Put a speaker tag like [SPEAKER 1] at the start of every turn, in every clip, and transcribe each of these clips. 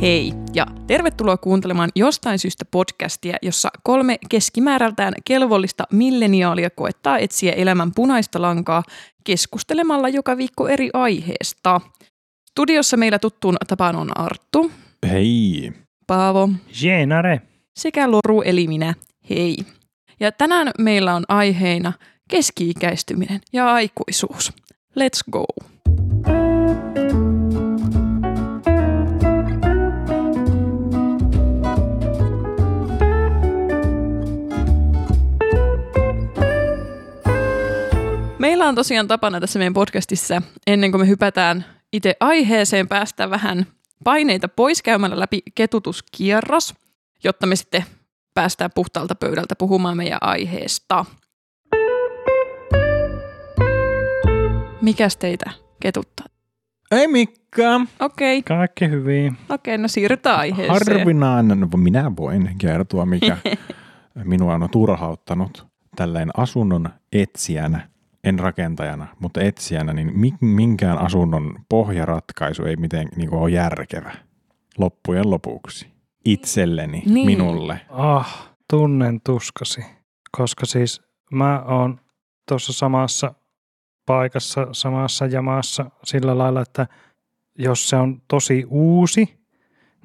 [SPEAKER 1] Hei ja tervetuloa kuuntelemaan jostain syystä podcastia, jossa kolme keskimäärältään kelvollista milleniaalia koettaa etsiä elämän punaista lankaa keskustelemalla joka viikko eri aiheesta. Studiossa meillä tuttuun tapaan on Arttu,
[SPEAKER 2] Hei.
[SPEAKER 1] Paavo
[SPEAKER 3] Genare.
[SPEAKER 1] sekä Loru eli minä. Hei. Ja tänään meillä on aiheina keski-ikäistyminen ja aikuisuus. Let's go. Meillä on tosiaan tapana tässä meidän podcastissa, ennen kuin me hypätään itse aiheeseen, päästä vähän paineita pois käymällä läpi ketutuskierros, jotta me sitten päästään puhtaalta pöydältä puhumaan meidän aiheesta. Mikäs teitä ketuttaa?
[SPEAKER 2] Ei Mikka.
[SPEAKER 1] Okei, okay,
[SPEAKER 3] Kaikki hyvin.
[SPEAKER 1] okei, okay, no siirrytään aiheeseen.
[SPEAKER 2] Harvinainen. No, Minä voin kertoa, mikä minua on turhauttanut tälleen asunnon etsijänä. En rakentajana, mutta etsijänä, niin mi- minkään asunnon pohjaratkaisu ei miten niin ole järkevä loppujen lopuksi. Itselleni,
[SPEAKER 1] Niin.
[SPEAKER 2] niin. minulle.
[SPEAKER 3] Ah, tunnen tuskasi. Koska siis mä oon tuossa samassa paikassa, samassa jamassa sillä lailla, että jos se on tosi uusi,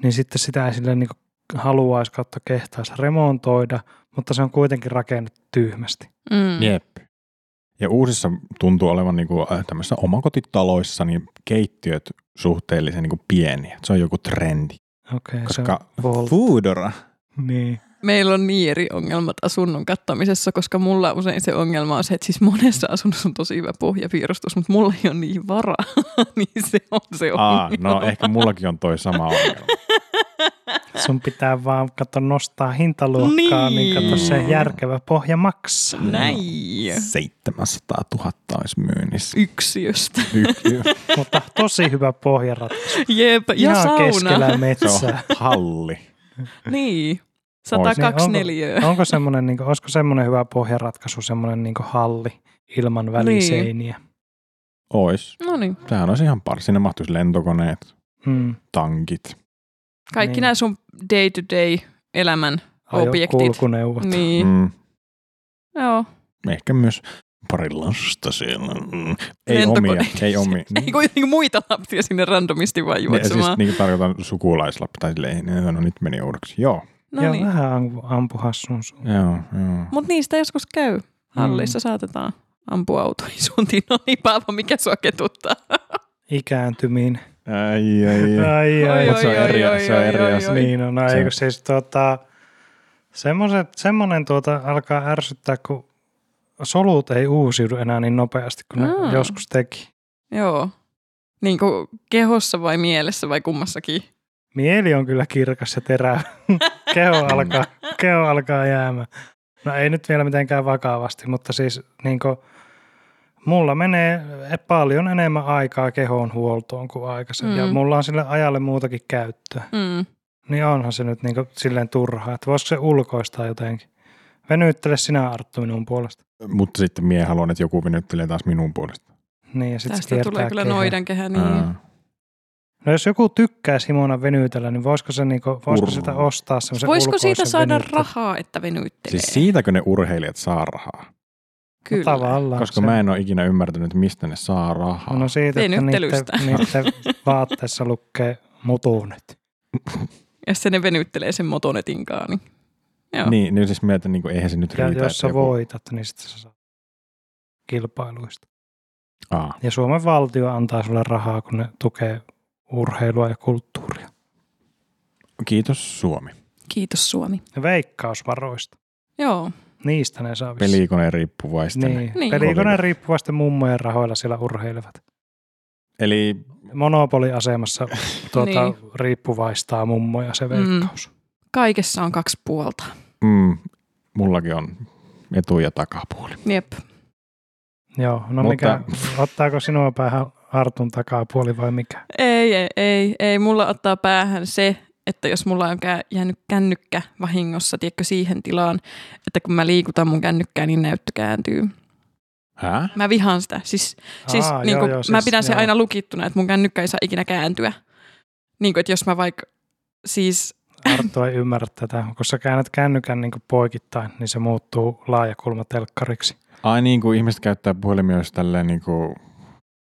[SPEAKER 3] niin sitten sitä ei silleen niin haluaisi kautta kehtaisi remontoida, mutta se on kuitenkin rakennettu tyhmästi.
[SPEAKER 1] Mm.
[SPEAKER 2] Jep. Ja uusissa tuntuu olevan niin kuin tämmöisissä omakotitaloissa niin keittiöt suhteellisen niin kuin pieniä. Se on joku trendi.
[SPEAKER 3] Okei, okay, se on
[SPEAKER 2] Koska
[SPEAKER 3] vol-
[SPEAKER 2] Foodora
[SPEAKER 3] niin.
[SPEAKER 1] Meillä on niin eri ongelmat asunnon kattamisessa, koska mulla usein se ongelma on se, että siis monessa asunnossa on tosi hyvä pohjapiirustus, mutta mulla ei ole niin varaa, niin se on se ongelma.
[SPEAKER 2] Aa, no ehkä mullakin on toi sama ongelma.
[SPEAKER 3] Sun pitää vaan kato nostaa hintaluokkaa, niin, niin kato se
[SPEAKER 1] Niin.
[SPEAKER 3] järkevä pohja maksaa.
[SPEAKER 1] Näin.
[SPEAKER 2] 700 000 olisi myynnissä.
[SPEAKER 1] Yksiöstä.
[SPEAKER 2] Yhtiö.
[SPEAKER 3] Mutta tosi hyvä pohjaratkaisu.
[SPEAKER 1] Jep, ja
[SPEAKER 3] Ihan
[SPEAKER 1] sauna.
[SPEAKER 3] keskellä
[SPEAKER 2] Se on
[SPEAKER 3] metsää.
[SPEAKER 2] halli.
[SPEAKER 1] Niin,
[SPEAKER 3] Niin,
[SPEAKER 1] 102
[SPEAKER 3] onko-
[SPEAKER 1] neliöä.
[SPEAKER 3] Onko semmoinen, niin kuin, olisiko semmoinen hyvä pohjaratkaisu, semmoinen niin halli ilman
[SPEAKER 1] Niin.
[SPEAKER 3] väliseiniä?
[SPEAKER 2] Ois.
[SPEAKER 1] No niin,
[SPEAKER 2] Sehän olisi ihan par. Sinne mahtuisi lentokoneet,
[SPEAKER 3] Mm.
[SPEAKER 2] tankit.
[SPEAKER 1] kaikki
[SPEAKER 3] Niin.
[SPEAKER 1] nämä sun day-to-day elämän, Objektit.
[SPEAKER 3] Kulkuneuvot. Niin.
[SPEAKER 1] niin,
[SPEAKER 2] Mm.
[SPEAKER 1] joo.
[SPEAKER 2] Ehkä myös pari lasta siellä. Mm. Ei
[SPEAKER 1] Lentokone-
[SPEAKER 2] omia, ei omia.
[SPEAKER 1] Ei kun niinku muita lapsia sinne randomisti vaan
[SPEAKER 2] Niin, ja siis
[SPEAKER 1] juoksemaan.
[SPEAKER 2] niin tarkoitan sukulaislappi, tai silleen, ei, no nyt meni oudoksi. Joo,
[SPEAKER 1] No niin.
[SPEAKER 3] vähän ampu- ampuhassun sun.
[SPEAKER 2] joo, joo.
[SPEAKER 1] Mutta niistä joskus käy. Hallissa mm. saatetaan ampua autoihin suuntiin. No niin, Paavo, mikä sua ketuttaa?
[SPEAKER 3] Ikääntyminen.
[SPEAKER 2] Ai, ai, ai.
[SPEAKER 3] Ai, ai,
[SPEAKER 2] Mut se on
[SPEAKER 1] Oi, oi,
[SPEAKER 2] eri,
[SPEAKER 1] oi,
[SPEAKER 2] se on
[SPEAKER 1] oi,
[SPEAKER 2] eri
[SPEAKER 1] oi,
[SPEAKER 2] asia.
[SPEAKER 1] oi.
[SPEAKER 3] Niin on,
[SPEAKER 2] Niin. Se-
[SPEAKER 3] eikö siis tota, semmoiset, semmoinen tuota alkaa ärsyttää, kun solut ei uusiudu enää niin nopeasti kuin ne
[SPEAKER 1] Aa.
[SPEAKER 3] joskus teki.
[SPEAKER 1] Joo. Niin kuin kehossa vai mielessä vai kummassakin?
[SPEAKER 3] Mieli on kyllä kirkas ja terävä. Keho alkaa, keho alkaa jäämään. No ei nyt vielä mitenkään vakavasti, mutta siis niin kuin, mulla menee paljon enemmän aikaa kehon huoltoon kuin aikaisemmin. Mm.
[SPEAKER 1] Mm.
[SPEAKER 3] Ja mulla on sille ajalle muutakin käyttöä.
[SPEAKER 1] Mm.
[SPEAKER 3] Niin onhan se nyt niin kuin, silleen turhaa, että voisiko se ulkoistaa jotenkin. Venyttele sinä Arttu minun puolesta.
[SPEAKER 2] Mutta sitten mie haluan, että joku venyttelee taas minun puolesta.
[SPEAKER 3] Niin, ja sit se
[SPEAKER 1] Tästä tulee
[SPEAKER 3] kiertää
[SPEAKER 1] kyllä
[SPEAKER 3] kehän.
[SPEAKER 1] noidan kehä. Niin.
[SPEAKER 2] Ää,
[SPEAKER 3] No jos joku tykkää Simona venytellä, niin voisiko, se niinku, voisiko
[SPEAKER 2] Urru.
[SPEAKER 3] sitä ostaa semmoisen
[SPEAKER 1] Voisiko siitä
[SPEAKER 3] ulkoisen
[SPEAKER 1] saada
[SPEAKER 3] venyttelyn?
[SPEAKER 1] rahaa, että venyttelee?
[SPEAKER 2] Siis siitäkö ne urheilijat saa rahaa?
[SPEAKER 3] No
[SPEAKER 1] Kyllä.
[SPEAKER 3] tavallaan
[SPEAKER 2] Koska
[SPEAKER 3] se-
[SPEAKER 2] mä en ole ikinä ymmärtänyt, mistä ne saa rahaa.
[SPEAKER 3] No siitä, että niiden,
[SPEAKER 1] Venyttelystä.
[SPEAKER 3] niiden vaatteessa lukee mutuunet.
[SPEAKER 1] Ja sitten ne venyttelee sen motonetinkaan. Niin. Joo.
[SPEAKER 2] Niin, niin siis mietin, niin eihän se nyt
[SPEAKER 3] Ja
[SPEAKER 2] riitä.
[SPEAKER 3] jos
[SPEAKER 2] että
[SPEAKER 3] sä
[SPEAKER 2] joku-
[SPEAKER 3] voitat, niin sitten sä saat kilpailuista.
[SPEAKER 2] Aa,
[SPEAKER 3] Ja Suomen valtio antaa sulle rahaa, kun ne tukee urheilua ja kulttuuria.
[SPEAKER 2] kiitos Suomi.
[SPEAKER 1] Kiitos Suomi.
[SPEAKER 3] Ja veikkausvaroista.
[SPEAKER 1] Joo.
[SPEAKER 3] Niistä ne saa vissiin.
[SPEAKER 2] Pelikoneen riippuvaisten.
[SPEAKER 3] Niin.
[SPEAKER 1] Niin.
[SPEAKER 3] niin. Pelikone riippuvaisten mummojen rahoilla siellä urheilevat.
[SPEAKER 2] Eli
[SPEAKER 3] Monopoliasemassa tuota,
[SPEAKER 1] Niin.
[SPEAKER 3] niin. riippuvaistaa mummoja se veikkaus. Mm.
[SPEAKER 1] Kaikessa on kaksi puolta.
[SPEAKER 2] mm, mullakin on etu- ja takapuoli.
[SPEAKER 1] Jep.
[SPEAKER 3] Joo, no
[SPEAKER 2] Mutta-
[SPEAKER 3] mikä, ottaako sinua päähän Artun takapuoli vai mikä?
[SPEAKER 1] Ei, ei, ei, ei. Mulla ottaa päähän se, että jos mulla on kä- jäänyt kännykkä vahingossa, tiedätkö, siihen tilaan, että kun mä liikutan mun kännykkää, niin näyttö kääntyy.
[SPEAKER 2] Hä?
[SPEAKER 1] Mä vihaan sitä. Siis, siis,
[SPEAKER 3] Aa,
[SPEAKER 1] niin
[SPEAKER 3] joo,
[SPEAKER 1] kuin,
[SPEAKER 3] joo,
[SPEAKER 1] mä
[SPEAKER 3] siis-
[SPEAKER 1] pidän sen
[SPEAKER 3] joo.
[SPEAKER 1] aina lukittuna, että mun kännykkä ei saa ikinä kääntyä. Niin kuin, että Niinku, jos mä vaikka Siis
[SPEAKER 3] Arttu ei ymmärrä tätä. Kun sä käännät kännykän niin poikittain, niin se muuttuu laajakulmatelkkariksi.
[SPEAKER 2] Ai niin kuin ihmiset käyttää puhelimia jos tälleen niin kuin,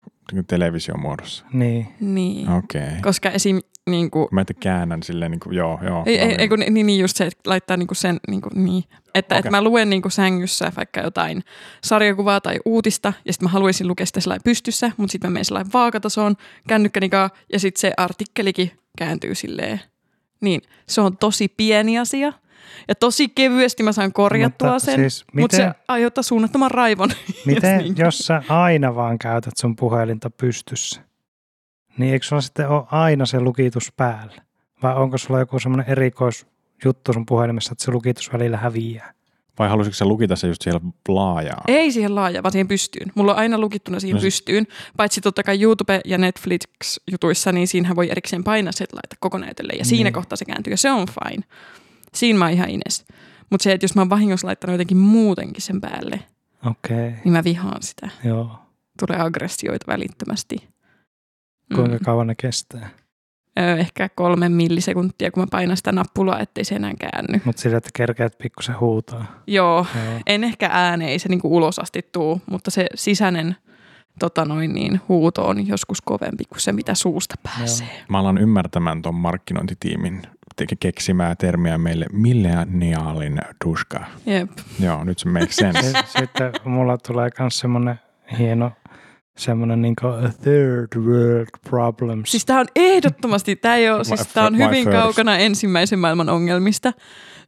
[SPEAKER 2] niin kuin televisiomuodossa.
[SPEAKER 3] Niin.
[SPEAKER 1] niin.
[SPEAKER 2] Okei. Okay.
[SPEAKER 1] Koska esim. Niin kuin,
[SPEAKER 2] Mä että käännän silleen, niin kuin, joo, joo.
[SPEAKER 1] ei, ei,
[SPEAKER 2] valmiin.
[SPEAKER 1] ei kun, niin, niin just se, että laittaa niinku sen, niinku, niin. että
[SPEAKER 2] Okei.
[SPEAKER 1] et mä luen niinku sängyssä vaikka jotain sarjakuvaa tai uutista, ja sitten mä haluaisin lukea sitä sillä lailla pystyssä, mutta sitten mä menen sillä lailla vaakatasoon kännykkänikaa, ja sitten se artikkelikin kääntyy silleen. Niin, se on tosi pieni asia, ja tosi kevyesti mä saan korjattua
[SPEAKER 3] Mutta
[SPEAKER 1] sen,
[SPEAKER 3] siis
[SPEAKER 1] mutta
[SPEAKER 3] miten-
[SPEAKER 1] se aiheuttaa suunnattoman raivon.
[SPEAKER 3] Miten,
[SPEAKER 1] niin.
[SPEAKER 3] jos sä aina vaan käytät sun puhelinta pystyssä, niin eikö sulla sitten ole aina se lukitus päällä? Vai onko sulla joku semmoinen erikoisjuttu sun puhelimessa, että se lukitus välillä häviää?
[SPEAKER 2] Vai halusitko sä lukita se just siellä laajaa?
[SPEAKER 1] Ei siihen laajaan, vaan siihen pystyyn. Mulla on aina lukittuna siihen
[SPEAKER 2] No
[SPEAKER 1] no,
[SPEAKER 2] se-
[SPEAKER 1] pystyyn. Paitsi totta kai YouTube- ja Netflix-jutuissa, niin siinähän voi erikseen painaa se, että laita koko näytölle. Ja niin. siinä
[SPEAKER 3] Niin.
[SPEAKER 1] kohtaa se kääntyy, ja se on fine. Siinä mä oon ihan ines. Mutta se, että jos mä oon vahingossa laittanut jotenkin muutenkin sen päälle,
[SPEAKER 3] Okei, okay,
[SPEAKER 1] niin mä vihaan sitä.
[SPEAKER 3] joo.
[SPEAKER 1] Tulee aggressioita välittömästi. Mm.
[SPEAKER 3] Kuinka kauan ne kestää?
[SPEAKER 1] Ö, Ehkä kolme millisekuntia, kun mä painan sitä nappulaa, ettei se enää käänny.
[SPEAKER 3] Mutta sillä, että kerkeät pikkusen huutaa.
[SPEAKER 1] Joo,
[SPEAKER 3] Joo.
[SPEAKER 1] en ehkä ääne, ei se niinku ulos asti tuu, mutta se sisäinen tota noin niin, huuto on joskus kovempi kuin se, mitä suusta pääsee.
[SPEAKER 2] Mä alan ymmärtämään ton markkinointitiimin te- keksimää termiä meille milleniaalin duska.
[SPEAKER 1] Jep.
[SPEAKER 2] Joo, nyt se makes sense.
[SPEAKER 3] S- Sitten mulla tulee myös semmoinen hieno semmoinen niin third world problems.
[SPEAKER 1] Siis tämä on ehdottomasti, tämä ei ole, siis
[SPEAKER 2] My-
[SPEAKER 1] tää on
[SPEAKER 2] my
[SPEAKER 1] hyvin
[SPEAKER 2] first.
[SPEAKER 1] kaukana ensimmäisen maailman ongelmista.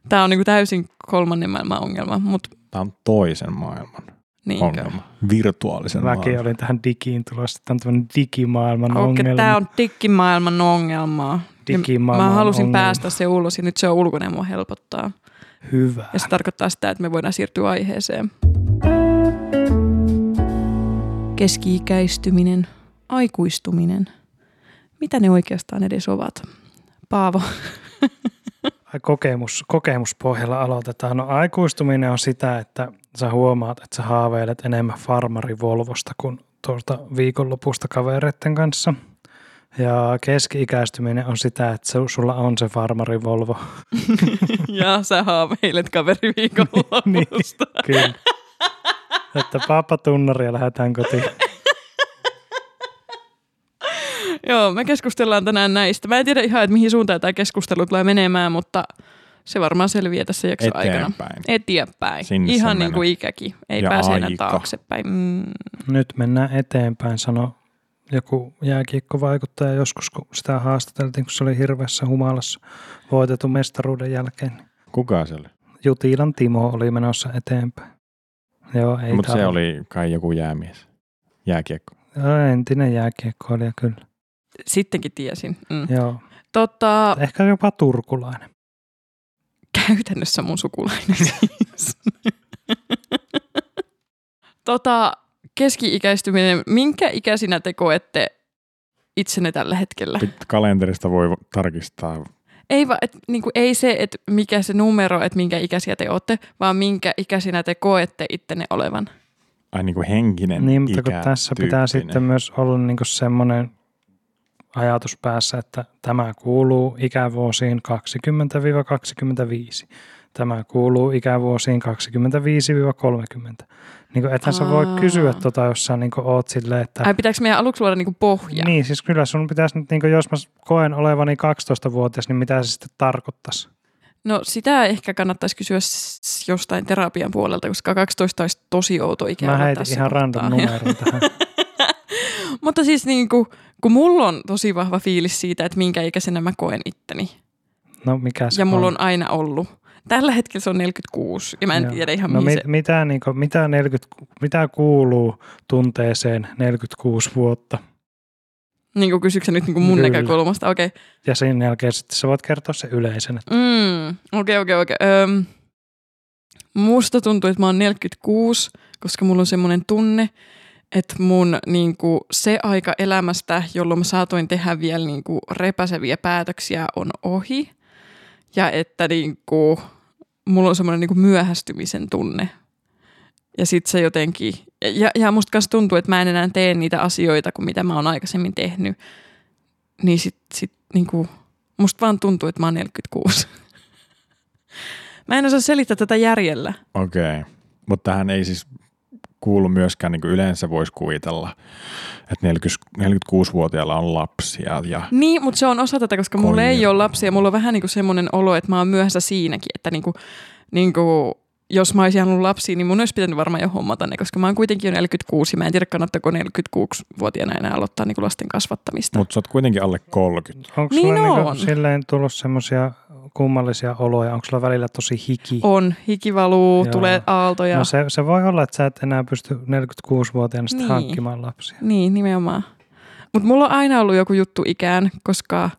[SPEAKER 1] Tämä on niinku täysin kolmannen maailman ongelma, niin. mutta
[SPEAKER 2] Tämä on toisen maailman
[SPEAKER 1] niinkö.
[SPEAKER 2] ongelma. Virtuaalisen
[SPEAKER 3] Mäkin
[SPEAKER 2] maailman.
[SPEAKER 3] olin tähän digiin tulossa. Tämä on tämmöinen digimaailman ongelma.
[SPEAKER 1] Tämä on digimaailman ongelmaa. Ja
[SPEAKER 3] digimaailman
[SPEAKER 1] Mä halusin
[SPEAKER 3] ongelma.
[SPEAKER 1] päästä se ulos ja nyt se on ulkona ja mua helpottaa.
[SPEAKER 3] Hyvä.
[SPEAKER 1] Ja se tarkoittaa sitä, että me voidaan siirtyä aiheeseen. Keski-ikäistyminen, aikuistuminen. Mitä ne oikeastaan edes ovat? Paavo.
[SPEAKER 3] Ai, Kokemus, kokemuspohjalla aloitetaan. No aikuistuminen on sitä, että sä huomaat, että sä haaveilet enemmän farmari Volvosta kuin tuolta viikonlopusta kavereiden kanssa. Ja keski-ikäistyminen on sitä, että se- sulla on se farmari Volvo.
[SPEAKER 1] Ja sä haaveilet kaveri viikon
[SPEAKER 3] Niin,
[SPEAKER 1] lopusta.
[SPEAKER 3] kyllä. Että pappa tunnari ja lähdetään kotiin.
[SPEAKER 1] Joo, me keskustellaan tänään näistä. Mä en tiedä ihan, että mihin suuntaan tämä keskustelu tulee menemään, mutta se varmaan selviää tässä jakson aikana.
[SPEAKER 2] Eteenpäin.
[SPEAKER 1] Eteenpäin.
[SPEAKER 2] Sinne se
[SPEAKER 1] ihan niin
[SPEAKER 2] menee.
[SPEAKER 1] kuin ikäkin. Ei
[SPEAKER 2] Ja
[SPEAKER 1] pääse enää
[SPEAKER 2] aika.
[SPEAKER 1] taaksepäin. Mm.
[SPEAKER 3] Nyt mennään eteenpäin, sano joku jääkiekkovaikuttaja joskus, kun sitä haastateltiin, kun se oli hirveässä humalassa voitetun mestaruuden jälkeen.
[SPEAKER 2] Kuka se oli?
[SPEAKER 3] Jutilan Timo oli menossa eteenpäin. Joo, ei
[SPEAKER 2] Mutta se
[SPEAKER 3] tää-
[SPEAKER 2] oli kai joku jäämies. Jääkiekko.
[SPEAKER 3] Joo, Entinen jääkiekkoilija kyllä.
[SPEAKER 1] Sittenkin tiesin. Mm.
[SPEAKER 3] Joo.
[SPEAKER 1] Tota,
[SPEAKER 3] Ehkä jopa turkulainen.
[SPEAKER 1] käytännössä mun sukulainen siis. tota, keski-ikäistyminen, minkä ikäisinä te koette itsenne tällä hetkellä?
[SPEAKER 2] Pit- Kalenterista voi vo- tarkistaa.
[SPEAKER 1] Ei, va, et, niinku, ei se, että mikä se numero, että minkä ikäisiä te olette, vaan minkä ikäisinä te koette ittenne olevan.
[SPEAKER 2] Ai niin kuin henkinen
[SPEAKER 3] Niin, mutta kun
[SPEAKER 2] ikä
[SPEAKER 3] tässä pitää
[SPEAKER 2] tyyppinen.
[SPEAKER 3] sitten myös olla niinku semmoinen ajatus päässä, että tämä kuuluu ikävuosiin 20-25. Tämä kuuluu ikävuosiin 25-30. Niin ethän sä voi
[SPEAKER 1] Aa.
[SPEAKER 3] kysyä tota, jos sä niinku oot silleen, että...
[SPEAKER 1] Ai pitääkö meidän aluksi luoda niinku pohja?
[SPEAKER 3] Niin, siis kyllä sun pitäisi nyt, niin jos mä koen olevani 12-vuotias, niin mitä se sitten tarkoittaisi?
[SPEAKER 1] No sitä ehkä kannattaisi kysyä s- jostain terapian puolelta, koska 12 olisi tosi outo ikä.
[SPEAKER 3] Mä
[SPEAKER 1] olla
[SPEAKER 3] heitin
[SPEAKER 1] tässä
[SPEAKER 3] ihan random
[SPEAKER 1] kohtaa.
[SPEAKER 3] numeron tähän.
[SPEAKER 1] Mutta siis niin kuin, kun mulla on tosi vahva fiilis siitä, että minkä ikäisenä mä koen itteni.
[SPEAKER 3] No mikä se
[SPEAKER 1] Ja mulla on aina ollut. Tällä hetkellä se on 46 ja mä en
[SPEAKER 3] Joo.
[SPEAKER 1] tiedä ihan
[SPEAKER 3] no,
[SPEAKER 1] no, mihin
[SPEAKER 3] mi-
[SPEAKER 1] se...
[SPEAKER 3] mitä, niin kuin, mitä, 40, mitä kuuluu tunteeseen 46 vuotta?
[SPEAKER 1] Niin kuin kysyksä nyt niin kuin mun
[SPEAKER 3] Kyllä.
[SPEAKER 1] näkökulmasta? Okei, okay.
[SPEAKER 3] Ja sen jälkeen sitten sä voit kertoa se yleisen. että
[SPEAKER 1] mm, okei, okei. okei. Öm, musta tuntuu, että mä oon 46, koska mulla on semmoinen tunne, että mun niin kuin, se aika elämästä, jolloin mä saatoin tehdä vielä niin kuin, repäseviä päätöksiä, on ohi. Ja että niin kuin, mulla on semmoinen niin myöhästymisen tunne. Ja sit se jotenkin, ja, ja musta kanssa tuntuu, että mä en enää tee niitä asioita kuin mitä mä oon aikaisemmin tehnyt. Niin sit, sit niin kuin, Musta vaan tuntuu, että mä oon 46. Mä en osaa selittää tätä järjellä.
[SPEAKER 2] Okei, okay. mutta tähän ei siis kuulu myöskään, niin kuin yleensä voisi kuvitella, että 40, 46-vuotiailla on lapsia ja
[SPEAKER 1] Niin, mutta se on osa tätä, koska mulla
[SPEAKER 2] Koira.
[SPEAKER 1] ei ole lapsia. Mulla on vähän niinku semmoinen olo, että mä oon myöhässä siinäkin, että niinku, niinku, jos mä olisin halunnut lapsia, niin mun olisi pitänyt varmaan jo hommata ne, koska mä oon kuitenkin jo 46 ja mä en tiedä kannattaako 46-vuotiaana enää aloittaa niinku lasten
[SPEAKER 3] No
[SPEAKER 1] kasvattamista. Mut.
[SPEAKER 2] Mutta sä oot kuitenkin alle 30.
[SPEAKER 3] Onko
[SPEAKER 1] Niin
[SPEAKER 3] sulla
[SPEAKER 1] on.
[SPEAKER 3] niinku silleen tullut semmoisia kummallisia oloja? Onko sulla välillä tosi hiki?
[SPEAKER 1] On, hiki valuu,
[SPEAKER 3] niin. Joo.
[SPEAKER 1] tulee aaltoja.
[SPEAKER 3] No
[SPEAKER 1] No
[SPEAKER 3] se, se voi olla, että sä et enää pysty 46-vuotiaana niin.
[SPEAKER 1] Niin.
[SPEAKER 3] hankkimaan lapsia.
[SPEAKER 1] Niin, nimenomaan. Mutta mulla on aina ollut joku juttu ikään, koska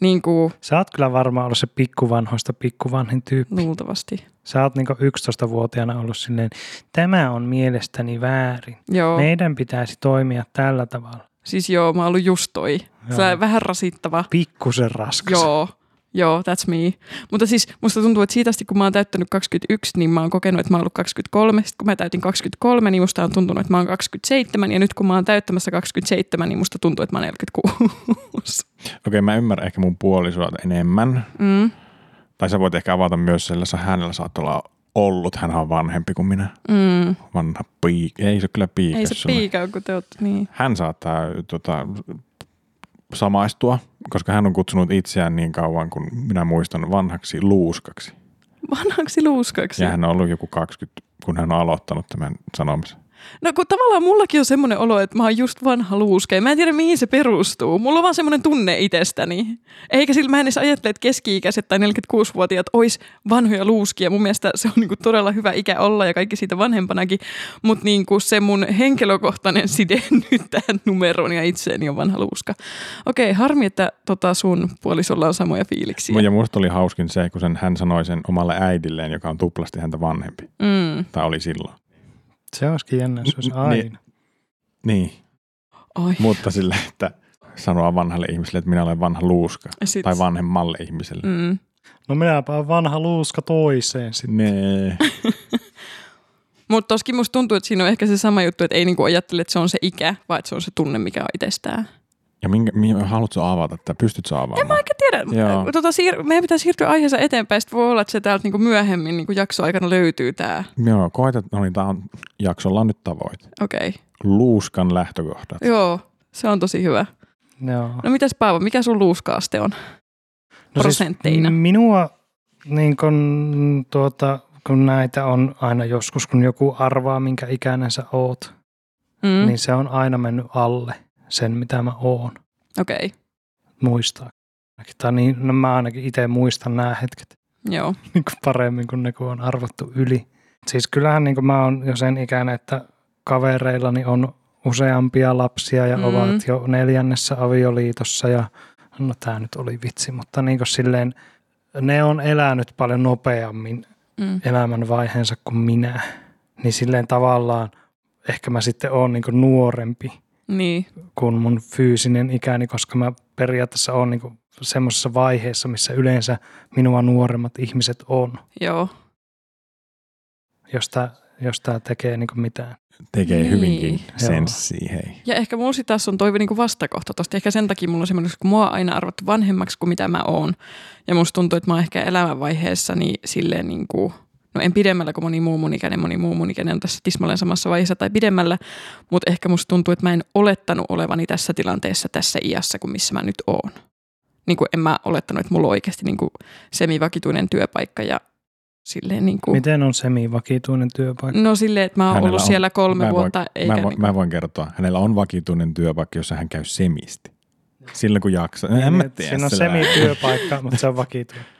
[SPEAKER 1] niinku,
[SPEAKER 3] Sä oot kyllä varmaan ollut se pikkuvanhoista pikkuvanhin tyyppi. Niin.
[SPEAKER 1] luultavasti.
[SPEAKER 3] Sä oot niinku 11-vuotiaana ollut silleen, tämä on mielestäni väärin.
[SPEAKER 1] Joo,
[SPEAKER 3] Oh. Meidän pitäisi toimia tällä tavalla.
[SPEAKER 1] siis joo, mä oon ollut just toi. Sellainen vähän rasittava.
[SPEAKER 3] Pikkusen raskas.
[SPEAKER 1] Joo, joo, that's me. Mutta siis musta tuntuu, että siitä asti kun mä oon täyttänyt 21, niin mä oon kokenut, että mä oon ollut 23. Sitten kun mä täytin 23, niin musta on tuntunut, että mä oon 27. Ja nyt kun mä oon täyttämässä 27, niin musta tuntuu, että mä oon 46.
[SPEAKER 2] Okei, okay, mä ymmärrän ehkä mun puolisoa enemmän.
[SPEAKER 1] Mm,
[SPEAKER 2] Tai sä voit ehkä avata myös sellaisen, hänellä saattaa olla ollut, hän on vanhempi kuin minä.
[SPEAKER 1] mm.
[SPEAKER 2] Vanha piik. Ei se kyllä piikas.
[SPEAKER 1] Ei se piikaa, kun te ootte niin.
[SPEAKER 2] Hän saattaa tota, samaistua, koska hän on kutsunut itseään niin kauan kuin minä muistan vanhaksi luuskaksi.
[SPEAKER 1] Vanhaksi luuskaksi.
[SPEAKER 2] Ja hän on ollut joku 20, kun hän on aloittanut tämän sanomisen.
[SPEAKER 1] No kun tavallaan mullakin on semmoinen olo, että mä oon just vanha luuske. Mä en tiedä mihin se perustuu. Mulla on vaan semmoinen tunne itsestäni. Eikä sillä mä en edes ajattele, että keski-ikäiset tai 46-vuotiaat ois vanhoja luuskia. Mun mielestä se on niinku todella hyvä ikä olla ja kaikki siitä vanhempanakin. Mutta niinku se mun henkilökohtainen side nyt tähän numeroon ja itseeni on vanha luuska. Okei, harmi, että tota sun puolisolla on samoja fiiliksiä.
[SPEAKER 2] Ja musta oli hauskin se, kun sen, hän sanoi sen omalle äidilleen, joka on tuplasti häntä vanhempi.
[SPEAKER 1] Mm.
[SPEAKER 2] Tai oli silloin.
[SPEAKER 3] Se olisikin jännä, jos se olisi
[SPEAKER 2] Niin.
[SPEAKER 3] aina.
[SPEAKER 2] Niin,
[SPEAKER 1] Ai,
[SPEAKER 2] mutta sille, että sanoa vanhalle ihmiselle, että minä olen vanha luuska.
[SPEAKER 1] sit.
[SPEAKER 2] Tai vanhemmalle ihmiselle.
[SPEAKER 1] Mm.
[SPEAKER 3] No minäpä olen vanha luuska toiseen
[SPEAKER 2] Mm.
[SPEAKER 3] sitten.
[SPEAKER 2] Nee.
[SPEAKER 1] Mutta toskin musta tuntuu, että siinä on ehkä se sama juttu, että ei niinku ajattele, että se on se ikä, vaan että se on se tunne, mikä on itsestään.
[SPEAKER 2] Ja minkä, minkä, haluatko avata tätä? Pystytkö avaamaan?
[SPEAKER 1] Mä enkä tiedä.
[SPEAKER 2] Joo.
[SPEAKER 1] Tota, siir- meidän pitää siirtyä aiheessa eteenpäin. Sitten voi olla, että se täältä niinku myöhemmin niinku jaksoaikana löytyy tämä.
[SPEAKER 2] Joo, koetat, no niin, tää on, jaksolla on nyt tavoite.
[SPEAKER 1] Okei. Okay.
[SPEAKER 2] Luuskan lähtökohdat.
[SPEAKER 1] Joo, se on tosi hyvä.
[SPEAKER 3] Joo. No,
[SPEAKER 1] No mitäs Paavo, mikä sun luuskaaste on? prosentteina.
[SPEAKER 3] Siis minua, niin kun, tuota, kun näitä on aina joskus, kun joku arvaa, minkä ikäinen sä oot, mm.
[SPEAKER 1] Mm.
[SPEAKER 3] niin se on aina mennyt alle sen, mitä mä oon.
[SPEAKER 1] Okei, okay.
[SPEAKER 3] Muistaa. Tai niin, no mä ainakin itse muistan nämä hetket
[SPEAKER 1] joo.
[SPEAKER 3] niin kuin paremmin kuin ne, kun on arvottu yli. Siis kyllähän niin kuin mä oon jo sen ikäinen, että kavereillani on useampia lapsia ja
[SPEAKER 1] Mm.
[SPEAKER 3] mm. ovat jo neljännessä avioliitossa ja no tämä nyt oli vitsi, mutta niin kuin silleen ne on elänyt paljon nopeammin
[SPEAKER 1] Mm.
[SPEAKER 3] Eh. elämänvaiheensa kuin minä. Niin silleen tavallaan ehkä mä sitten oon niin kuin nuorempi
[SPEAKER 1] Niin,
[SPEAKER 3] kuin mun fyysinen ikäni, koska mä periaatteessa oon niin kuin semmoisessa vaiheessa, missä yleensä minua nuoremmat ihmiset on
[SPEAKER 1] joo.
[SPEAKER 3] jos tämä jos tää tekee niinku mitään.
[SPEAKER 2] Tekee
[SPEAKER 1] Niin.
[SPEAKER 2] hyvinkin
[SPEAKER 3] Joo.
[SPEAKER 2] senssiä, hei.
[SPEAKER 1] Ja ehkä mulla sit taas on toi niinku vastakohta tosta. Ehkä sen takia mulla on semmoinen, kun mua on aina arvattu vanhemmaksi kuin mitä mä oon. Ja musta tuntuu, että mä oon ehkä elämänvaiheessa niin silleen niinku, no en pidemmällä kuin moni muu mun ikäinen, moni muu mun ikäinen on tässä tismalleen samassa vaiheessa tai pidemmällä. Mutta ehkä musta tuntuu, että mä en olettanut olevani tässä tilanteessa tässä iässä kuin missä mä nyt oon. Niin kuin en mä olettanut, että mulla on oikeasti niin kuin semivakituinen työpaikka ja silleen niin kuin,
[SPEAKER 3] Miten on semivakituinen työpaikka?
[SPEAKER 1] no silleen, että mä oon
[SPEAKER 2] Hänellä
[SPEAKER 1] ollut
[SPEAKER 2] on-
[SPEAKER 1] siellä kolme
[SPEAKER 2] mä voin-
[SPEAKER 1] vuotta. eikä
[SPEAKER 2] Mä, vo,
[SPEAKER 1] niin
[SPEAKER 2] mä voin kertoa, hänellä on vakituinen työpaikka, jossa hän käy semisti. Silloin kun jaksaa.
[SPEAKER 3] Niin,
[SPEAKER 2] No en mä
[SPEAKER 3] et
[SPEAKER 2] tiedä.
[SPEAKER 3] Siinä on
[SPEAKER 2] sillä-
[SPEAKER 3] semityöpaikka, mutta se on vakituinen.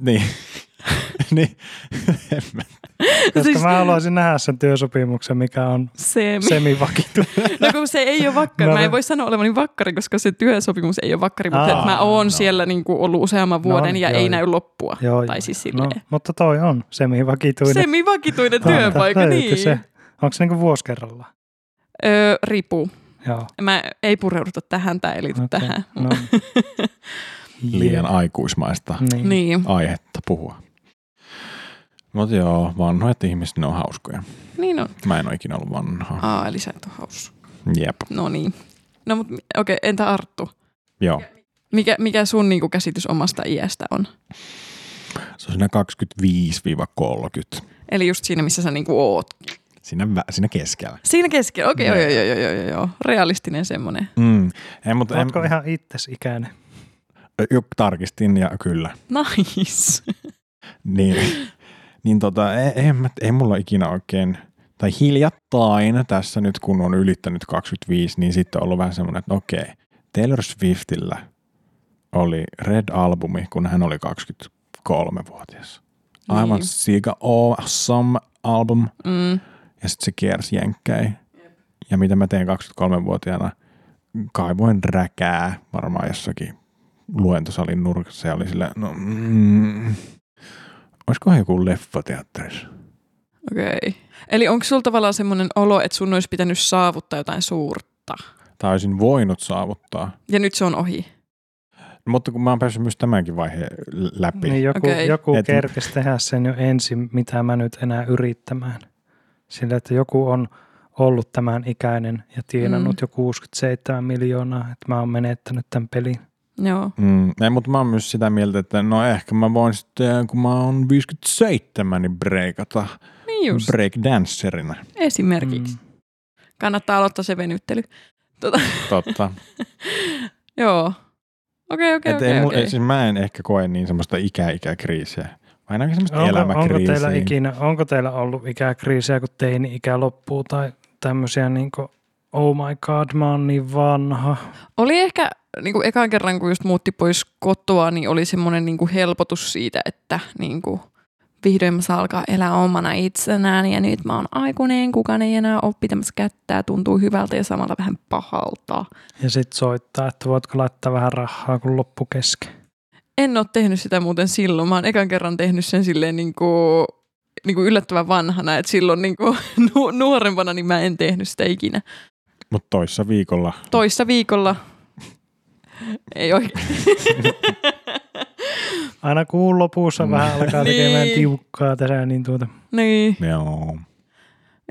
[SPEAKER 2] Niin. niin. En mä-
[SPEAKER 3] Koska siis... mä haluaisin nähdä sen työsopimuksen, mikä on
[SPEAKER 1] Semi.
[SPEAKER 3] semivakituinen.
[SPEAKER 1] No kun se ei ole vakkari.
[SPEAKER 3] No
[SPEAKER 1] Mä en
[SPEAKER 3] niin.
[SPEAKER 1] voi sanoa olevani vakkari, koska se työsopimus ei ole vakkari, mutta
[SPEAKER 3] Aa,
[SPEAKER 1] että mä oon
[SPEAKER 2] no.
[SPEAKER 1] siellä niinku ollut useamman
[SPEAKER 3] No,
[SPEAKER 1] vuoden ja
[SPEAKER 3] joo,
[SPEAKER 1] ei
[SPEAKER 3] joo.
[SPEAKER 1] näy loppua.
[SPEAKER 3] joo,
[SPEAKER 1] Tai
[SPEAKER 3] joo,
[SPEAKER 1] siis
[SPEAKER 3] joo. no,
[SPEAKER 1] silleen.
[SPEAKER 3] mutta toi on semivakituinen.
[SPEAKER 1] Semivakituinen
[SPEAKER 3] Tämä-
[SPEAKER 1] työpaikka,
[SPEAKER 3] löytyy
[SPEAKER 1] niin.
[SPEAKER 3] Se. Onko se niinku vuosi kerrallaan?
[SPEAKER 1] Öö, riippuu.
[SPEAKER 3] Joo.
[SPEAKER 1] Mä ei pureuduta tähän tai liity okay.
[SPEAKER 3] okei,
[SPEAKER 1] tähän.
[SPEAKER 3] No.
[SPEAKER 2] Liian aikuismaista
[SPEAKER 3] Niin. niin.
[SPEAKER 1] Niin.
[SPEAKER 2] aihetta puhua. Mutta joo, vanhoit ihmiset, ne on hauskoja.
[SPEAKER 1] Niin on.
[SPEAKER 2] Mä en ole ikinä ollut vanha.
[SPEAKER 1] Aa, eli sä et ole haus.
[SPEAKER 2] Jep,
[SPEAKER 1] No niin. No mut okei, entä Arttu?
[SPEAKER 2] joo.
[SPEAKER 1] Mikä, mikä sun niinku käsitys omasta iästä on?
[SPEAKER 2] Se on siinä 25-30.
[SPEAKER 1] Eli just siinä, missä sä niinku oot.
[SPEAKER 2] Siinä, vä- siinä keskellä.
[SPEAKER 1] Siinä keskellä, okei,
[SPEAKER 3] Niin.
[SPEAKER 1] okay,
[SPEAKER 2] Joo.
[SPEAKER 1] joo, joo, joo, joo, joo, joo, realistinen semmoinen.
[SPEAKER 2] Mm. En, mutta en,
[SPEAKER 3] Oletko ihan itses ikäinen?
[SPEAKER 2] jo, tarkistin ja kyllä.
[SPEAKER 1] Nice.
[SPEAKER 2] Niin, niin tota, ei, ei, mä- ei mulla ikinä oikein, tai hiljattain tässä nyt kun on ylittänyt 25, niin sitten on ollut vähän semmoinen, että okei, Taylor Swiftillä oli Red Albumi, kun hän oli 23-vuotias. Aivan
[SPEAKER 1] Niin.
[SPEAKER 2] niin. siika awesome album,
[SPEAKER 1] Mm.
[SPEAKER 2] ja sitten se kiersi jenkkei. Ja mitä mä tein 23-vuotiaana, kaivoin räkää varmaan jossakin luentosalin nurkassa ja oli sillä, no mm, olisikohan joku leffateatterissa?
[SPEAKER 1] Okei. Okay. Eli onko sulla tavallaan semmoinen olo, että sun olisi pitänyt saavuttaa jotain suurta?
[SPEAKER 2] Tai olisin voinut saavuttaa.
[SPEAKER 1] Ja nyt se on ohi.
[SPEAKER 2] Mutta kun mä oon päässyt myös tämänkin vaiheen läpi.
[SPEAKER 3] Niin joku,
[SPEAKER 1] Okei.
[SPEAKER 3] okay. joku
[SPEAKER 2] Et-
[SPEAKER 3] kerkesi tehdä sen jo ensin, mitä mä nyt enää yrittämään. Sillä, että joku on ollut tämän ikäinen ja tienannut
[SPEAKER 1] Mm.
[SPEAKER 3] mm. jo 67 miljoonaa, että mä oon menettänyt tämän pelin.
[SPEAKER 1] Joo.
[SPEAKER 2] Mm, ei, mutta mä oon myös sitä mieltä, että no ehkä mä voin sitten, kun mä oon 57, niin breikata
[SPEAKER 1] Niin just.
[SPEAKER 2] breakdancerina.
[SPEAKER 1] Esimerkiksi. Mm. Kannattaa aloittaa se venyttely.
[SPEAKER 2] Totta.
[SPEAKER 1] Joo. Okei, okei,
[SPEAKER 2] Et ei,
[SPEAKER 1] okei.
[SPEAKER 2] mul-
[SPEAKER 1] okei.
[SPEAKER 2] ei, siis mä en ehkä koe niin semmoista ikä-ikäkriisiä, vaan ainakin semmoista
[SPEAKER 3] Onko, onko,
[SPEAKER 2] elämäkriisiä.
[SPEAKER 3] teillä ikinä, onko teillä ollut ikäkriisiä, kun teini-ikä loppuu tai tämmöisiä niin kuin, oh my god, mä oon niin vanha.
[SPEAKER 1] Oli ehkä niin kuin ekan kerran, kun just muutti pois kotoa, niin oli semmoinen niin kuin helpotus siitä, että niin kuin vihdoin mä saan alkaa elää omana itsenään ja nyt mä oon aikuinen, kukaan ei enää ole pitämässä kättää, tuntuu hyvältä ja samalla vähän pahalta.
[SPEAKER 3] Ja sit soittaa, että voitko laittaa vähän rahaa, kun loppu kesken.
[SPEAKER 1] En ole tehnyt sitä muuten silloin. Mä oon ekan kerran tehnyt sen silleen niin kuin, niin kuin yllättävän vanhana, että silloin niin kuin nu- nuorempana niin mä en tehnyt sitä ikinä.
[SPEAKER 2] Mutta toissa viikolla.
[SPEAKER 1] Toissa viikolla ei oikein.
[SPEAKER 3] Aina kuun lopussa
[SPEAKER 2] Mm.
[SPEAKER 3] vähän alkaa
[SPEAKER 1] Niin.
[SPEAKER 3] tekemään tiukkaa tässä, niin tuota.
[SPEAKER 1] niin,
[SPEAKER 2] Joo.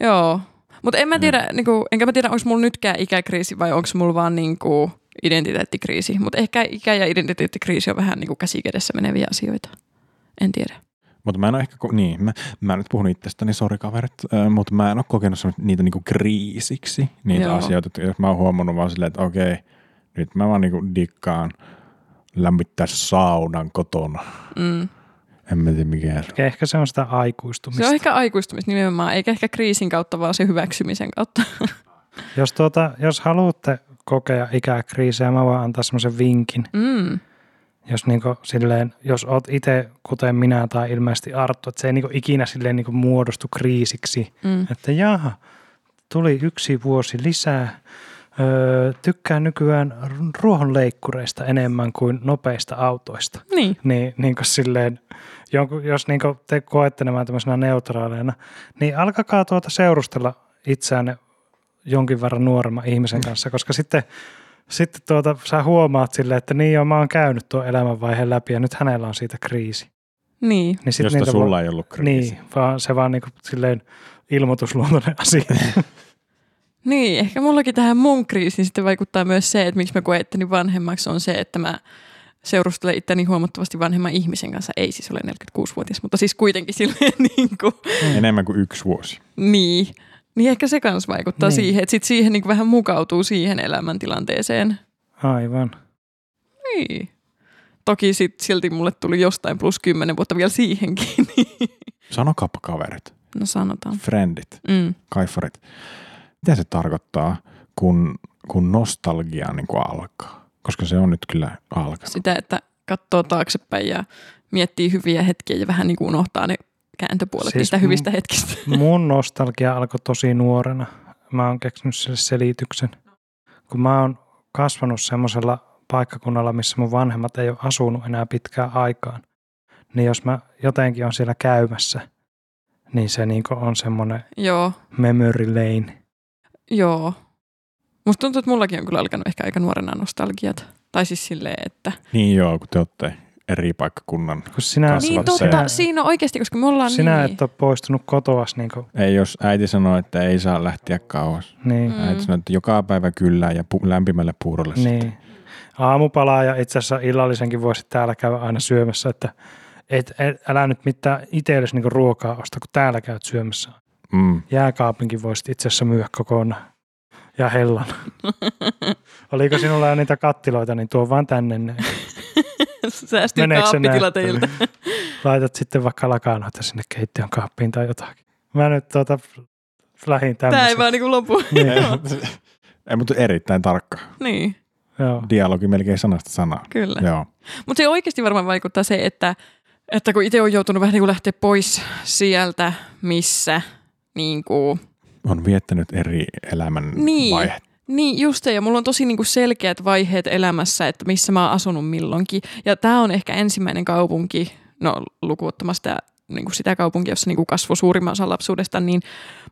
[SPEAKER 1] joo. Mutta en mä tiedä, niin kuin, enkä mä tiedä, onko mulla nytkään ikäkriisi vai onko mulla vaan niin kuin identiteettikriisi. Mutta ehkä ikä ja identiteettikriisi on vähän niin kuin käsikädessä meneviä asioita. En tiedä.
[SPEAKER 2] Mutta mä en ole ehkä, ko- niin, mä, mä en nyt puhun itsestäni, sori kaverit, äh, mutta mä en ole kokenut semmo- niitä niinku kriisiksi, niitä
[SPEAKER 1] Joo.
[SPEAKER 2] Joo. asioita. että Jos mä oon huomannut vaan silleen, että okei, nyt mä vaan niinku dikkaan lämmittää saunan kotona.
[SPEAKER 1] Mm.
[SPEAKER 2] En mä tiedä mikä se on.
[SPEAKER 3] Ehkä se on sitä aikuistumista.
[SPEAKER 1] Se on ehkä aikuistumista nimenomaan, eikä ehkä kriisin kautta, vaan se hyväksymisen kautta.
[SPEAKER 3] Jos, tuota, jos haluatte kokea ikäkriisejä, mä voin antaa semmoisen vinkin.
[SPEAKER 1] Mm.
[SPEAKER 3] Jos, niinku, silleen, jos oot itse, kuten minä tai ilmeisesti Arttu, että se ei niinku, ikinä silleen, niinku, muodostu kriisiksi.
[SPEAKER 1] Mm.
[SPEAKER 3] Että jaha, tuli yksi vuosi lisää. Öö, tykkään nykyään r- ruohonleikkureista enemmän kuin nopeista autoista.
[SPEAKER 1] Niin.
[SPEAKER 3] Niin, niin kuin silleen, jonkun, jos niin kuin te koette nämä tämmöisenä neutraaleina, niin alkakaa tuota seurustella itseänne jonkin verran nuoremman ihmisen kanssa, koska sitten, sitten tuota, sä huomaat silleen, että niin joo, mä oon käynyt tuon elämänvaiheen läpi ja nyt hänellä on siitä kriisi.
[SPEAKER 1] Niin.
[SPEAKER 3] Niin
[SPEAKER 2] Josta
[SPEAKER 3] niitä
[SPEAKER 2] sulla ei ollut
[SPEAKER 3] voi,
[SPEAKER 2] kriisi.
[SPEAKER 3] Niin, vaan se vaan niin kuin silleen ilmoitusluontoinen asia.
[SPEAKER 1] Niin, ehkä mullakin tähän mun kriisiin sitten vaikuttaa myös se, että miksi mä koen itteni vanhemmaksi on se, että mä seurustelen itteni huomattavasti vanhemman ihmisen kanssa. Ei siis ole 46-vuotias, mutta siis kuitenkin silleen niin kuin,
[SPEAKER 2] Enemmän kuin yksi vuosi.
[SPEAKER 1] niin. Niin ehkä se kanssa vaikuttaa niin.
[SPEAKER 3] Niin.
[SPEAKER 1] siihen, että sit siihen niin kuin vähän mukautuu siihen elämäntilanteeseen.
[SPEAKER 3] Aivan.
[SPEAKER 1] Niin. Toki sit silti mulle tuli jostain plus 10 vuotta vielä siihenkin. niin-
[SPEAKER 2] Sanokaapa kaverit,
[SPEAKER 1] No sanotaan.
[SPEAKER 2] friendit,
[SPEAKER 1] Mm.
[SPEAKER 2] kaifarit. Mitä se tarkoittaa, kun, kun nostalgia niin kuin alkaa? Koska se on nyt kyllä alkanut.
[SPEAKER 1] Sitä, että katsoo taaksepäin ja miettii hyviä hetkiä ja vähän niin kuin unohtaa ne kääntöpuolet siis
[SPEAKER 3] Siis
[SPEAKER 1] niistä
[SPEAKER 3] m-
[SPEAKER 1] hyvistä hetkistä.
[SPEAKER 3] Mun nostalgia alkoi tosi nuorena. Mä oon keksinyt sille selityksen. Kun mä oon kasvanut semmoisella paikkakunnalla, missä mun vanhemmat ei ole asunut enää pitkään aikaan, niin jos mä jotenkin on siellä käymässä, niin se niinku on semmoinen
[SPEAKER 1] Joo,
[SPEAKER 3] memory lane.
[SPEAKER 1] joo. Musta tuntuu, että mullakin on kyllä alkanut ehkä aika nuorena nostalgiat. Tai siis silleen, että...
[SPEAKER 2] Niin joo, kun te olette eri paikkakunnan.
[SPEAKER 3] Kun sinä,
[SPEAKER 2] Kasvat
[SPEAKER 1] Niin
[SPEAKER 2] Niin,
[SPEAKER 1] totta,
[SPEAKER 2] totta,
[SPEAKER 1] sinä,
[SPEAKER 2] se-
[SPEAKER 1] siinä on oikeasti, koska me ollaan
[SPEAKER 3] sinä
[SPEAKER 1] niin...
[SPEAKER 3] et ole poistunut kotoas, niinku,
[SPEAKER 2] Ei, jos äiti sanoo, että ei saa lähteä kauas.
[SPEAKER 3] niin,
[SPEAKER 2] Mm. Äiti sanoo, että joka päivä kyllä ja pu- lämpimälle puurolle.
[SPEAKER 3] niin. aamupalaa ja itse asiassa illallisenkin voisi täällä käydä aina syömässä, että et, et, älä nyt mitään itsellesi niinku ruokaa osta, kun täällä käyt syömässä.
[SPEAKER 2] Mm.
[SPEAKER 3] Jääkaapinkin voisit itse asiassa myyä kokonaan ja hellan. Oliko sinulla jo niitä kattiloita, niin tuo vaan tänne. ne.
[SPEAKER 1] Säästyy
[SPEAKER 3] Meneekö se
[SPEAKER 1] kaappitila teiltä.
[SPEAKER 3] Laitat sitten vaikka lakanoita sinne keittiön kaappiin tai jotakin. Mä nyt tuota lähin
[SPEAKER 1] Tämä ei
[SPEAKER 3] tämmöisen.
[SPEAKER 1] vaan niin kuin lopu. Joo.
[SPEAKER 2] Ei, mutta erittäin tarkka.
[SPEAKER 1] niin,
[SPEAKER 3] Joo.
[SPEAKER 2] Dialogi melkein sanasta sanaa.
[SPEAKER 1] kyllä.
[SPEAKER 2] Joo.
[SPEAKER 1] Mutta se oikeasti varmaan vaikuttaa se, että, että kun itse on joutunut vähän niin kuin lähteä pois sieltä, missä niin kuin,
[SPEAKER 2] On viettänyt eri elämän
[SPEAKER 1] Niin.
[SPEAKER 2] vaihetta.
[SPEAKER 1] Niin just se, ja mulla on tosi niinku selkeät vaiheet elämässä, että missä mä oon asunut milloinkin. Ja tämä on ehkä ensimmäinen kaupunki, no lukuottamasta niinku sitä kaupunkia, jossa niinku kasvoi suurimman osan lapsuudesta, niin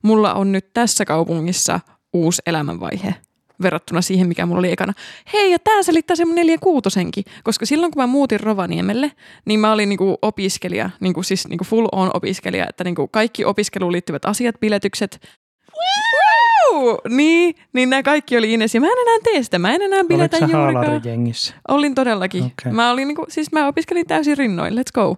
[SPEAKER 1] mulla on nyt tässä kaupungissa uusi elämänvaihe verrattuna siihen, mikä mulla oli ekana. Hei, ja tämä selittää sen mun neljä kuutosenkin, koska silloin kun mä muutin Rovaniemelle, niin mä olin niinku opiskelija, niinku siis niinku full on opiskelija, että niinku kaikki opiskeluun liittyvät asiat, piletykset, Woo! Niin, niin nämä kaikki oli Ines. Ja mä en enää tee sitä. Mä en enää biletä
[SPEAKER 3] Oliko sä
[SPEAKER 1] juurikaan.
[SPEAKER 3] haalarijengissä?
[SPEAKER 1] Olin todellakin. Okay.
[SPEAKER 3] Okei.
[SPEAKER 1] Mä, olin niinku, siis mä opiskelin täysin rinnoin. Let's go.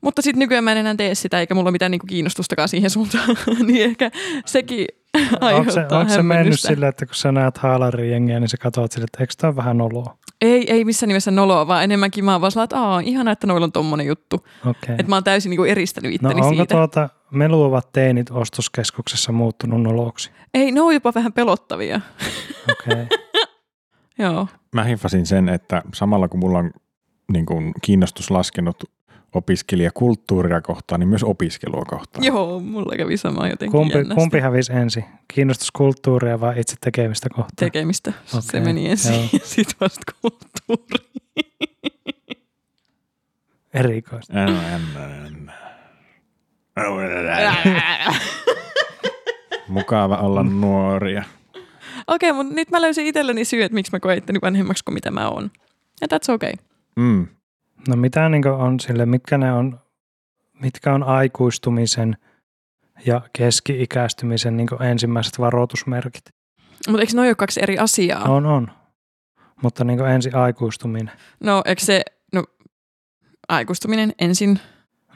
[SPEAKER 1] Mutta sitten nykyään mä en enää tee sitä, eikä mulla ole mitään niinku kiinnostustakaan siihen suuntaan. niin ehkä sekin
[SPEAKER 3] Onko se,
[SPEAKER 1] aiheuttaa
[SPEAKER 3] onko se mennyt
[SPEAKER 1] hämmennystä.
[SPEAKER 3] silleen, että kun sä näet haalarijengiä, niin sä katsot sille, että eikö tämä vähän noloa?
[SPEAKER 1] Ei, ei missään nimessä noloa, vaan enemmänkin mä oon vaan sellainen, että aah, ihana, että noilla on tommonen juttu.
[SPEAKER 3] Okei.
[SPEAKER 1] Että mä oon täysin niinku eristänyt
[SPEAKER 3] No
[SPEAKER 1] itteni
[SPEAKER 3] onko
[SPEAKER 1] siitä.
[SPEAKER 3] tuota meluovat teinit ostoskeskuksessa muuttunut noloksi?
[SPEAKER 1] Ei, ne on jopa vähän pelottavia.
[SPEAKER 3] Okei.
[SPEAKER 1] Joo.
[SPEAKER 2] Mä hiffasin sen, että samalla kun mulla on niin kuin, kiinnostus laskenut opiskelijakulttuuria kohtaan, niin myös opiskelua kohtaan.
[SPEAKER 1] Joo, mulla kävi sama jotenkin
[SPEAKER 3] Kumpi,
[SPEAKER 1] jännästi.
[SPEAKER 3] kumpi hävisi ensin? Kiinnostus kulttuuria vai itse tekemistä kohtaan?
[SPEAKER 1] tekemistä. Okay. Se
[SPEAKER 3] Okei,
[SPEAKER 1] meni ensin
[SPEAKER 3] joo.
[SPEAKER 1] ja sitten vasta kulttuuri.
[SPEAKER 3] Erikoista.
[SPEAKER 2] En, en, en. Mukava olla nuoria.
[SPEAKER 1] Okei, mutta nyt mä löysin itselleni syy, että miksi mä koen itteni vanhemmaksi kuin mitä mä oon. Ja that's okay.
[SPEAKER 2] Mm.
[SPEAKER 3] No mitä niin on sille, mitkä ne on, mitkä on aikuistumisen ja keski-ikäistymisen niin ensimmäiset varoitusmerkit?
[SPEAKER 1] Mutta eikö noi ole kaksi eri asiaa? No,
[SPEAKER 3] On, on. Mutta niin ensi aikuistuminen,
[SPEAKER 1] no eikö se, no aikuistuminen ensin,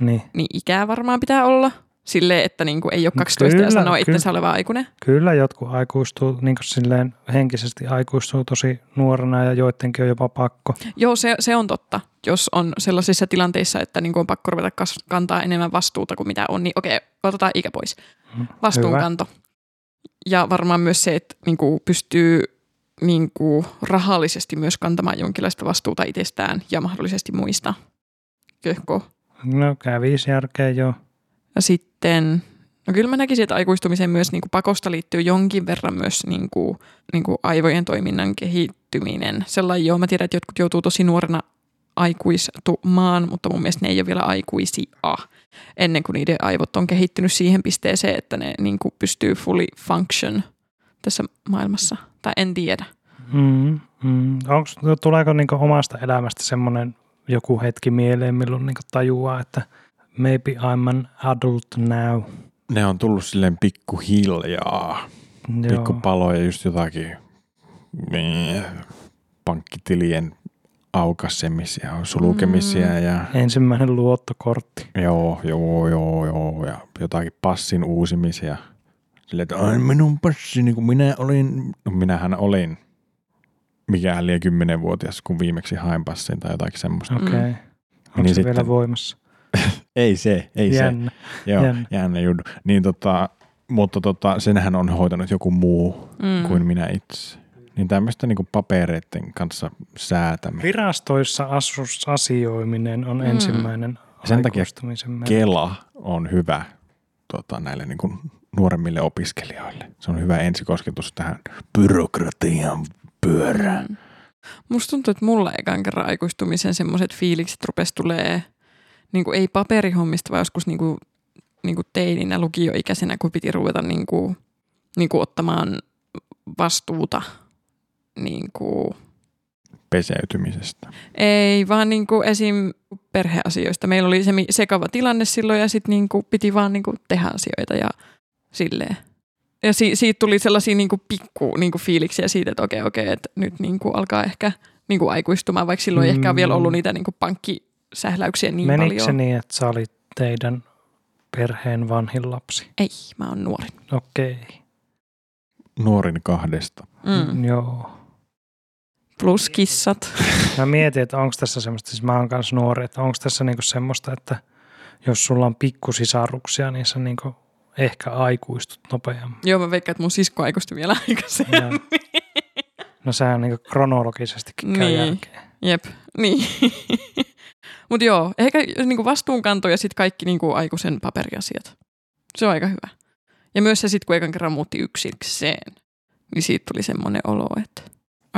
[SPEAKER 3] niin
[SPEAKER 1] niin ikää varmaan pitää olla. Sille, että niinku ei ole
[SPEAKER 3] No
[SPEAKER 1] 12 ja
[SPEAKER 3] kyllä,
[SPEAKER 1] sanoo
[SPEAKER 3] kyllä.
[SPEAKER 1] itsensä oleva aikuinen.
[SPEAKER 3] kyllä jotkut aikuistuu niin silleen henkisesti aikuistuu tosi nuorena ja joidenkin on jopa pakko.
[SPEAKER 1] Joo, se, se on totta. Jos on sellaisissa tilanteissa, että niinku on pakko ruveta kas- kantaa enemmän vastuuta kuin mitä on, niin okei, otetaan ikä pois.
[SPEAKER 3] Mm, hyvä.
[SPEAKER 1] vastuunkanto. Ja varmaan myös se, että niin kuin pystyy niin kuin rahallisesti myös kantamaan jonkinlaista vastuuta itsestään ja mahdollisesti muista. Köhko.
[SPEAKER 3] No kävis järkeä joo.
[SPEAKER 1] Ja sitten, no kyllä mä näkisin, että aikuistumiseen myös niin kuin pakosta liittyy jonkin verran myös niin kuin, niin kuin aivojen toiminnan kehittyminen. Sellainen joo, mä tiedän, että jotkut joutuu tosi nuorena aikuistumaan, mutta mun mielestä ne ei ole vielä aikuisia ennen kuin niiden aivot on kehittynyt siihen pisteeseen, että ne niin kuin pystyy fully function tässä maailmassa. Tai en tiedä.
[SPEAKER 3] Mm, mm. Onks, tuleeko niinku omasta elämästä semmoinen joku hetki mieleen, milloin niinku tajuaa, että maybe I'm an adult now.
[SPEAKER 2] Ne on tullut silleen pikkuhiljaa, pikkupaloja, just jotakin eh, pankkitilien aukasemisia, sulkemisia mm. ja
[SPEAKER 3] Ensimmäinen luottokortti.
[SPEAKER 2] joo, joo, joo, joo, ja jotakin passin uusimisia. Silleen, että "Ai, minun passi, niin kuin minä olin, no minähän olin, mikähän liian kymmenenvuotias, kun viimeksi hain passin tai jotakin
[SPEAKER 1] Mm.
[SPEAKER 2] semmoista.
[SPEAKER 3] Okei. Okay. Onko
[SPEAKER 2] Niin
[SPEAKER 3] se vielä
[SPEAKER 2] sitten-
[SPEAKER 3] voimassa?
[SPEAKER 2] Ei se, ei se.
[SPEAKER 3] Jännä.
[SPEAKER 2] Joo,
[SPEAKER 3] Jännä.
[SPEAKER 2] jännä judu. Niin tota, mutta tota, senhän on hoitanut joku muu
[SPEAKER 1] Mm.
[SPEAKER 2] mm. kuin minä itse. Niin tämmöistä niinku papereiden kanssa säätäminen.
[SPEAKER 3] Virastoissa asus, asioiminen on
[SPEAKER 1] Mm.
[SPEAKER 3] mm. ensimmäinen
[SPEAKER 2] Sen takia
[SPEAKER 3] aikuistumisen merkki.
[SPEAKER 2] Kela on hyvä tota, näille niinku nuoremmille opiskelijoille. Se on hyvä ensikosketus tähän byrokratian pyörään.
[SPEAKER 1] Mm. Musta tuntuu, että mulla ekan kerran aikuistumisen semmoiset fiilikset rupes tulee, niin ei paperihommista, vaan joskus niin kuin, niin kuin teininä lukioikäisenä, kun piti ruveta niin kuin, niin kuin ottamaan vastuuta. Niin kuin,
[SPEAKER 2] Peseytymisestä.
[SPEAKER 1] ei, vaan niin kuin esim. perheasioista. Meillä oli se sekava tilanne silloin ja sitten niin kuin piti vaan niin kuin tehdä asioita ja silleen. niinku Ja si- siitä tuli sellaisia niin kuin pikku niin kuin fiiliksiä siitä, että okei, okei, että nyt niin kuin alkaa ehkä niin kuin aikuistumaan, vaikka silloin ei ehkä ole vielä
[SPEAKER 3] Mm.
[SPEAKER 1] ollut niitä niin kuin pankkisähläyksiä niin
[SPEAKER 3] Menikö se
[SPEAKER 1] paljon.
[SPEAKER 3] niin, että sä olit teidän perheen vanhin lapsi?
[SPEAKER 1] Ei, mä oon nuori.
[SPEAKER 3] Okei.
[SPEAKER 2] Nuorin kahdesta.
[SPEAKER 1] Mm.
[SPEAKER 3] Joo.
[SPEAKER 1] Plus kissat.
[SPEAKER 3] Mä mietin, että onko tässä semmoista, siis mä oon kanssa nuori, että onko tässä niinku semmoista, että jos sulla on pikkusisaruksia, niin sä niinku ehkä aikuistut nopeammin.
[SPEAKER 1] Joo, mä veikkaan, että mun sisko aikuistui vielä aikaisemmin.
[SPEAKER 3] No sehän niinku kronologisestikin käy
[SPEAKER 1] Niin.
[SPEAKER 3] niin. jälkeen.
[SPEAKER 1] Jep, niin. Mutta joo, ehkä niinku vastuunkanto ja sitten kaikki niinku aikuisen paperiasiat. Se on aika hyvä. Ja myös se sitten, kun ekan kerran muutti yksikseen, niin siitä tuli semmoinen olo, että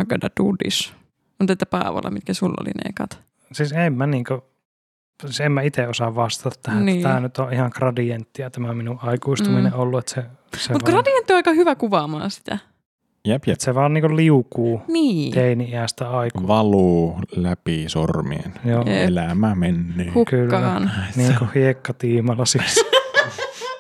[SPEAKER 1] I gotta do this. On tätä Paavolla, mitkä sulla oli ne ekat.
[SPEAKER 3] Siis en mä niinku, siis en mä itse osaa vastata tähän.
[SPEAKER 1] Niin.
[SPEAKER 3] Niin. Tämä nyt on ihan gradienttia tämä minun aikuistuminen
[SPEAKER 1] Mm.
[SPEAKER 3] mm. ollut, että se, se
[SPEAKER 1] Mutta
[SPEAKER 3] vaan,
[SPEAKER 1] gradientti on aika hyvä kuvaamaan sitä.
[SPEAKER 2] Jep, jep.
[SPEAKER 3] että se vaan niinku liukuu
[SPEAKER 1] Niin.
[SPEAKER 3] teini-iästä aiku.
[SPEAKER 2] Valuu läpi sormien.
[SPEAKER 3] Joo,
[SPEAKER 1] Jep.
[SPEAKER 2] Elämä menee.
[SPEAKER 1] Hukkaan.
[SPEAKER 3] niin kuin hiekkatiimalla siis.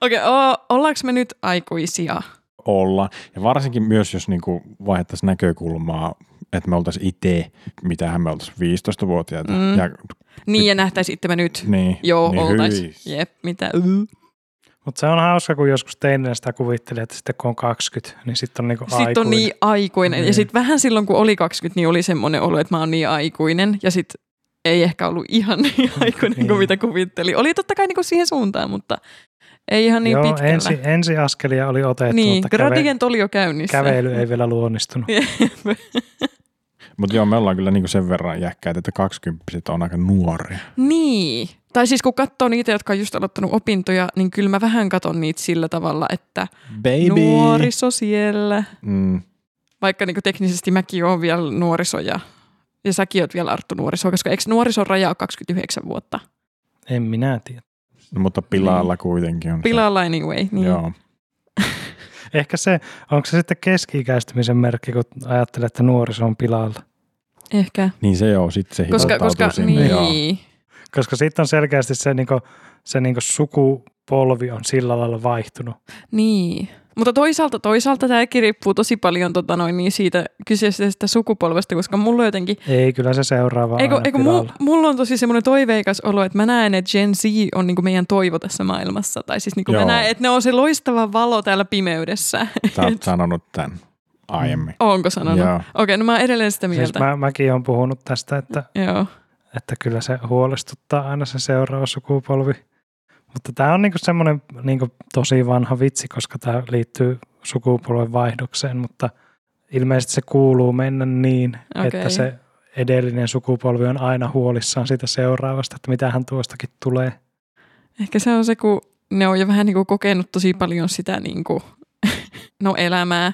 [SPEAKER 1] Okei, okay, ollaanko me nyt aikuisia?
[SPEAKER 2] olla. Ja varsinkin myös, jos niinku vaihdettaisiin näkökulmaa, että me oltaisiin itse, mitähän me oltaisiin 15-vuotiaita.
[SPEAKER 1] Mm.
[SPEAKER 2] Ja,
[SPEAKER 1] Niin, ja nähtäisiin sitten me nyt.
[SPEAKER 2] niin,
[SPEAKER 1] Joo,
[SPEAKER 2] niin
[SPEAKER 1] niin oltaisiin.
[SPEAKER 2] hyi.
[SPEAKER 1] Jep, mitä?
[SPEAKER 3] Mutta se on hauska, kun joskus teinen sitä kuvittelee, että sitten kun on 20, niin sitten on niinku
[SPEAKER 1] Sitten on
[SPEAKER 3] aikuinen.
[SPEAKER 1] niin aikuinen. Ja
[SPEAKER 3] Niin.
[SPEAKER 1] sitten vähän silloin, kun oli 20, niin oli semmoinen olo, että mä oon niin aikuinen. Ja sitten ei ehkä ollut ihan niin aikuinen kuin
[SPEAKER 3] Niin.
[SPEAKER 1] mitä kuvitteli. Oli totta kai niinku siihen suuntaan, mutta ei ihan niin
[SPEAKER 3] Joo,
[SPEAKER 1] pitkällä.
[SPEAKER 3] Ensi, ensiaskelia oli otettu,
[SPEAKER 1] niin,
[SPEAKER 3] mutta käve,
[SPEAKER 1] gradient oli jo käynnissä.
[SPEAKER 3] kävely ei vielä luonnistunut.
[SPEAKER 2] Mutta joo, me ollaan kyllä niinku sen verran jäkkäitä, että 20 on aika nuoria.
[SPEAKER 1] Niin. Tai siis kun katsoo niitä, jotka on just aloittanut opintoja, niin kyllä mä vähän katon niitä sillä tavalla, että
[SPEAKER 2] Baby!
[SPEAKER 1] nuoriso siellä.
[SPEAKER 2] Mm,
[SPEAKER 1] Vaikka niin teknisesti mäkin oon vielä nuoriso ja, ja säkin oot vielä Arttu nuoriso, koska eikö nuorison raja ole 29 vuotta? Niin.
[SPEAKER 3] En minä tiedä.
[SPEAKER 2] no, mutta pilalla kuitenkin on. se.
[SPEAKER 1] Pilalla anyway. Niin.
[SPEAKER 2] Joo.
[SPEAKER 3] Ehkä se, onko se sitten keski-ikäistymisen merkki, kun ajattelee, että nuoriso on pilalla.
[SPEAKER 1] Ehkä.
[SPEAKER 2] Niin se joo, sitten se
[SPEAKER 1] Koska,
[SPEAKER 2] hidastautuu
[SPEAKER 1] koska
[SPEAKER 2] sinne. Joo.
[SPEAKER 1] niin.
[SPEAKER 3] Koska sitten on selkeästi se, niinku, se niinku sukupolvi on sillä lailla vaihtunut.
[SPEAKER 1] niin. Mutta toisaalta, toisaalta tämäkin riippuu tosi paljon tota noin, niin siitä kyseisestä sukupolvesta, koska mulla on jotenkin
[SPEAKER 3] Ei, kyllä se seuraava on
[SPEAKER 1] Eikö,
[SPEAKER 3] aina
[SPEAKER 1] eikö mu,
[SPEAKER 3] pilalla.
[SPEAKER 1] mulla on tosi semmoinen toiveikas olo, että mä näen, että Gen Z on niinku meidän toivo tässä maailmassa. Tai siis niinku mä
[SPEAKER 2] Joo.
[SPEAKER 1] näen, että ne on se loistava valo täällä pimeydessä.
[SPEAKER 2] Sä oot sanonut tämän aiemmin.
[SPEAKER 1] Onko sanonut? Okei,
[SPEAKER 2] Joo.
[SPEAKER 1] no mä oon edelleen sitä mieltä.
[SPEAKER 3] Siis mä, mäkin olen puhunut tästä, että
[SPEAKER 1] Joo.
[SPEAKER 3] että kyllä se huolestuttaa aina se seuraava sukupolvi. Mutta tämä on niinku semmoinen niinku tosi vanha vitsi, koska tämä liittyy sukupolven vaihdokseen, mutta ilmeisesti se kuuluu mennä niin,
[SPEAKER 1] Okei.
[SPEAKER 3] okay. että se edellinen sukupolvi on aina huolissaan siitä seuraavasta, että mitä hän tuostakin tulee.
[SPEAKER 1] Ehkä se on se, kun ne on jo vähän niinku kokenut tosi paljon sitä niinku, no elämää.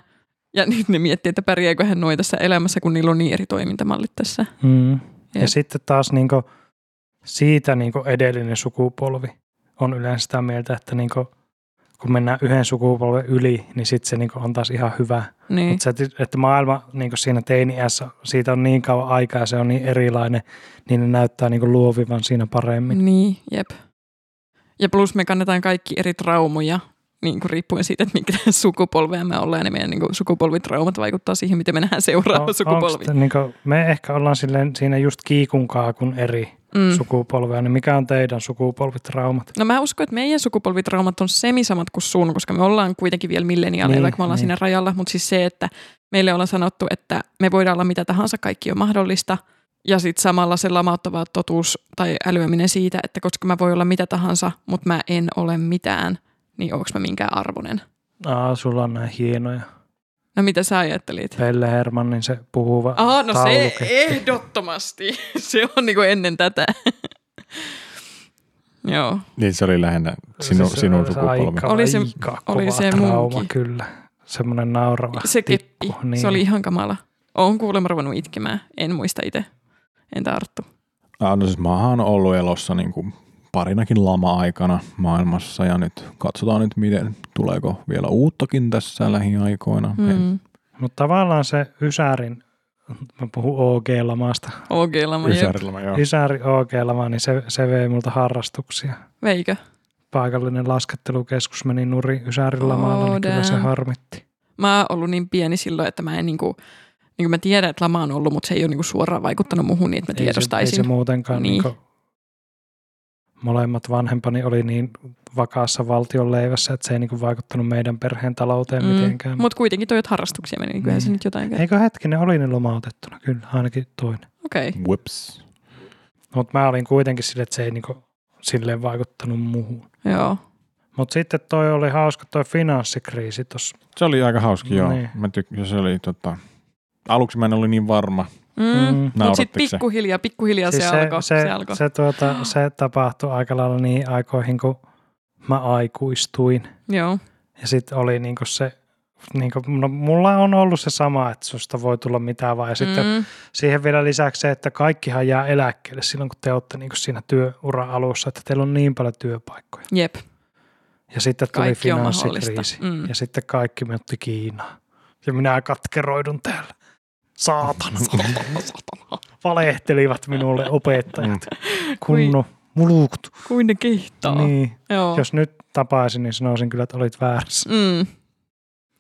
[SPEAKER 1] Ja nyt ne miettii, että pärjääköhän noi tässä elämässä, kun niillä on niin eri toimintamallit tässä.
[SPEAKER 3] Mm.
[SPEAKER 1] Jep.
[SPEAKER 3] Ja sitten taas niinku, siitä niinku edellinen sukupolvi on yleensä sitä mieltä, että niinku, kun mennään yhden sukupolven yli, niin sitten se niinku on taas ihan hyvä.
[SPEAKER 1] Niin.
[SPEAKER 3] Mutta se, että- että maailma niin siinä teiniässä, siitä on niin kauan aikaa ja se on niin erilainen, niin ne näyttää niin luovivan siinä paremmin.
[SPEAKER 1] Niin, jep. Ja plus me kannetaan kaikki eri traumoja, niin kuin riippuen siitä, että minkä sukupolvea me ollaan, niin meidän niin kuin sukupolvitraumat vaikuttaa siihen, miten me nähdään seuraava
[SPEAKER 3] On- onks
[SPEAKER 1] sukupolvi.
[SPEAKER 3] te- niin kuin, me ehkä ollaan silleen, siinä just kiikunkaa kuin eri
[SPEAKER 1] Mm.
[SPEAKER 3] mm. sukupolvea, niin mikä on teidän sukupolvitraumat?
[SPEAKER 1] No mä uskon, että meidän sukupolvitraumat on semisamat kuin sun, koska me ollaan kuitenkin vielä milleniaaleja, niin,
[SPEAKER 3] Niin,
[SPEAKER 1] vaikka me ollaan
[SPEAKER 3] niin.
[SPEAKER 1] siinä rajalla, mutta siis se, että meille ollaan sanottu, että me voidaan olla mitä tahansa, kaikki on mahdollista, ja sitten samalla se lamauttava totuus tai älyäminen siitä, että koska mä voi olla mitä tahansa, mutta mä en ole mitään, niin onko mä minkään arvoinen.
[SPEAKER 3] Aa, sulla on nämä hienoja.
[SPEAKER 1] No mitä sä ajattelit?
[SPEAKER 3] Pelle Hermannin se puhuva
[SPEAKER 1] Aha, no se
[SPEAKER 3] tauluketti.
[SPEAKER 1] ehdottomasti. Se on niinku ennen tätä. Joo,
[SPEAKER 2] Niin se oli lähinnä sinu,
[SPEAKER 3] se-
[SPEAKER 2] sinun
[SPEAKER 3] se
[SPEAKER 2] sukupolvi.
[SPEAKER 3] Aika,
[SPEAKER 1] Oli se-
[SPEAKER 3] aika
[SPEAKER 1] oli
[SPEAKER 3] kova
[SPEAKER 1] se
[SPEAKER 3] trauma,
[SPEAKER 1] munkin.
[SPEAKER 3] kyllä. Semmoinen naurava
[SPEAKER 1] se keppi.
[SPEAKER 3] tikku. Niin.
[SPEAKER 1] Se oli ihan kamala. Oon kuulemma ruvennut itkemään. En muista itse. Entä Arttu?
[SPEAKER 2] Ah, no siis mä oon ollut elossa niin kuin parinakin lama-aikana maailmassa ja nyt katsotaan nyt miten, tuleeko vielä uuttakin tässä lähiaikoina. En-
[SPEAKER 1] Mm.
[SPEAKER 3] Mutta tavallaan se Ysärin, mä puhun OG-lamasta,
[SPEAKER 1] Okei, lama. jep.
[SPEAKER 2] Ysärillä mä joo.
[SPEAKER 3] Ysäri OG-lama, niin se, se vei multa harrastuksia.
[SPEAKER 1] Veikö?
[SPEAKER 3] Paikallinen laskettelukeskus meni nuri Ysärin lamalla,
[SPEAKER 1] Oh,
[SPEAKER 3] niin kyllä se
[SPEAKER 1] damn.
[SPEAKER 3] harmitti.
[SPEAKER 1] Mä oon ollut niin pieni silloin, että mä en niinku, niin kuin mä tiedän, että lama on ollut, mutta se ei ole niin kuin suoraan vaikuttanut muuhun, niin että mä
[SPEAKER 3] Ei se, ei
[SPEAKER 1] tiedostaisin.
[SPEAKER 3] se muutenkaan.
[SPEAKER 1] Niin.
[SPEAKER 3] Niin. Niin molemmat vanhempani oli niin vakaassa valtionleivässä, että se ei niin kuin vaikuttanut meidän perheen talouteen mm, mitenkään.
[SPEAKER 1] Mutta kuitenkin toivat harrastuksia meni, niin kyllähän se nyt jotain käy.
[SPEAKER 3] Eikö hetkinen, oli ne lomautettuna, kyllä, ainakin toinen.
[SPEAKER 1] Okei. Okay.
[SPEAKER 2] Whoops.
[SPEAKER 3] Mutta mä olin kuitenkin sille, että se ei niin kuin silleen vaikuttanut muuhun.
[SPEAKER 1] Joo.
[SPEAKER 3] Mutta sitten toi oli hauska toi finanssikriisi tuossa.
[SPEAKER 2] Se oli aika hauska, joo.
[SPEAKER 3] Niin.
[SPEAKER 2] Mä tykkäsin, se oli tota... Aluksi mä en ollut niin varma.
[SPEAKER 1] Mm. Mm. Mutta sitten
[SPEAKER 2] Naurattiko se?
[SPEAKER 1] pikkuhiljaa, pikkuhiljaa siis se, se, alkoi. Se, se alkoi.
[SPEAKER 3] se, tuota, se tapahtui aika lailla niin aikoihin, kun mä aikuistuin.
[SPEAKER 1] Joo.
[SPEAKER 3] Ja sitten oli niinku se, niinku, no, mulla on ollut se sama, että susta voi tulla mitä vaan. Ja sitten
[SPEAKER 1] mm.
[SPEAKER 3] siihen vielä lisäksi se, että kaikkihan jää eläkkeelle silloin, kun te olette niinku siinä työura alussa, että teillä on niin paljon työpaikkoja.
[SPEAKER 1] Jep,
[SPEAKER 3] Ja sitten tuli
[SPEAKER 1] kaikki on mahdollista.
[SPEAKER 3] finanssikriisi.
[SPEAKER 1] Mm.
[SPEAKER 3] Ja sitten kaikki me otti Kiinaan. Ja minä katkeroidun täällä. Saatana. Valehtelivat minulle opettajat. Kunno mulukut.
[SPEAKER 1] Kuin ne kehtaa.
[SPEAKER 3] Niin.
[SPEAKER 1] Joo.
[SPEAKER 3] Jos nyt tapaisin, niin sanoisin kyllä, että olit väärässä.
[SPEAKER 1] Mm.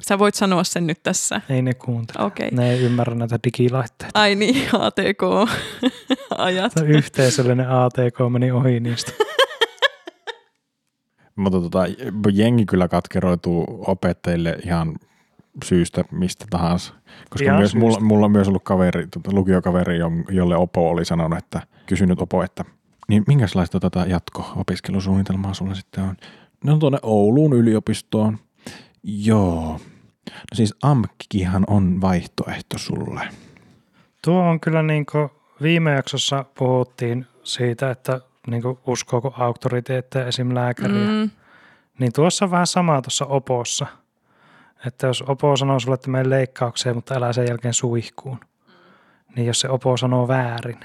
[SPEAKER 1] Sä voit sanoa sen nyt tässä.
[SPEAKER 3] Ei ne kuuntele.
[SPEAKER 1] Okei. Okay.
[SPEAKER 3] Ne ei ymmärrä näitä digilaitteita.
[SPEAKER 1] Ai niin, ATK-ajat. Mm.
[SPEAKER 3] Tämä Yhteisöllinen ATK meni ohi niistä.
[SPEAKER 2] Mutta tota, jengi kyllä katkeroituu opettajille ihan syystä mistä tahansa. Koska
[SPEAKER 3] Ihan
[SPEAKER 2] myös
[SPEAKER 3] syystä.
[SPEAKER 2] mulla, mulla, on myös ollut kaveri, tota, lukiokaveri, jon- jolle Opo oli sanonut, että kysynyt Opo, että niin minkälaista tätä jatko-opiskelusuunnitelmaa sulla sitten on? No tuonne Ouluun yliopistoon. Joo. No siis AMKkihan on vaihtoehto sulle.
[SPEAKER 3] Tuo on kyllä niin kuin viime jaksossa puhuttiin siitä, että niin kuin uskooko auktoriteetteja esim. lääkäriä. Mm.
[SPEAKER 1] Mm.
[SPEAKER 3] Niin tuossa on vähän samaa tuossa opossa. Että jos opo sanoo sulle, että mene leikkaukseen, mutta älä sen jälkeen suihkuun. Niin jos se opo sanoo väärin.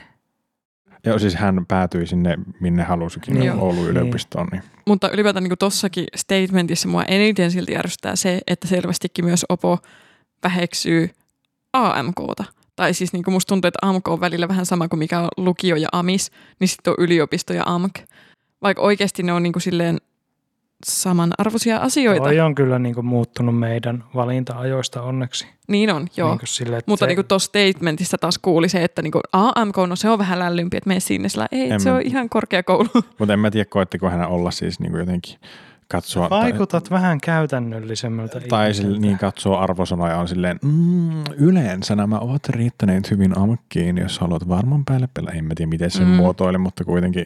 [SPEAKER 2] Ja siis hän päätyi sinne, minne halusikin
[SPEAKER 1] Joo.
[SPEAKER 2] Joo. Oulun yliopistoon. Niin.
[SPEAKER 1] Mutta ylipäätään niin tossakin statementissa mua eniten silti järjestää se, että selvästikin myös Opo väheksyy AMKta. Tai siis niin kuin musta tuntuu, että AMK on välillä vähän sama kuin mikä on lukio ja AMIS, niin sitten on yliopisto ja AMK. Vaikka oikeasti ne on niin kuin silleen samanarvoisia asioita.
[SPEAKER 3] Toi on kyllä niin kuin muuttunut meidän valinta-ajoista onneksi.
[SPEAKER 1] Niin on, joo.
[SPEAKER 3] Niin kuin sille, että
[SPEAKER 1] Mutta
[SPEAKER 3] se-
[SPEAKER 1] niinku tuossa statementissa taas kuuli se, että niinku AMK, no se on vähän lällympi, että mene sinne sillä, ei,
[SPEAKER 2] En
[SPEAKER 1] se
[SPEAKER 2] mä-
[SPEAKER 1] on ihan korkeakoulu. Niin,
[SPEAKER 2] Mutta en mä tiedä, koettiko hän olla siis niin kuin jotenkin katsoa. tai-
[SPEAKER 3] Vaikutat vähän käytännöllisemmältä
[SPEAKER 2] Tai sille,
[SPEAKER 3] ihmiseltä.
[SPEAKER 2] niin katsoo arvosanoja ja on silleen, mm, yleensä nämä ovat riittäneet hyvin amkkiin, jos haluat varman päälle pelaa. En mä tiedä, miten se
[SPEAKER 1] Mm.
[SPEAKER 2] mm. muotoili, mutta kuitenkin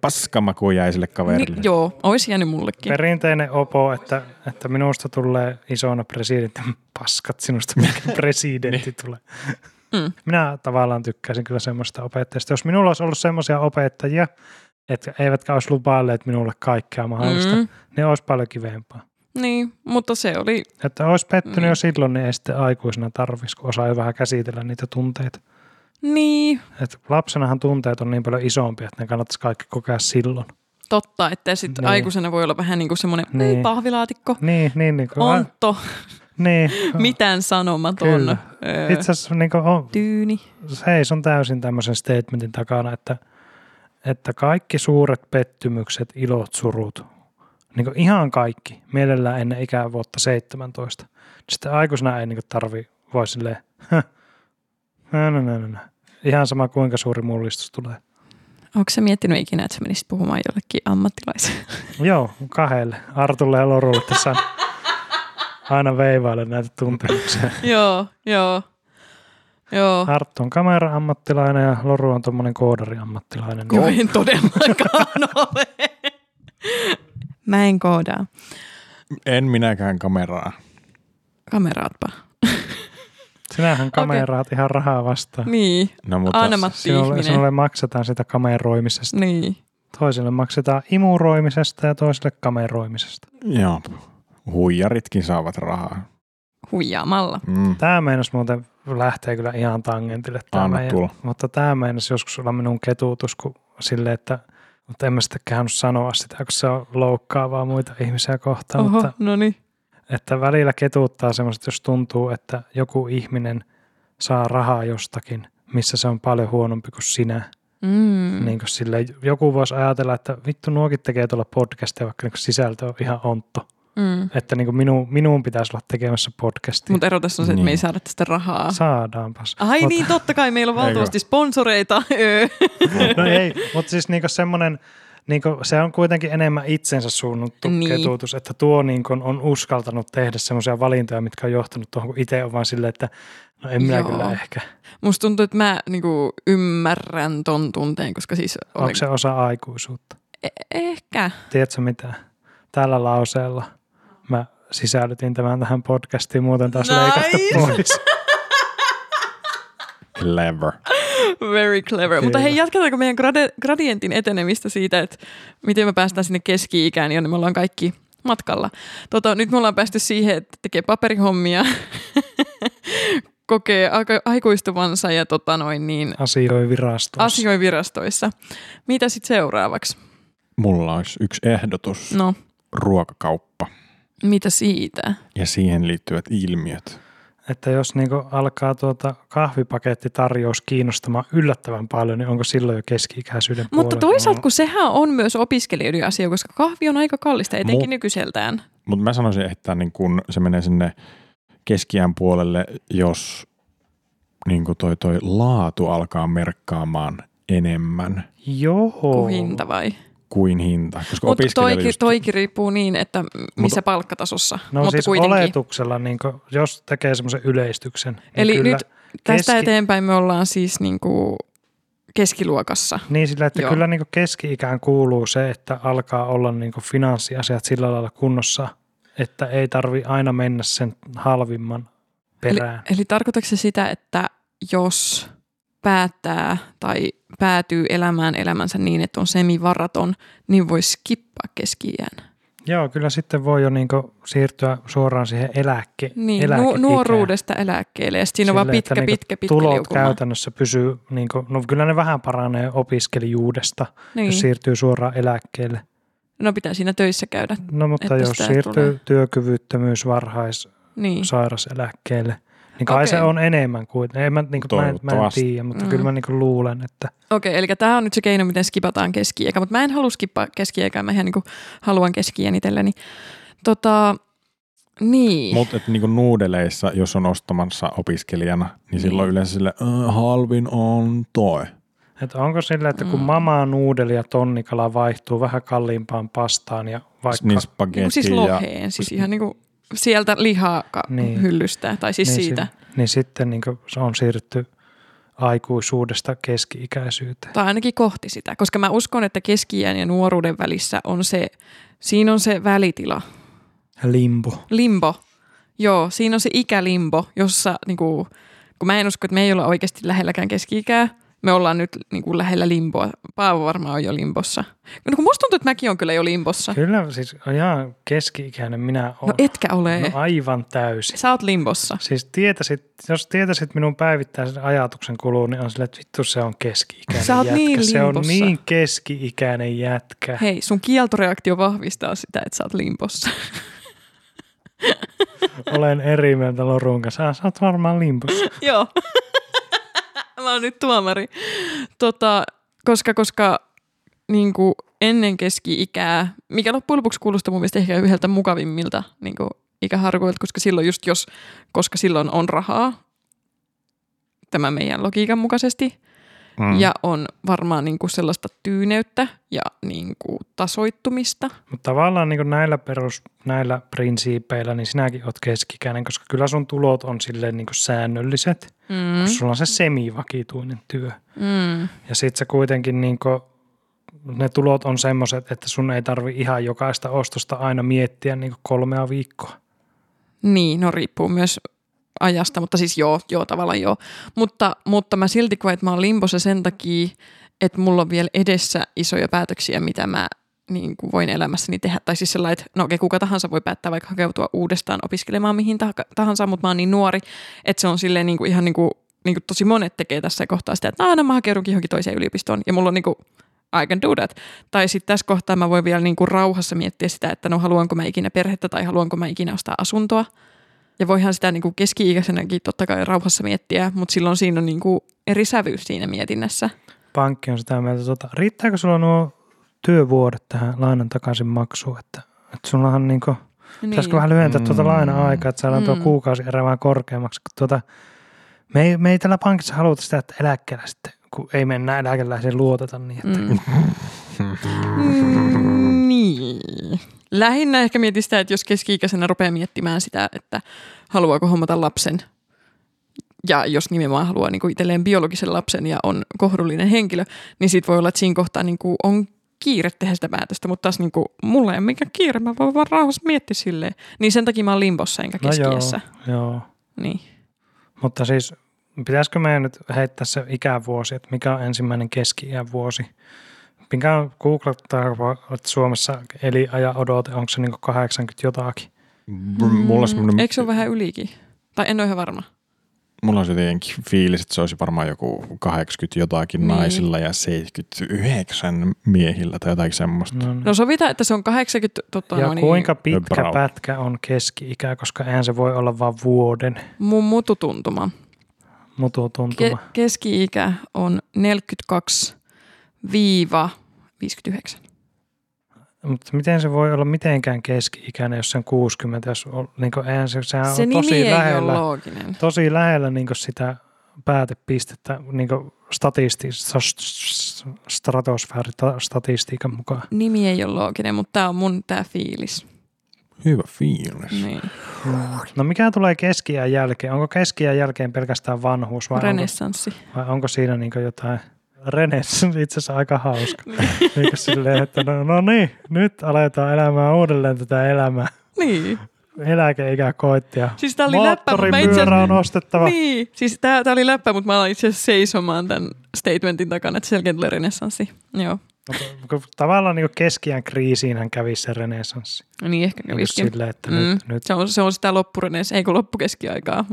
[SPEAKER 2] paskamaku jäi sille kaverille.
[SPEAKER 1] Niin, joo, olisi jäänyt mullekin.
[SPEAKER 3] Perinteinen opo, että, että minusta tulee isona presidentti. Paskat sinusta, mikä
[SPEAKER 2] Niin.
[SPEAKER 3] presidentti tulee.
[SPEAKER 1] Mm.
[SPEAKER 3] Minä tavallaan tykkäisin kyllä semmoista opettajista. Jos minulla olisi ollut semmoisia opettajia, että eivätkä olisi lupailleet minulle kaikkea mahdollista, mm.
[SPEAKER 1] Mm,
[SPEAKER 3] niin olisi paljon kivempaa.
[SPEAKER 1] niin, mutta se oli,
[SPEAKER 3] Että olisi pettynyt
[SPEAKER 1] Mm.
[SPEAKER 3] mm. jo silloin, niin ei sitten aikuisena tarvitsisi, kun osaa jo vähän käsitellä niitä tunteita.
[SPEAKER 1] niin,
[SPEAKER 3] Et lapsenahan tunteet on niin paljon isompia, että ne kannattaisi kaikki kokea silloin.
[SPEAKER 1] totta, että sitten
[SPEAKER 3] Niin.
[SPEAKER 1] aikuisena voi olla vähän niin kuin semmoinen
[SPEAKER 3] Niin.
[SPEAKER 1] niin. pahvilaatikko,
[SPEAKER 3] Niin, niin, niin. kuin-
[SPEAKER 1] ontto,
[SPEAKER 3] niin.
[SPEAKER 1] mitään sanomaton,
[SPEAKER 3] Kyllä.
[SPEAKER 1] öö,
[SPEAKER 3] Itse asiassa niin kuin on,
[SPEAKER 1] tyyni.
[SPEAKER 3] seis on täysin tämmöisen statementin takana, että, että kaikki suuret pettymykset, ilot, surut, niin kuin ihan kaikki, mielellään ennen ikää vuotta 17. Sitten aikuisena ei niin kuin tarvi, voi silleen, "Höh, nö, nö, nö, nö, nö." ihan sama kuinka suuri mullistus tulee.
[SPEAKER 1] Onko se miettinyt ikinä, että sä menisit puhumaan jollekin ammattilaiselle?
[SPEAKER 3] Joo, kahdelle. Artulle ja Lorulle tässä aina veivaille näitä tuntemuksia.
[SPEAKER 1] joo, joo, joo.
[SPEAKER 3] Arttu on kamera-ammattilainen ja Loru on tuommoinen koodari-ammattilainen.
[SPEAKER 1] Joo, en todellakaan ole. Mä en koodaa.
[SPEAKER 2] En minäkään kameraa.
[SPEAKER 1] Kameraatpa.
[SPEAKER 3] Sinähän kameraat okay. ihan rahaa vastaan.
[SPEAKER 1] Niin,
[SPEAKER 2] No, mutta
[SPEAKER 1] Anna-Matti
[SPEAKER 3] Sinulle,
[SPEAKER 1] ihminen.
[SPEAKER 3] sinulle maksetaan sitä kameroimisesta.
[SPEAKER 1] Niin.
[SPEAKER 3] Toisille maksetaan imuroimisesta ja toisille kameroimisesta.
[SPEAKER 2] Joo, huijaritkin saavat rahaa.
[SPEAKER 1] Huijaamalla.
[SPEAKER 2] Mm.
[SPEAKER 3] Tämä meinas muuten lähtee kyllä ihan tangentille. Tämä
[SPEAKER 2] Anna
[SPEAKER 3] meidän,
[SPEAKER 2] tulla.
[SPEAKER 3] mutta tämä meinas joskus olla minun ketuutus kun sille, että mutta en mä sitä käynyt sanoa sitä, kun se on loukkaavaa muita ihmisiä kohtaan.
[SPEAKER 1] Oho,
[SPEAKER 3] Mutta
[SPEAKER 1] no niin.
[SPEAKER 3] että välillä ketuuttaa semmoiset, jos tuntuu, että joku ihminen saa rahaa jostakin, missä se on paljon huonompi kuin sinä.
[SPEAKER 1] Mm.
[SPEAKER 3] Niin kuin sille, joku voisi ajatella, että vittu nuokin tekee tuolla podcastia, vaikka niin sisältö on niinku ihan ontto.
[SPEAKER 1] Mm.
[SPEAKER 3] Että niin kuin minu, minuun pitäisi olla tekemässä podcastia.
[SPEAKER 1] Mutta ero tässä on se, että me ei
[SPEAKER 2] Niin.
[SPEAKER 1] saada tästä rahaa.
[SPEAKER 3] Saadaanpas.
[SPEAKER 1] Ai
[SPEAKER 3] Mut-
[SPEAKER 1] niin, totta kai meillä on
[SPEAKER 2] Eikö?
[SPEAKER 1] valtavasti sponsoreita. Öö.
[SPEAKER 3] No ei, mutta siis niinku semmoinen, niinku, se on kuitenkin enemmän itsensä suunnattu
[SPEAKER 1] Niin.
[SPEAKER 3] niin. ketuutus, että tuo niinku, on uskaltanut tehdä semmoisia valintoja, mitkä on johtanut tuohon, kun itse on vaan silleen, että no en minä
[SPEAKER 1] Joo.
[SPEAKER 3] kyllä ehkä.
[SPEAKER 1] Musta tuntuu, että mä niinku, ymmärrän ton tunteen, koska siis...
[SPEAKER 3] Onko se osa aikuisuutta?
[SPEAKER 1] E- ehkä.
[SPEAKER 3] Tiedätkö mitä? Tällä lauseella mä sisällytin tämän tähän podcastiin, muuten taas
[SPEAKER 1] Nice.
[SPEAKER 3] leikattu pois.
[SPEAKER 2] Clever.
[SPEAKER 1] Very clever. Mutta
[SPEAKER 3] Kyllä.
[SPEAKER 1] hei, jatketaanko meidän grade, gradientin etenemistä siitä, että miten me päästään sinne keski-ikään, jonne me ollaan kaikki matkalla. Tota, nyt me ollaan päästy siihen, että tekee paperihommia, kokee aika- aikuistuvansa ja tota noin, niin,
[SPEAKER 3] Asioi virastossa.
[SPEAKER 1] asioi virastoissa. Mitä sitten seuraavaksi?
[SPEAKER 2] Mulla olisi yksi ehdotus.
[SPEAKER 1] No,
[SPEAKER 2] Ruokakauppa
[SPEAKER 1] mitä siitä?
[SPEAKER 2] ja siihen liittyvät ilmiöt.
[SPEAKER 3] Että jos niinku alkaa tuota kahvipakettitarjous kiinnostamaan yllättävän paljon, niin onko silloin jo keski-ikäisyyden
[SPEAKER 1] Mutta
[SPEAKER 3] puolella?
[SPEAKER 1] toisaalta, kun sehän on myös opiskelijoiden asia, koska kahvi on aika kallista, etenkin
[SPEAKER 2] Mu-
[SPEAKER 1] nykyiseltään.
[SPEAKER 2] Mutta mä sanoisin, että niin kun se menee sinne keskiään puolelle, jos niin kun toi, toi laatu alkaa merkkaamaan enemmän
[SPEAKER 3] No, Joo.
[SPEAKER 1] Kuin hinta vai?
[SPEAKER 2] kuin hinta. Koska
[SPEAKER 1] Mutta
[SPEAKER 2] opiskelijoilla
[SPEAKER 1] toikin,
[SPEAKER 2] just,
[SPEAKER 1] toikin riippuu niin, että missä palkkatasossa,
[SPEAKER 3] No
[SPEAKER 1] mutta
[SPEAKER 3] siis
[SPEAKER 1] kuitenkin.
[SPEAKER 3] oletuksella, niin kuin, jos tekee semmoisen yleistyksen, niin
[SPEAKER 1] Eli
[SPEAKER 3] kyllä,
[SPEAKER 1] nyt tästä
[SPEAKER 3] keski-
[SPEAKER 1] eteenpäin me ollaan siis niinku keskiluokassa.
[SPEAKER 3] niin sillä, että
[SPEAKER 1] Joo.
[SPEAKER 3] Joo. kyllä niin kuin keski-ikään kuuluu se, että alkaa olla niin kuin finanssiasiat sillä lailla kunnossa, että ei tarvi aina mennä sen halvimman
[SPEAKER 1] Eli,
[SPEAKER 3] perään.
[SPEAKER 1] eli tarkoitatko se sitä, että jos päättää tai päätyy elämään elämänsä niin, että on semivaraton, niin voi skippaa keski
[SPEAKER 3] Joo, kyllä sitten voi jo niin kuin siirtyä suoraan siihen eläkke,
[SPEAKER 1] Niin, nu-
[SPEAKER 3] eläkeikään.
[SPEAKER 1] nuoruudesta eläkkeelle ja sitten siinä on vaan
[SPEAKER 3] Silleen,
[SPEAKER 1] pitkä,
[SPEAKER 3] että
[SPEAKER 1] pitkä, pitkä,
[SPEAKER 3] niinku
[SPEAKER 1] pitkä
[SPEAKER 3] tulot
[SPEAKER 1] liukuma.
[SPEAKER 3] käytännössä pysyy, niin kuin, no kyllä ne vähän paranee opiskelijuudesta, niin. jos
[SPEAKER 1] Niin.
[SPEAKER 3] siirtyy suoraan eläkkeelle.
[SPEAKER 1] No pitää siinä töissä käydä.
[SPEAKER 3] No mutta
[SPEAKER 1] Että
[SPEAKER 3] jos
[SPEAKER 1] sitä
[SPEAKER 3] siirtyy
[SPEAKER 1] tulee.
[SPEAKER 3] tulee. työkyvyttömyys varhais
[SPEAKER 1] Niin.
[SPEAKER 3] sairaseläkkeelle, niin kai okay. se
[SPEAKER 1] Okei.
[SPEAKER 3] on enemmän kuin, en mä, niin kuin, mä, en, mä en
[SPEAKER 2] Toivottavasti.
[SPEAKER 3] tiedä, mutta
[SPEAKER 1] Mm.
[SPEAKER 3] mm. kyllä mä niin kuin luulen, että
[SPEAKER 1] Okei, eli tämä on nyt se keino, miten skipataan keski mutta mä en halua skippaa keski mä ihan niinku haluan keski itselleni. Tota, niin.
[SPEAKER 2] mutta et niin nuudeleissa, jos on ostamassa opiskelijana, niin silloin yleensä sille "Ö, halvin on toi.
[SPEAKER 3] että onko sillä, että kun
[SPEAKER 1] Mm.
[SPEAKER 3] mm. mama nuudeli ja tonnikala vaihtuu vähän kalliimpaan pastaan ja vaikka,
[SPEAKER 2] Niin
[SPEAKER 3] niin,
[SPEAKER 1] Niin kuin
[SPEAKER 2] spagetti
[SPEAKER 1] siis
[SPEAKER 2] ja
[SPEAKER 1] loheen, siis ihan niin kuin sieltä lihaa niin.
[SPEAKER 3] Niin.
[SPEAKER 1] hyllystä, tai siis niin,
[SPEAKER 3] Niin,
[SPEAKER 1] siitä.
[SPEAKER 3] si- niin sitten niin kuin se on siirrytty aikuisuudesta keski-ikäisyyteen.
[SPEAKER 1] Tai ainakin kohti sitä, koska mä uskon, että keski ja nuoruuden välissä on se, siinä on se välitila,
[SPEAKER 3] Limbo.
[SPEAKER 1] limbo. Joo, siinä on se ikälimbo, jossa niin kuin, kun mä en usko, että me ei olla oikeasti lähelläkään keski-ikää, me ollaan nyt niin kuin lähellä limboa. Paavo varmaan on jo limbossa. No kun musta tuntuu, että mäkin on kyllä jo limbossa.
[SPEAKER 3] Kyllä siis ihan keski-ikäinen minä
[SPEAKER 1] No
[SPEAKER 3] olen.
[SPEAKER 1] etkä ole.
[SPEAKER 3] no aivan täysin.
[SPEAKER 1] Sä oot limbossa.
[SPEAKER 3] Siis tietäisit, jos tietäisit minun päivittäisen ajatuksen kuluun, niin on silleen, että vittu se on keski-ikäinen
[SPEAKER 1] Sä oot
[SPEAKER 3] jätkä.
[SPEAKER 1] niin
[SPEAKER 3] se on
[SPEAKER 1] limbossa.
[SPEAKER 3] niin keski-ikäinen jätkä.
[SPEAKER 1] Hei, sun kieltoreaktio vahvistaa sitä, että sä oot limbossa.
[SPEAKER 3] Olen eri mieltä Lorun kanssa. Ah, Sä oot varmaan limbossa.
[SPEAKER 1] Joo. Mä oon nyt tuomari. Tota, koska, koska niin kuin ennen keski-ikää, mikä loppujen lopuksi kuulostaa mun mielestä ehkä yhdeltä mukavimmilta niin kuin ikäharkoilta, koska silloin just jos, koska silloin on rahaa, tämä meidän logiikan mukaisesti, mm. ja on varmaan niin kuin sellaista tyyneyttä ja niin kuin tasoittumista.
[SPEAKER 3] Mutta tavallaan niin näillä perus, näillä prinsiipeillä, niin sinäkin oot keskikäinen, koska kyllä sun tulot on silleen niin säännölliset,
[SPEAKER 1] Mm.
[SPEAKER 3] mm. sulla on se semivakituinen työ.
[SPEAKER 1] Mm.
[SPEAKER 3] Ja sit sä kuitenkin niin kuin, ne tulot on semmoiset, että sun ei tarvi ihan jokaista ostosta aina miettiä niin kolmea viikkoa.
[SPEAKER 1] Niin, no riippuu myös ajasta, mutta siis joo, joo tavallaan joo. Mutta, mutta mä silti koen, että mä oon limbossa sen takia, että mulla on vielä edessä isoja päätöksiä, mitä mä niin kuin voin elämässäni tehdä. Tai siis sellainen, että no okei, kuka tahansa voi päättää vaikka hakeutua uudestaan opiskelemaan mihin tahansa- tahansa, mutta mä oon niin nuori, että se on silleen niin kuin ihan niin kuin, niin kuin tosi monet tekee tässä kohtaa sitä, että no aina mä hakeudunkin johonkin toiseen yliopistoon ja mulla on niin kuin I can do that. Tai sitten tässä kohtaa mä voin vielä niin kuin rauhassa miettiä sitä, että no haluanko mä ikinä perhettä tai haluanko mä ikinä ostaa asuntoa. Ja voihan sitä niin kuin keski-ikäisenäkin totta kai rauhassa miettiä, mutta silloin siinä on niin kuin eri sävyys siinä mietinnässä.
[SPEAKER 3] pankki on sitä mieltä, tota, riittääkö sulla nuo työvuodet tähän lainan takaisin maksuun, että, että sullahan niinku,
[SPEAKER 1] Niin.
[SPEAKER 3] Pitäisikö vähän lyhentää tuota
[SPEAKER 2] Mm.
[SPEAKER 3] laina-aikaa, että saadaan tuo
[SPEAKER 1] Mm.
[SPEAKER 3] kuukausi vähän korkeammaksi. Kun tuota, me, ei, me ei täällä pankissa haluta sitä, että eläkkeellä sitten, kun ei mennä eläkeläiseen luoteta niin. Että,
[SPEAKER 1] Mm. Mm, niin. Lähinnä ehkä mietin sitä, että jos keski-ikäisenä rupeaa miettimään sitä, että haluaako hommata lapsen. Ja jos nimenomaan haluaa niin kuin itselleen biologisen lapsen ja on kohdullinen henkilö, niin siitä voi olla, että siinä kohtaa niin kuin on kiire tehdä sitä päätöstä, mutta taas niin kuin, mulla ei ole mikään kiire, mä voin vaan rauhassa miettiä silleen. Niin sen takia mä oon limbossa enkä
[SPEAKER 3] No joo,
[SPEAKER 1] keskiässä.
[SPEAKER 3] joo.
[SPEAKER 1] niin.
[SPEAKER 3] Mutta siis pitäisikö meidän nyt heittää se ikävuosi, että mikä on ensimmäinen keski-iän vuosi? Mikä on googlattaa, että Suomessa eli aja odote, onko se niin 80 jotakin?
[SPEAKER 2] Mulla, on semmonen-
[SPEAKER 1] Mm. Eikö se ole vähän ylikin? Tai en ole ihan varma.
[SPEAKER 3] Mm.
[SPEAKER 2] mulla on se jotenkin fiilis, että se olisi varmaan joku 80 jotakin
[SPEAKER 1] Niin.
[SPEAKER 2] naisilla ja 79 miehillä tai jotakin semmoista.
[SPEAKER 3] No, niin.
[SPEAKER 1] No sovitaan, että se on 80... Totta,
[SPEAKER 3] ja
[SPEAKER 1] no niin,
[SPEAKER 3] kuinka pitkä
[SPEAKER 2] About.
[SPEAKER 3] pätkä on keski-ikä, koska eihän se voi olla vain vuoden
[SPEAKER 1] Mun mututuntuma.
[SPEAKER 3] mututuntuma.
[SPEAKER 1] Ke- keski-ikä on 42-59.
[SPEAKER 3] Mutta miten se voi olla mitenkään keski-ikäinen, jos sen 60, jos on, niin kuin, eihän se, sehän
[SPEAKER 1] Se
[SPEAKER 3] on
[SPEAKER 1] nimi
[SPEAKER 3] tosi
[SPEAKER 1] ei ole
[SPEAKER 3] lähellä,
[SPEAKER 1] looginen.
[SPEAKER 3] tosi lähellä niin kuin sitä päätepistettä niin kuin statisti, stratosfääri ta- statistiikan mukaan.
[SPEAKER 1] Nimi ei ole looginen, mutta tämä on mun tää fiilis.
[SPEAKER 2] Hyvä fiilis.
[SPEAKER 1] Niin.
[SPEAKER 3] No mikä tulee keskiään jälkeen? Onko keskiään jälkeen pelkästään vanhuus vai, onko,
[SPEAKER 1] Renessanssi.
[SPEAKER 3] vai onko siinä niin kuin jotain? Renes on itse asiassa aika hauska. niin kuin silleen, että no, no niin, nyt aletaan elämään uudelleen tätä elämää.
[SPEAKER 1] Niin.
[SPEAKER 3] Eläkeikä koitti ja
[SPEAKER 1] Siis tää oli läppä, mutta mä itse
[SPEAKER 3] moottoripyörä on ostettava.
[SPEAKER 1] Niin. Siis tää, tää oli läppä, mutta mä aloin itse asiassa seisomaan tämän statementin takana, että selkeä tulee renessanssi. Joo.
[SPEAKER 3] Mutta kun tavallaan niin keskiään kriisiin hän kävi se renesanssi.
[SPEAKER 1] No Niin ehkä
[SPEAKER 3] Niin
[SPEAKER 1] käviskin.
[SPEAKER 3] sille, että
[SPEAKER 1] Mm.
[SPEAKER 3] nyt, nyt
[SPEAKER 1] Se on, se on sitä loppurenes, ei kun loppukeskiaikaa.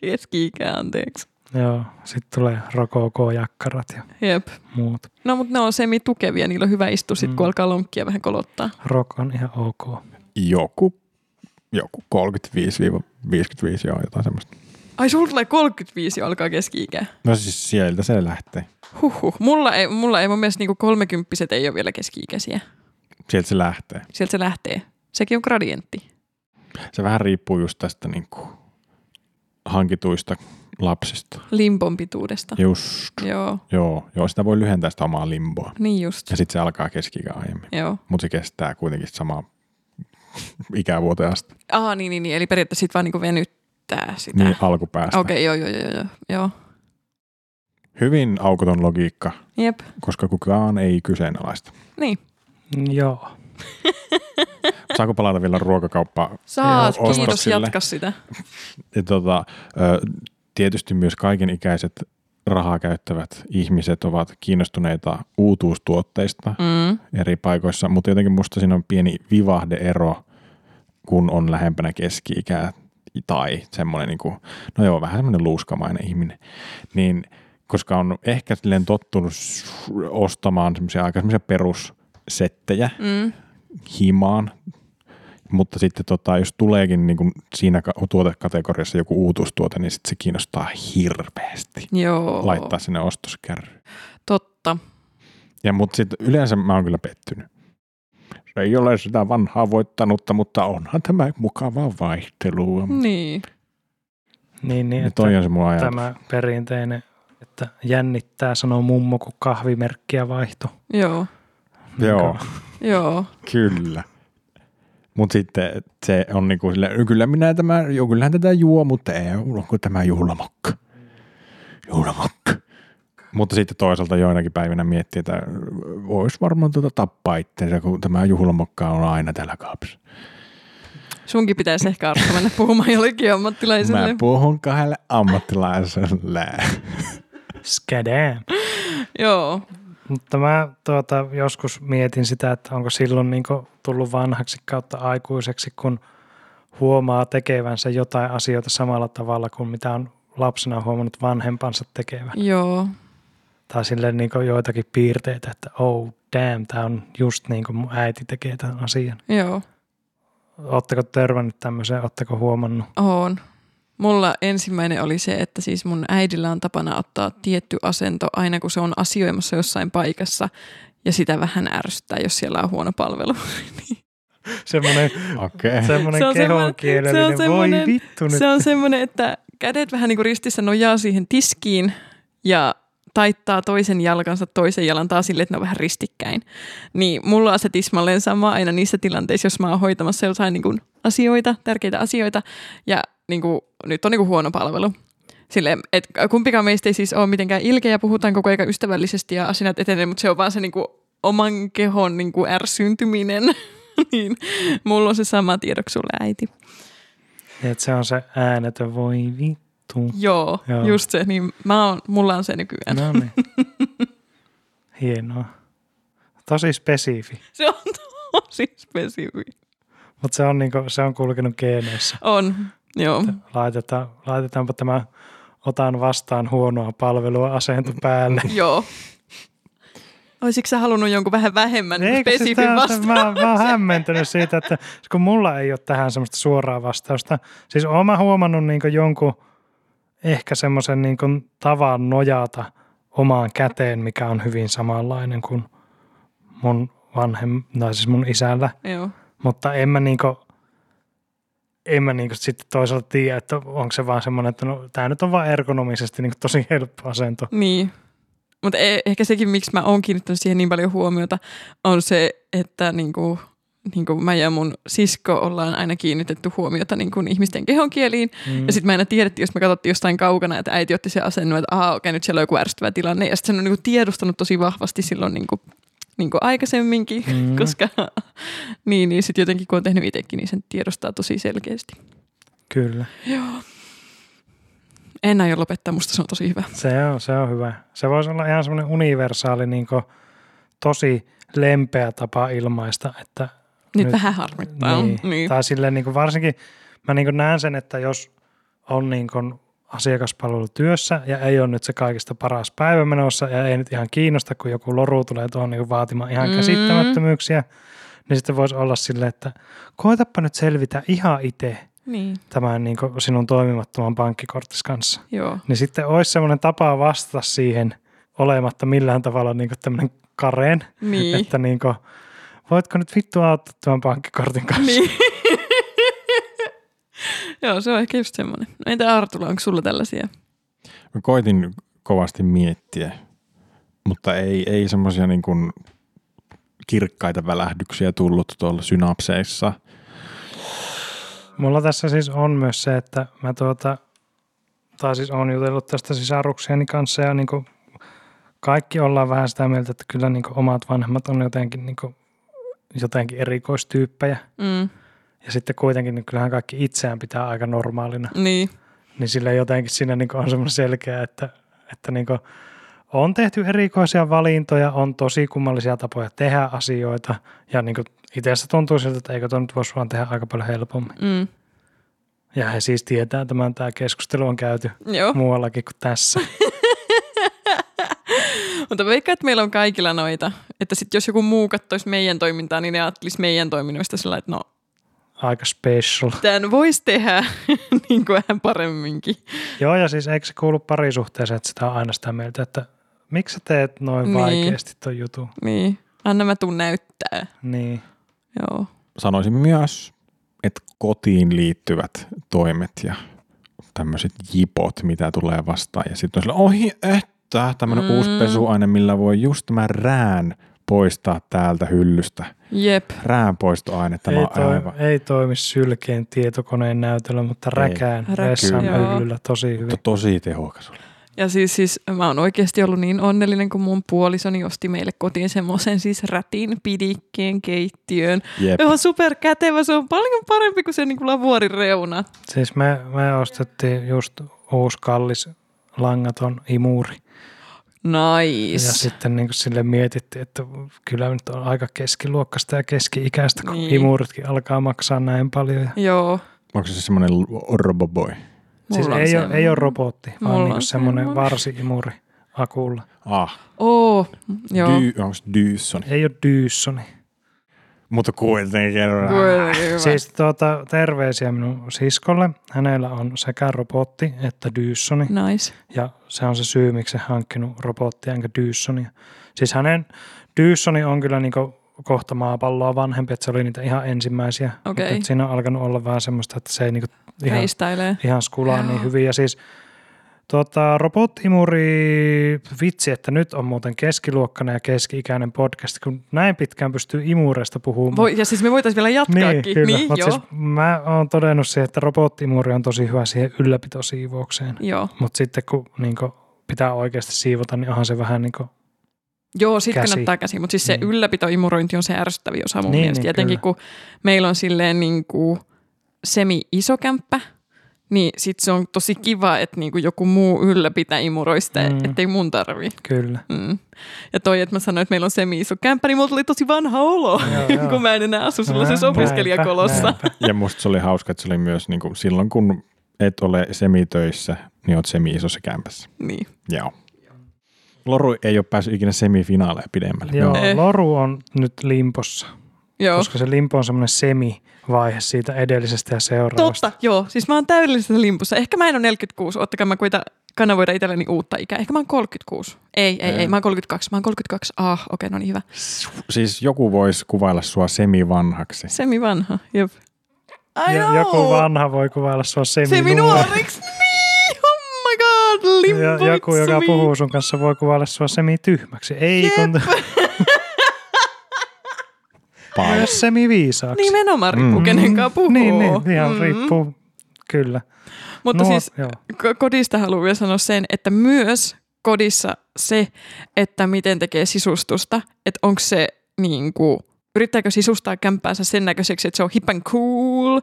[SPEAKER 1] Keski-ikää, anteeksi.
[SPEAKER 3] joo, sitten tulee rokokojakkarat ja
[SPEAKER 1] Jep.
[SPEAKER 3] muut.
[SPEAKER 1] No, mutta ne on semi-tukevia, niillä on hyvä istu sit, kun
[SPEAKER 3] Mm.
[SPEAKER 1] alkaa lonkkia vähän kolottaa.
[SPEAKER 3] Rock on ihan ok.
[SPEAKER 2] Joku, joku 35-55 joo, jotain semmoista.
[SPEAKER 1] Ai, sulla tulee 35 ja alkaa keski-ikä.
[SPEAKER 2] No siis sieltä se lähtee.
[SPEAKER 1] Huhhuh. Mulla ei, mulla ei mun mielestä niinku kolmekymppiset ei ole vielä keski-ikäisiä.
[SPEAKER 2] Sieltä se lähtee.
[SPEAKER 1] Sieltä se lähtee. Sekin on gradientti.
[SPEAKER 2] Se vähän riippuu just tästä niin kuin, hankituista lapsista.
[SPEAKER 1] Limbon pituudesta.
[SPEAKER 2] Just.
[SPEAKER 1] Joo.
[SPEAKER 2] Joo, joo, sitä voi lyhentää sitä omaa limboa.
[SPEAKER 1] Niin just.
[SPEAKER 2] Ja sitten se alkaa keski aiemmin.
[SPEAKER 1] Joo.
[SPEAKER 2] Mutta se kestää kuitenkin samaa ikävuoteen asti.
[SPEAKER 1] Aa, niin, niin, niin. Eli periaatteessa sit vaan niinku venyttää sitä.
[SPEAKER 2] Niin
[SPEAKER 1] Okei,
[SPEAKER 2] alkupäästä. Okay.
[SPEAKER 1] okay, joo, joo, joo, joo, joo.
[SPEAKER 2] Hyvin aukoton logiikka,
[SPEAKER 1] Jep.
[SPEAKER 2] koska kukaan ei kyseenalaista.
[SPEAKER 1] Niin.
[SPEAKER 3] Mm, Joo.
[SPEAKER 2] Saako palata vielä ruokakauppaan?
[SPEAKER 1] Saat,
[SPEAKER 2] Joo,
[SPEAKER 1] kiitos,
[SPEAKER 2] ostoksille.
[SPEAKER 1] jatka sitä.
[SPEAKER 2] Ja Tota, ö, tietysti myös kaikenikäiset rahaa käyttävät ihmiset ovat kiinnostuneita uutuustuotteista
[SPEAKER 1] Mm.
[SPEAKER 2] eri paikoissa, mutta jotenkin musta siinä on pieni vivahdeero, kun on lähempänä keski-ikää tai semmoinen, niin kuin, no joo, vähän semmoinen luuskamainen ihminen, niin koska on ehkä silleen tottunut s- ostamaan semmoisia aika semmoisia perussettejä
[SPEAKER 1] Mm.
[SPEAKER 2] himaan, mutta sitten tota, jos tuleekin niin kuin siinä ka- tuotekategoriassa joku uutuustuote, niin sitten se kiinnostaa hirveästi
[SPEAKER 1] Joo.
[SPEAKER 2] laittaa sinne ostoskärryyn.
[SPEAKER 1] Totta.
[SPEAKER 2] Ja mutta sitten yleensä mä oon kyllä pettynyt. Se ei ole sitä vanhaa voittanutta, mutta onhan tämä mukavaa vaihtelua. Mm,
[SPEAKER 1] Niin.
[SPEAKER 3] Niin, niin
[SPEAKER 2] ja
[SPEAKER 3] että
[SPEAKER 2] toi on se mun ajatus.
[SPEAKER 3] tämä perinteinen, että jännittää sanoo mummo, kun kahvimerkkiä vaihto. Niin
[SPEAKER 1] Joo.
[SPEAKER 2] Joo,
[SPEAKER 1] Joo.
[SPEAKER 2] kyllä. Mutta sitten se on niinku sille, kyllä minä tämä, joo, kyllähän tätä juo, mutta ei, onko tämä juhlamokka? Juhlamokka. Mutta sitten toisaalta joinakin päivinä miettii, että voisi varmaan tuota tappaa itseensä, kun tämä juhlamokka on aina täällä kaapissa.
[SPEAKER 1] Sunkin pitäisi ehkä alkaa mennä puhumaan jollekin ammattilaiselle.
[SPEAKER 2] Mä puhun kahdelle ammattilaiselle.
[SPEAKER 3] Skädään.
[SPEAKER 1] Joo.
[SPEAKER 3] Mutta mä tuota, joskus mietin sitä, että onko silloin niin tullut vanhaksi kautta aikuiseksi, kun huomaa tekevänsä jotain asioita samalla tavalla kuin mitä on lapsena huomannut vanhempansa tekevän.
[SPEAKER 1] Joo.
[SPEAKER 3] Tai silleen niin joitakin piirteitä, että oh damn, tämä on just niin kuin mun äiti tekee tämän asian.
[SPEAKER 1] Joo.
[SPEAKER 3] Oletteko törmännyt tämmöiseen, oletteko huomannut?
[SPEAKER 1] Oon. Mulla ensimmäinen oli se, että siis mun äidillä on tapana ottaa tietty asento aina, kun se on asioimassa jossain paikassa. Ja sitä vähän ärsyttää, jos siellä on huono palvelu. Niin
[SPEAKER 3] semmoinen,
[SPEAKER 2] Okei. Okay.
[SPEAKER 3] semmoinen
[SPEAKER 1] Se on
[SPEAKER 3] kehonkielellinen.
[SPEAKER 1] semmoinen- se on
[SPEAKER 3] Voi
[SPEAKER 1] semmoinen-
[SPEAKER 3] vittu nyt.
[SPEAKER 1] Se on semmoinen, että kädet vähän niin kuin ristissä nojaa siihen tiskiin ja taittaa toisen jalkansa toisen jalan taas sille, että ne on vähän ristikkäin. Niin mulla on se tismalleen sama aina niissä tilanteissa, jos mä oon hoitamassa jotain niin kuin asioita, tärkeitä asioita. Ja niin kuin, nyt on niin kuin huono palvelu. Silleen, et kumpikaan meistä ei siis ole mitenkään ilkeä ja puhutaan koko ajan ystävällisesti ja asiat etenee, mutta se on vaan se niin kuin oman kehon niin kuin ärsyyntyminen. niin, mulla on se sama tiedoksi sulle äiti.
[SPEAKER 3] Et Niin, se on se äänetön, voi vittu.
[SPEAKER 1] Joo,
[SPEAKER 3] Joo.
[SPEAKER 1] Joo, just se. Niin mä oon, mulla on se nykyään.
[SPEAKER 3] No niin. Hienoa. Tosi spesifi,
[SPEAKER 1] Se on tosi spesifi.
[SPEAKER 3] mutta se on, niinku, se on kulkenut geeneissä.
[SPEAKER 1] On, joo.
[SPEAKER 3] Laitetaan, laitetaanpa tämä otan vastaan huonoa palvelua asento päälle.
[SPEAKER 1] joo. Oisitko sä halunnut jonkun vähän vähemmän
[SPEAKER 3] Eikö se
[SPEAKER 1] spesifin
[SPEAKER 3] Niin, tää-
[SPEAKER 1] vastaan?
[SPEAKER 3] Mä, mä oon hämmentynyt siitä, että kun mulla ei ole tähän semmoista suoraa vastausta. Siis oon mä huomannut niin jonkun ehkä semmoisen niin tavan nojata omaan käteen, mikä on hyvin samanlainen kuin mun vanhem, tai siis mun isällä.
[SPEAKER 1] Joo.
[SPEAKER 3] Mutta en mä niinku, en mä niinku sitten toisaalta tiedä, että onko se vaan semmoinen, että no, tämä nyt on vaan ergonomisesti niinku tosi helppo asento.
[SPEAKER 1] Niin. Mutta e- ehkä sekin, miksi mä oon kiinnittänyt siihen niin paljon huomiota, on se, että niinku, niinku mä ja mun sisko ollaan aina kiinnitetty huomiota niinku ihmisten kehonkieliin. Mm. Ja sitten mä aina tiedettiin, jos me katsottiin jostain kaukana, että äiti otti se asennon, että aha, okei, nyt siellä on joku ärsyttävä tilanne. Ja sitten sen on niinku tiedostanut tosi vahvasti silloin niinku, niinku aikaisemminkin,
[SPEAKER 3] Mm.
[SPEAKER 1] mm. koska niin, niin sitten jotenkin kun on tehnyt itsekin, niin sen tiedostaa tosi selkeästi.
[SPEAKER 3] Kyllä.
[SPEAKER 1] En aio lopettaa, musta se on tosi hyvä.
[SPEAKER 3] Se on, se on hyvä. Se voisi olla ihan semmoinen universaali, niin kuin, tosi lempeä tapa ilmaista. Että,
[SPEAKER 1] Nyt,
[SPEAKER 3] Nyt-
[SPEAKER 1] Nyt vähän harmittaa. Niin. niin.
[SPEAKER 3] Tai silleen, niin kuin, varsinkin mä niin kuin, näen sen, että jos on niin kuin, asiakaspalvelutyössä ja ei ole nyt se kaikista paras päivä menossa ja ei nyt ihan kiinnosta, kun joku loru tulee tuohon niin kuin, vaatimaan ihan
[SPEAKER 1] Mm.
[SPEAKER 3] käsittämättömyyksiä, niin sitten voisi olla silleen, että koetapa nyt selvitä ihan itse
[SPEAKER 1] niin.
[SPEAKER 3] tämän niin kuin, sinun toimimattoman pankkikorttis kanssa
[SPEAKER 1] Joo.
[SPEAKER 3] niin sitten olisi semmoinen tapa vastata siihen olematta millään tavalla niin tämmöinen kareen,
[SPEAKER 1] Niin.
[SPEAKER 3] että niin kuin, voitko nyt vittu auttaa tuon pankkikortin kanssa?
[SPEAKER 1] Niin. Joo, se on ehkä just semmoinen. No entä Artula, onko sulla tällaisia?
[SPEAKER 2] Mä koitin kovasti miettiä, mutta ei, ei semmoisia niin kuin kirkkaita välähdyksiä tullut tuolla synapseissa.
[SPEAKER 3] Mulla tässä siis on myös se, että mä tuota, tai siis on jutellut tästä sisaruksieni kanssa ja niin kaikki ollaan vähän sitä mieltä, että kyllä niin omat vanhemmat on jotenkin, niin jotenkin erikoistyyppejä.
[SPEAKER 1] Mm,
[SPEAKER 3] Ja sitten kuitenkin niin kyllähän kaikki itseään pitää aika normaalina.
[SPEAKER 1] niin,
[SPEAKER 3] niin sillä jotenkin siinä niin on semmoinen selkeä, että, että niin on tehty erikoisia valintoja, on tosi kummallisia tapoja tehdä asioita ja niin itsestä tuntuu siltä, että eikö tuo nyt voisi vaan tehdä aika paljon helpommin.
[SPEAKER 1] mm,
[SPEAKER 3] Ja he siis tietää tämän, tämä keskustelu on käyty
[SPEAKER 1] joo.
[SPEAKER 3] muuallakin kuin tässä.
[SPEAKER 1] Mutta mä veikkaan, että meillä on kaikilla noita. Että sit jos joku muu katsoisi meidän toimintaa, niin ne ajattelisi meidän toiminnoista sillä lailla, että no,
[SPEAKER 3] Aika special.
[SPEAKER 1] tämän voisi tehdä niin kuin vähän paremminkin.
[SPEAKER 3] Joo ja siis eikö se kuulu parisuhteeseen, että sitä on aina sitä mieltä, että miksi sä teet noin
[SPEAKER 1] Niin.
[SPEAKER 3] vaikeasti ton jutun?
[SPEAKER 1] Niin, anna mä tuun näyttää.
[SPEAKER 3] Niin.
[SPEAKER 1] Joo.
[SPEAKER 2] Sanoisin myös, että kotiin liittyvät toimet ja tämmöiset jipot, mitä tulee vastaan. Ja sitten on sillä, ohi, että tämmöinen mm. uusi
[SPEAKER 1] Mm.
[SPEAKER 2] pesuaine, millä voi just tämän rään poistaa täältä hyllystä.
[SPEAKER 1] Jep.
[SPEAKER 2] Rääänpoistoaine, tämä
[SPEAKER 3] ei,
[SPEAKER 2] on aivan.
[SPEAKER 3] ei toimi sylkeen tietokoneen näytöllä, mutta
[SPEAKER 2] Ei.
[SPEAKER 3] räkään
[SPEAKER 1] Räkä-
[SPEAKER 3] vessan
[SPEAKER 1] Joo.
[SPEAKER 3] hyllyllä tosi hyvin.
[SPEAKER 2] Mutta tosi tehokas oli.
[SPEAKER 1] Ja siis, siis mä oon oikeasti ollut niin onnellinen, kun mun puolisoni osti meille kotiin semmoisen siis rätin pidikkeen keittiöön.
[SPEAKER 2] Jep.
[SPEAKER 1] Joo, superkätevä. Se on paljon parempi kuin se niin kuin lavuorin reuna.
[SPEAKER 3] Siis me, me ostettiin just uusi kallis langaton imuuri. Ja
[SPEAKER 1] Nice.
[SPEAKER 3] sitten niin kuin sille mietittiin, että kyllä nyt on aika keskiluokkasta ja keski-ikäistä, kun niin.
[SPEAKER 1] Niin.
[SPEAKER 3] imuuritkin alkaa maksaa näin paljon. Ja
[SPEAKER 1] Joo.
[SPEAKER 2] Onko se semmoinen roboboy?
[SPEAKER 3] siis
[SPEAKER 1] mulla on
[SPEAKER 3] ei, ole,
[SPEAKER 1] semmoinen.
[SPEAKER 3] ei ole robotti, vaan
[SPEAKER 1] Mulla
[SPEAKER 3] niin
[SPEAKER 1] on
[SPEAKER 3] kuin semmoinen
[SPEAKER 1] semmoinen.
[SPEAKER 3] varsi-imuri akulla.
[SPEAKER 2] Ah,
[SPEAKER 1] Oo, joo.
[SPEAKER 2] dy, onko se Dyson?
[SPEAKER 3] Ei ole Dysoni.
[SPEAKER 2] Mutta kuitenkin.
[SPEAKER 1] Voi, hyvä.
[SPEAKER 3] Siis tuota, terveisiä minun siskolle. Hänellä on sekä robotti että Dysoni.
[SPEAKER 1] Nice.
[SPEAKER 3] Ja se on se syy, miksi se hankkinut robottia enkä Dyssonia. Siis hänen Dyssoni on kyllä niinku kohta maapalloa vanhempi, että se oli niitä ihan ensimmäisiä.
[SPEAKER 1] Okei.
[SPEAKER 3] Mutta että siinä on alkanut olla vähän semmoista, että se ei niinku ihan,
[SPEAKER 1] Reistailee.
[SPEAKER 3] ihan skulaa
[SPEAKER 1] Joo.
[SPEAKER 3] niin hyvin. Ja siis tota, robottimuri, vitsi, että nyt on muuten keskiluokkana ja keski-ikäinen podcast, kun näin pitkään pystyy imureista puhumaan.
[SPEAKER 1] Voi, ja siis me voitaisiin vielä jatkaakin.
[SPEAKER 3] Niin, kyllä.
[SPEAKER 1] niin
[SPEAKER 3] Mut
[SPEAKER 1] joo.
[SPEAKER 3] Siis mä oon todennut siihen, että robottimuri on tosi hyvä siihen ylläpitosiivoukseen.
[SPEAKER 1] joo.
[SPEAKER 3] Mutta sitten kun niinku, pitää oikeasti siivota, niin onhan se vähän niin kuin,
[SPEAKER 1] Joo, sit
[SPEAKER 3] käsi.
[SPEAKER 1] käsi. kannattaa käsi, mutta siis se
[SPEAKER 3] Niin.
[SPEAKER 1] niin. ylläpitoimurointi on se ärsyttävin osa mun
[SPEAKER 3] Niin,
[SPEAKER 1] niin, mielestä.
[SPEAKER 3] niin,
[SPEAKER 1] Niin, Jotenkin kun meillä on silleen niin kuin semi-iso kämppä, niin sit se on tosi kiva, että niin kuin joku muu ylläpitää imuroista,
[SPEAKER 3] Mm.
[SPEAKER 1] mm. ettei mun tarvi.
[SPEAKER 3] kyllä.
[SPEAKER 1] Mm. Ja toi, että mä sanoin, että meillä on semi-iso kämppä, niin mulla tuli tosi vanha olo,
[SPEAKER 3] Joo, joo.
[SPEAKER 1] Niin. kun mä en enää asu sellaisessa
[SPEAKER 3] Näinpä,
[SPEAKER 1] opiskelijakolossa.
[SPEAKER 3] näinpä.
[SPEAKER 2] Ja musta se oli hauska, että se oli myös niin kuin, silloin, kun et ole semitöissä, niin oot semi-isossa kämpässä.
[SPEAKER 1] Niin.
[SPEAKER 2] Joo. Loru ei ole päässyt ikinä semifinaaleja pidemmälle.
[SPEAKER 3] Joo,
[SPEAKER 1] Eh.
[SPEAKER 3] Loru on nyt limpossa,
[SPEAKER 1] Joo.
[SPEAKER 3] koska se limpo on semmoinen semivaihe siitä edellisestä ja seuraavasta.
[SPEAKER 1] Totta, joo. Siis mä oon täydellisessä limpussa. Ehkä mä en ole 46, ottakaa mä koita kanavoida itselleni uutta ikää. Ehkä mä oon 36. Ei, ei,
[SPEAKER 2] Ei.
[SPEAKER 1] ei, mä oon 32. Mä oon 32. Ah, okei, no niin hyvä.
[SPEAKER 2] Siis joku voisi kuvailla sua semivanhaksi.
[SPEAKER 1] Semi vanha, jep. I
[SPEAKER 3] Ja
[SPEAKER 1] know.
[SPEAKER 3] joku vanha voi kuvailla sua
[SPEAKER 1] Semi
[SPEAKER 3] seminuori.
[SPEAKER 1] nuoreksi, niin! Oh my god, limpu
[SPEAKER 3] Ja joku,
[SPEAKER 1] it's
[SPEAKER 3] joka
[SPEAKER 1] me.
[SPEAKER 3] puhuu sun kanssa, voi kuvailla sua semityhmäksi. Ei, kun
[SPEAKER 2] Paus.
[SPEAKER 3] myös semiviisaaksi.
[SPEAKER 1] Nimenomaan riippuu,
[SPEAKER 2] Mm.
[SPEAKER 1] mm. kenen kanssa puhuu. Mm.
[SPEAKER 3] niin, niin, ihan riippuu. Kyllä.
[SPEAKER 1] Mutta
[SPEAKER 3] Nuor-
[SPEAKER 1] siis
[SPEAKER 3] joo.
[SPEAKER 1] ko- kodista haluan vielä sanoa sen, että myös kodissa se, että miten tekee sisustusta, että onko se niin kuin, yrittääkö sisustaa kämppäänsä sen näköiseksi, että se on hip and cool,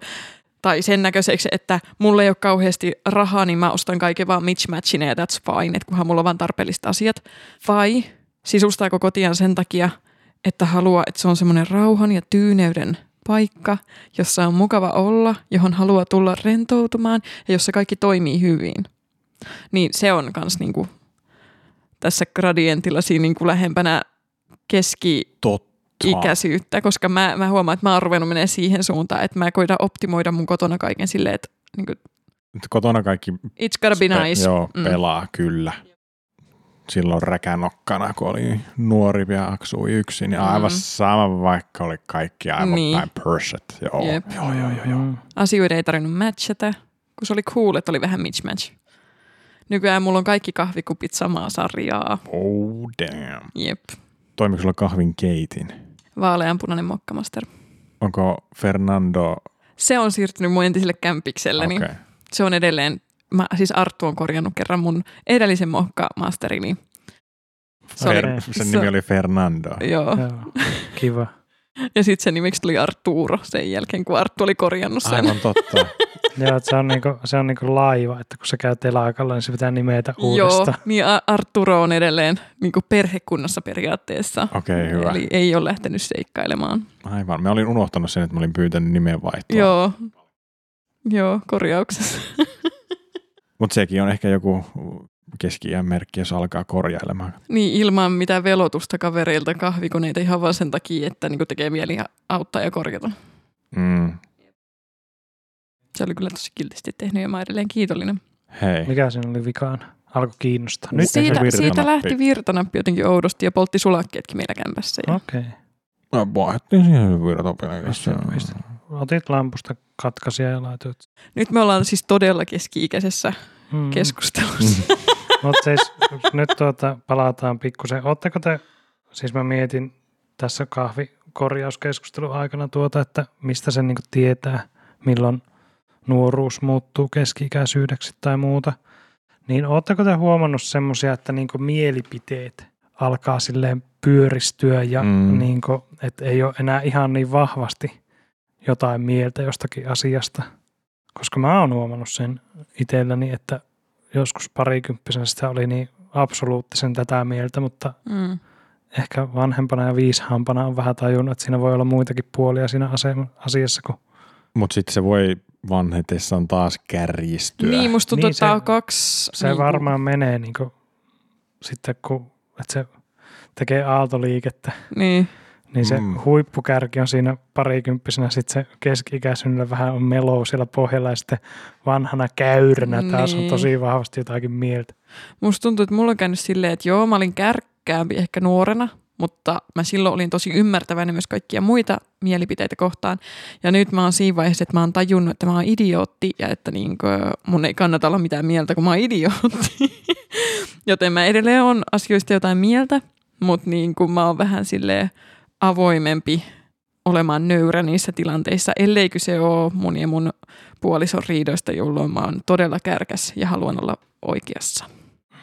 [SPEAKER 1] tai sen näköiseksi, että mulla ei ole kauheasti rahaa, niin mä ostan kaiken vaan mismatchina ja that's fine, että kunhan mulla on vaan tarpeelliset asiat. Vai sisustaako kotiaan sen takia, että haluaa, että se on semmoinen rauhan ja tyyneyden paikka, jossa on mukava olla, johon haluaa tulla rentoutumaan ja jossa kaikki toimii hyvin. Niin se on kans niinku tässä gradientilla siinä niinku lähempänä keski
[SPEAKER 2] Totta.
[SPEAKER 1] ikäisyyttä, koska mä, mä huomaan, että mä oon ruvennut menee siihen suuntaan, että mä koitan optimoida mun kotona kaiken silleen, että niinku,
[SPEAKER 2] Nyt Kotona kaikki
[SPEAKER 1] it's gotta be
[SPEAKER 2] pe-
[SPEAKER 1] nice.
[SPEAKER 2] joo,
[SPEAKER 1] Mm.
[SPEAKER 2] pelaa, kyllä. Silloin räkänokkana, kun oli nuori ja aksui yksin, niin aivan
[SPEAKER 1] Mm.
[SPEAKER 2] sama, vaikka oli kaikki aivan
[SPEAKER 1] Niin.
[SPEAKER 2] päin perset. Joo.
[SPEAKER 1] Jep.
[SPEAKER 2] joo, joo, joo, joo.
[SPEAKER 3] Mm.
[SPEAKER 1] Asioita ei tarvinnut matchata, kun se oli cool, että oli vähän mismatch. Nykyään mulla on kaikki kahvikupit samaa sarjaa.
[SPEAKER 2] Oh damn.
[SPEAKER 1] Jep.
[SPEAKER 2] Toimiko sulla kahvin keitin?
[SPEAKER 1] Vaaleanpunainen mokkamaster.
[SPEAKER 2] Onko Fernando...
[SPEAKER 1] Se on siirtynyt mun entiselle kämpikselleni.
[SPEAKER 2] Okei.
[SPEAKER 1] Se on edelleen, mä, siis Arttu on korjannut kerran mun edellisen mokkamasterini. Se oli,
[SPEAKER 2] Fer- sen
[SPEAKER 1] se-
[SPEAKER 2] nimi oli Fernando.
[SPEAKER 1] joo.
[SPEAKER 3] Joo. Kiva.
[SPEAKER 1] Ja sitten sen nimeksi tuli Arturo sen jälkeen, kun Arttu oli korjannut sen.
[SPEAKER 2] Aivan totta.
[SPEAKER 3] Joo, että se on, niinku, se on niinku laiva, että kun se käy telakalla, niin se pitää nimetä
[SPEAKER 1] Joo,
[SPEAKER 3] uudestaan.
[SPEAKER 1] niin A- Arturo on edelleen niin kuin perhekunnassa periaatteessa.
[SPEAKER 2] Okei, hyvä.
[SPEAKER 1] Eli ei ole lähtenyt seikkailemaan.
[SPEAKER 2] Aivan. Mä olin unohtanut sen, että mä olin pyytänyt nimenvaihtoa.
[SPEAKER 1] Joo. Joo, korjauksessa.
[SPEAKER 2] Mutta sekin on ehkä joku keski merkki, jos alkaa korjailemaan.
[SPEAKER 1] Niin ilman mitään velotusta kavereilta kahvikoneita ihan vaan sen takia, että niin tekee mieli auttaa ja korjata.
[SPEAKER 2] Mm.
[SPEAKER 1] Se oli kyllä tosi kiltisti tehnyt ja mä oon edelleen kiitollinen.
[SPEAKER 2] Hei.
[SPEAKER 3] Mikä siinä oli vikaan? Alkoi kiinnostaa. Nyt
[SPEAKER 2] ei
[SPEAKER 1] siitä,
[SPEAKER 2] se virtanappi.
[SPEAKER 1] siitä lähti virtanappi jotenkin oudosti ja poltti sulakkeetkin meillä kämpässä. Ja
[SPEAKER 3] Okei.
[SPEAKER 2] No, vaihdettiin siihen virtapelikässä.
[SPEAKER 3] Mistä? Otit lampusta katkaisia ja laitoit.
[SPEAKER 1] Nyt me ollaan siis todella keski-ikäisessä
[SPEAKER 3] Mm.
[SPEAKER 1] keskustelussa.
[SPEAKER 2] Mm.
[SPEAKER 3] Mutta siis nyt tuota, palataan pikkusen. Oletteko te, siis mä mietin tässä kahvikorjauskeskustelun aikana tuota, että mistä sen niinku tietää, milloin nuoruus muuttuu keski-ikäisyydeksi tai muuta. Niin ootteko te huomannut semmoisia, että niinku mielipiteet alkaa silleen pyöristyä ja
[SPEAKER 2] Mm.
[SPEAKER 3] mm. niinku, et ei ole enää ihan niin vahvasti jotain mieltä jostakin asiasta? Koska mä oon huomannut sen itselläni, että joskus parikymppisenä sitä oli niin absoluuttisen tätä mieltä, mutta
[SPEAKER 1] Mm.
[SPEAKER 3] ehkä vanhempana ja viishaampana on vähän tajunnut, että siinä voi olla muitakin puolia siinä asema, asiassa kuin
[SPEAKER 2] Mutta sitten se voi vanhetessaan taas kärjistyä.
[SPEAKER 1] Niin, musta tuntuu,
[SPEAKER 3] Niin,
[SPEAKER 1] että tää
[SPEAKER 3] se-
[SPEAKER 1] on kaksi...
[SPEAKER 3] se
[SPEAKER 1] niinku-
[SPEAKER 3] varmaan menee niin kuin, sitten kun että se tekee aaltoliikettä,
[SPEAKER 1] Niin.
[SPEAKER 3] niin se
[SPEAKER 2] Mm.
[SPEAKER 3] mm. huippukärki on siinä parikymppisenä, sitten se keski-ikäisyydellä vähän on melou siellä pohjalla ja sitten vanhana käyränä taas on
[SPEAKER 1] Niin.
[SPEAKER 3] tosi vahvasti jotakin mieltä.
[SPEAKER 1] Musta tuntuu, että mulla on käynyt silleen, että joo, mä olin kärkkäämpi ehkä nuorena, mutta mä silloin olin tosi ymmärtäväinen myös kaikkia muita mielipiteitä kohtaan. Ja nyt mä oon siinä vaiheessa, että mä oon tajunnut, että mä oon idiootti ja että niin kuin mun ei kannata olla mitään mieltä, kun mä oon idiootti. Joten mä edelleen on asioista jotain mieltä, mutta niin kuin mä oon vähän silleen avoimempi olemaan nöyrä niissä tilanteissa, ellei kyse ole mun ja mun puolison riidoista, jolloin mä oon todella kärkäs ja haluan olla oikeassa.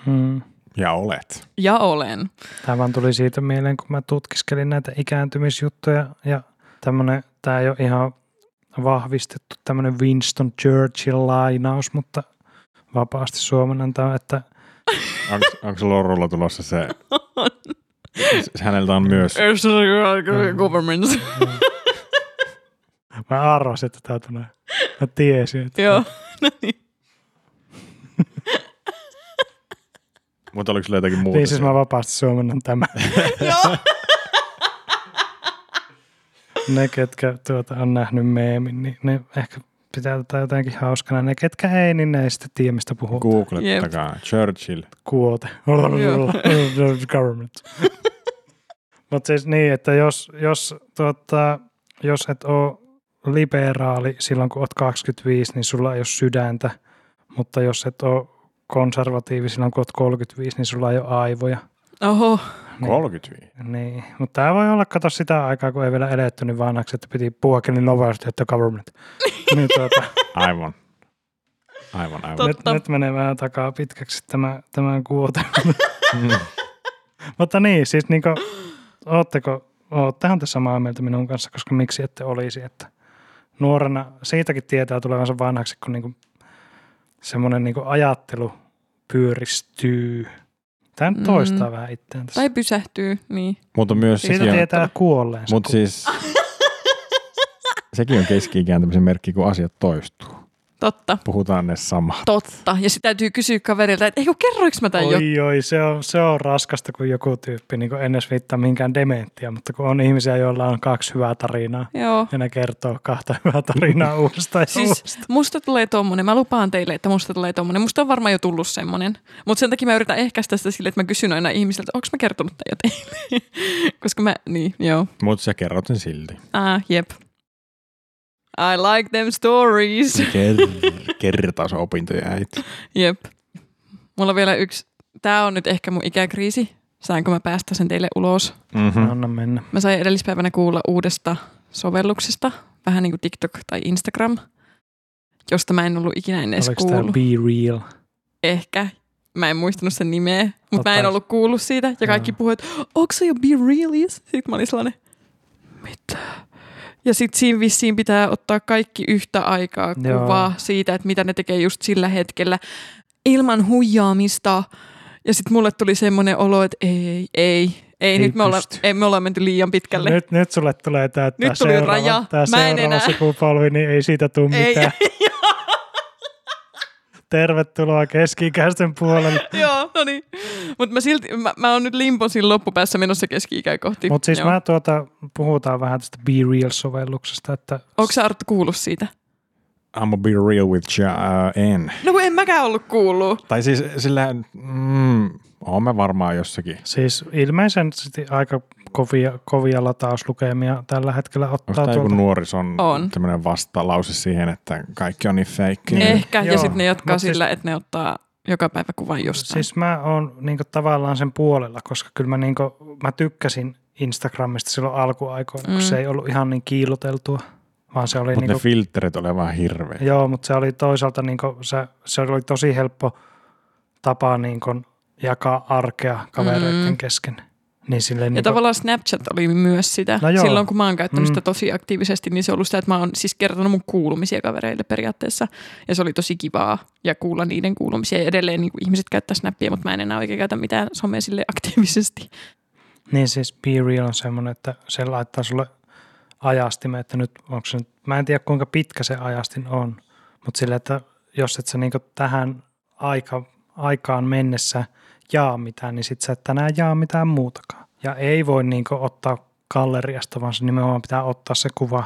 [SPEAKER 3] Hmm.
[SPEAKER 2] Ja olet.
[SPEAKER 1] Ja olen.
[SPEAKER 3] Tämä vaan tuli siitä mieleen, kun mä tutkiskelin näitä ikääntymisjuttuja ja tämmönen, tämä ei ole ihan vahvistettu tämmöinen Winston Churchill lainaus, mutta vapaasti suomennetaan, että
[SPEAKER 2] Onko, onko Lorrulla tulossa se... se- Häneltä on myös...
[SPEAKER 1] government.
[SPEAKER 3] mä arvasin, että tämä tulee. Mä tiesin, että
[SPEAKER 1] Joo. niin.
[SPEAKER 2] Mutta oliko sulla jotakin muuta?
[SPEAKER 3] Niin siis mä vapaasti suomennan tämä.
[SPEAKER 1] Joo.
[SPEAKER 3] Ne, ketkä tuota, on nähnyt meemin, niin ne ehkä pitää tätä jotenkin hauskana. Ne, ketkä ei, niin ne ei sitten tiedä, mistä puhuu. Ku-
[SPEAKER 2] Googlettakaa. Churchill.
[SPEAKER 3] Kuote.
[SPEAKER 1] Joo.
[SPEAKER 3] Government. Mutta siis niin, että jos, jos, tuota, jos et ole liberaali silloin, kun oot 25, niin sulla ei ole sydäntä. Mutta jos et ole konservatiivi silloin, kun oot 35, niin sulla ei ole aivoja.
[SPEAKER 1] Oho.
[SPEAKER 3] Niin.
[SPEAKER 2] 35.
[SPEAKER 3] Niin, mutta tämä voi olla, kato sitä aikaa, kun ei vielä eletty niin vanhaksi, että piti puhuakin niin nopeasti, että government. niin, tuota,
[SPEAKER 2] Aivan. Aivan, aivan.
[SPEAKER 1] Tot-
[SPEAKER 3] nyt,
[SPEAKER 1] Totta.
[SPEAKER 3] nyt menee vähän takaa pitkäksi tämä, tämä kuote.
[SPEAKER 2] Mm.
[SPEAKER 3] mutta niin, siis niin kuin, ootteko, oottehan te samaa mieltä minun kanssa, koska miksi ette olisi, että nuorena siitäkin tietää tulevansa vanhaksi, kun niin semmoinen niin ajattelu pyöristyy. Tämä nyt toistaa
[SPEAKER 1] Mm.
[SPEAKER 3] mm. vähän itseään tässä.
[SPEAKER 1] Tai pysähtyy, niin.
[SPEAKER 2] Mutta myös
[SPEAKER 3] Siitä
[SPEAKER 2] sekin on,
[SPEAKER 3] tietää kuolleensa.
[SPEAKER 2] mut siis, sekin on keski-ikääntämisen merkki, kun asiat toistuu.
[SPEAKER 1] Totta.
[SPEAKER 2] Puhutaan ne samat.
[SPEAKER 1] Totta. Ja sitten täytyy kysyä kaverilta, että eikö kerroinko mä tämän jo?
[SPEAKER 3] Oi, oi, se on, se on raskasta, kun joku tyyppi niin kuin ennen viittaa minkään dementtiä, mutta kun on ihmisiä, joilla on kaksi hyvää tarinaa,
[SPEAKER 1] Joo.
[SPEAKER 3] ja ne kertoo kahta hyvää tarinaa uudestaan.
[SPEAKER 1] Siis musta tulee tommonen, mä lupaan teille, että musta tulee tommonen. Musta on varmaan jo tullut semmonen. Mutta sen takia mä yritän ehkäistä sitä sille, että mä kysyn aina ihmisiltä, onko mä kertonut tämän jo teille? Koska mä, niin, joo.
[SPEAKER 2] Mutta sä kerrot sen silti.
[SPEAKER 1] Ah, jep. I like them stories.
[SPEAKER 2] Ker- kertaus opintoja äiti.
[SPEAKER 1] Jep. Mulla on vielä yksi. Tämä on nyt ehkä mun ikäkriisi. Säänkö mä päästä sen teille ulos?
[SPEAKER 2] Mm-hmm.
[SPEAKER 3] No, Anna mennä.
[SPEAKER 1] Mä sain edellispäivänä kuulla uudesta sovelluksesta, vähän niin kuin TikTok tai Instagram, josta mä en ollut ikinä ennen edes
[SPEAKER 3] Oliko tämä
[SPEAKER 1] kuullut.
[SPEAKER 3] Be Real?
[SPEAKER 1] Ehkä. Mä en muistanut sen nimeä, mutta mä en
[SPEAKER 3] Totta.
[SPEAKER 1] ollut kuullut siitä. Ja kaikki
[SPEAKER 3] Joo.
[SPEAKER 1] puhuivat, onko se jo Be Realis? Sitten mä olin sellainen, mitä? Ja sitten siinä vissiin pitää ottaa kaikki yhtä aikaa
[SPEAKER 3] Joo.
[SPEAKER 1] kuvaa siitä, että mitä ne tekee just sillä hetkellä ilman huijaamista. Ja sitten mulle tuli semmoinen olo, että ei, ei, ei,
[SPEAKER 3] Ei
[SPEAKER 1] nyt me ollaan,
[SPEAKER 3] pysty.
[SPEAKER 1] ei, me ollaan menty liian pitkälle.
[SPEAKER 3] Nyt, nyt sulle tulee tämä,
[SPEAKER 1] Nyt
[SPEAKER 3] tämä
[SPEAKER 1] tuli
[SPEAKER 3] seuraava,
[SPEAKER 1] raja.
[SPEAKER 3] Tämä
[SPEAKER 1] Mä en
[SPEAKER 3] seuraava
[SPEAKER 1] enää.
[SPEAKER 3] sukupolvi, niin ei siitä tule
[SPEAKER 1] Ei.
[SPEAKER 3] mitään. Tervetuloa keski-ikäisten puolelle.
[SPEAKER 1] Joo, no niin. Mutta mä silti, mä, mä oon nyt limposin loppupäässä menossa keski-ikää kohti.
[SPEAKER 3] Mutta siis
[SPEAKER 1] Joo.
[SPEAKER 3] mä tuota, puhutaan vähän tästä Be Real-sovelluksesta, että
[SPEAKER 1] Onko sä Arttu kuullut siitä?
[SPEAKER 2] I'm a be real with you, uh, en.
[SPEAKER 1] No kun en mäkään ollut kuullut.
[SPEAKER 2] Tai siis sillä, mm, oon mä varmaan jossakin.
[SPEAKER 3] Siis ilmeisesti aika kovia, kovia latauslukemia tällä hetkellä
[SPEAKER 2] Onko
[SPEAKER 3] ottaa
[SPEAKER 2] tämä joku
[SPEAKER 3] tuolta.
[SPEAKER 2] nuorison
[SPEAKER 1] On.
[SPEAKER 2] tämmöinen vastalause siihen, että kaikki on niin feikki?
[SPEAKER 3] Niin.
[SPEAKER 1] Ehkä, ja
[SPEAKER 3] Joo.
[SPEAKER 1] sitten ne jatkaa
[SPEAKER 3] Mut siis-
[SPEAKER 1] sillä, että ne ottaa joka päivä kuvan jostain.
[SPEAKER 3] Siis mä oon niinku tavallaan sen puolella, koska kyllä mä, niinku, mä tykkäsin Instagramista silloin alkuaikoina, mm.
[SPEAKER 1] Mm.
[SPEAKER 3] kun se ei ollut ihan niin kiiloteltua, vaan se oli
[SPEAKER 2] Mutta ne
[SPEAKER 3] niinku,
[SPEAKER 2] filterit oli vähän hirveä.
[SPEAKER 3] joo, mutta se oli toisaalta niinku, se, se oli tosi helppo tapa niinku jakaa arkea kavereiden
[SPEAKER 1] Mm.
[SPEAKER 3] mm. kesken. Niin silleen
[SPEAKER 1] Ja
[SPEAKER 3] niinku,
[SPEAKER 1] tavallaan Snapchat oli myös sitä.
[SPEAKER 3] No joo.
[SPEAKER 1] Silloin kun mä oon käyttänyt sitä
[SPEAKER 3] Mm.
[SPEAKER 1] tosi aktiivisesti, niin se on ollut sitä, että mä oon siis kertonut mun kuulumisia kavereille periaatteessa. Ja se oli tosi kivaa ja kuulla niiden kuulumisia. Ja edelleen niin kuin ihmiset käyttää Snappia, mutta mä en enää oikein käytä mitään somea sille aktiivisesti.
[SPEAKER 3] Niin siis Be Real on semmoinen, että se laittaa sulle ajastime, että nyt onko se nyt, mä en tiedä kuinka pitkä se ajastin on, mutta sille, että jos et sä niinku tähän aika, aikaan mennessä jaa mitään, niin sit sä et tänään jaa mitään muutakaan. Ja ei voi niinku ottaa galleriasta, vaan se nimenomaan pitää ottaa se kuva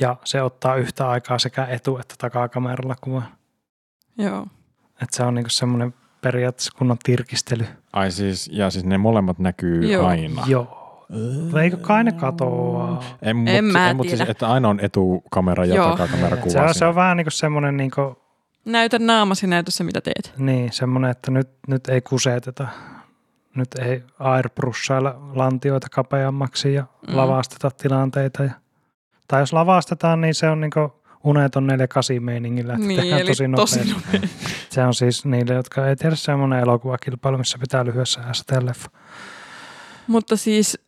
[SPEAKER 3] ja se ottaa yhtä aikaa sekä etu- että takakameralla kuvan.
[SPEAKER 1] Joo.
[SPEAKER 3] Että se on niinku semmoinen periaatteessa kunnon tirkistely.
[SPEAKER 2] Ai siis, ja siis ne molemmat näkyy
[SPEAKER 1] Joo.
[SPEAKER 2] aina.
[SPEAKER 3] Joo. Mutta eikö kai ne katoa?
[SPEAKER 2] En, mut,
[SPEAKER 1] En mä
[SPEAKER 2] en, mut siis,
[SPEAKER 1] tiedä.
[SPEAKER 2] että aina on etukamera ja
[SPEAKER 1] Joo.
[SPEAKER 2] takakamera kuva.
[SPEAKER 3] Se on, se
[SPEAKER 2] siinä.
[SPEAKER 3] on vähän niin kuin semmoinen, niin, kuin,
[SPEAKER 1] Näytä naamasi, näytä se mitä teet.
[SPEAKER 3] niin semmoinen, että nyt, nyt ei kuseeteta. Nyt ei airbrushailla lantioita kapeammaksi ja
[SPEAKER 1] Mm.
[SPEAKER 3] mm. lavasteta tilanteita. Ja, tai jos lavastetaan, niin se on niin kuin uneton 4-8 meiningillä, että niin,
[SPEAKER 1] niin,
[SPEAKER 3] tehdään
[SPEAKER 1] eli
[SPEAKER 3] tosi nopeasti.
[SPEAKER 1] Tosi nopea.
[SPEAKER 3] Se on siis niille, jotka ei tiedä semmoinen elokuvakilpailu, missä pitää lyhyessä ajassa tehdä leffa.
[SPEAKER 1] Mutta siis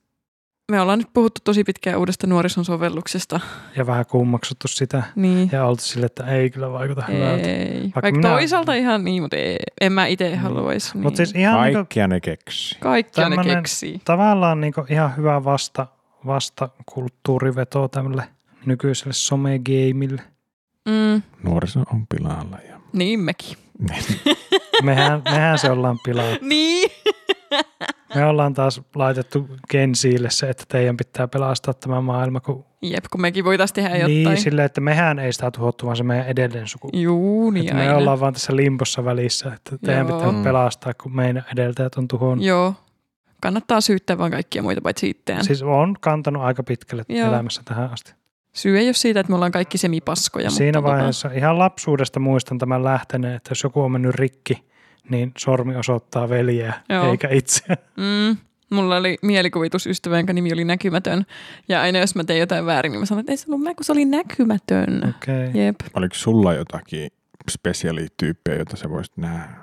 [SPEAKER 1] me ollaan nyt puhuttu tosi pitkään uudesta nuorison sovelluksesta.
[SPEAKER 3] Ja vähän kummaksuttu sitä
[SPEAKER 1] Niin.
[SPEAKER 3] ja oltu sille, että ei kyllä vaikuta hyvältä.
[SPEAKER 1] Ei. Vaikka,
[SPEAKER 3] Vaikka
[SPEAKER 1] Vaikka
[SPEAKER 3] minä-
[SPEAKER 1] toisaalta ihan niin, mutta ei, en mä itse haluaisi. Niin.
[SPEAKER 3] Mutta siis ihan niinku,
[SPEAKER 2] Kaikkia ne keksi.
[SPEAKER 1] Kaikkia ne
[SPEAKER 3] tämmönen-
[SPEAKER 1] keksii.
[SPEAKER 3] tavallaan niinku ihan hyvä vasta, vastakulttuuriveto tämmöille nykyiselle somegeimille.
[SPEAKER 1] Mm,
[SPEAKER 2] Nuoriso on pilalla. Ja...
[SPEAKER 1] niin mekin.
[SPEAKER 3] Mehän, mehän se ollaan pilaa.
[SPEAKER 1] Niin.
[SPEAKER 3] Me ollaan taas laitettu Gensiille se, että teidän pitää pelastaa tämä maailma. Kun,
[SPEAKER 1] Jep, kun mekin voitaisiin tehdä jotain.
[SPEAKER 3] niin silleen, että mehän ei sitä tuhottu, vaan se meidän edellinen suku.
[SPEAKER 1] Juu, niin
[SPEAKER 3] Että me
[SPEAKER 1] aina.
[SPEAKER 3] ollaan vaan tässä limpossa välissä, että teidän
[SPEAKER 1] Joo.
[SPEAKER 3] pitää pelastaa, kun meidän edeltäjät on tuhonnut.
[SPEAKER 1] Joo. Kannattaa syyttää vaan kaikkia muita paitsi itseään.
[SPEAKER 3] Siis on kantanut aika pitkälle
[SPEAKER 1] Joo.
[SPEAKER 3] Joo. elämässä tähän asti.
[SPEAKER 1] Syy ei ole siitä, että me ollaan kaikki semipaskoja.
[SPEAKER 3] Siinä
[SPEAKER 1] mutta tota-
[SPEAKER 3] vaiheessa ihan lapsuudesta muistan tämän lähteneen, että jos joku on mennyt rikki, niin sormi osoittaa veljeä
[SPEAKER 1] Joo.
[SPEAKER 3] Joo. eikä itseä.
[SPEAKER 1] Mm. Mulla oli mielikuvitus ystävä, jonka nimi oli näkymätön. Ja aina jos mä tein jotain väärin, niin mä sanoin, että ei se ollut mä, kun se oli näkymätön.
[SPEAKER 3] Okay.
[SPEAKER 1] Jep.
[SPEAKER 2] Oliko sulla jotakin spesiaalityyppejä, joita sä voisit nähdä?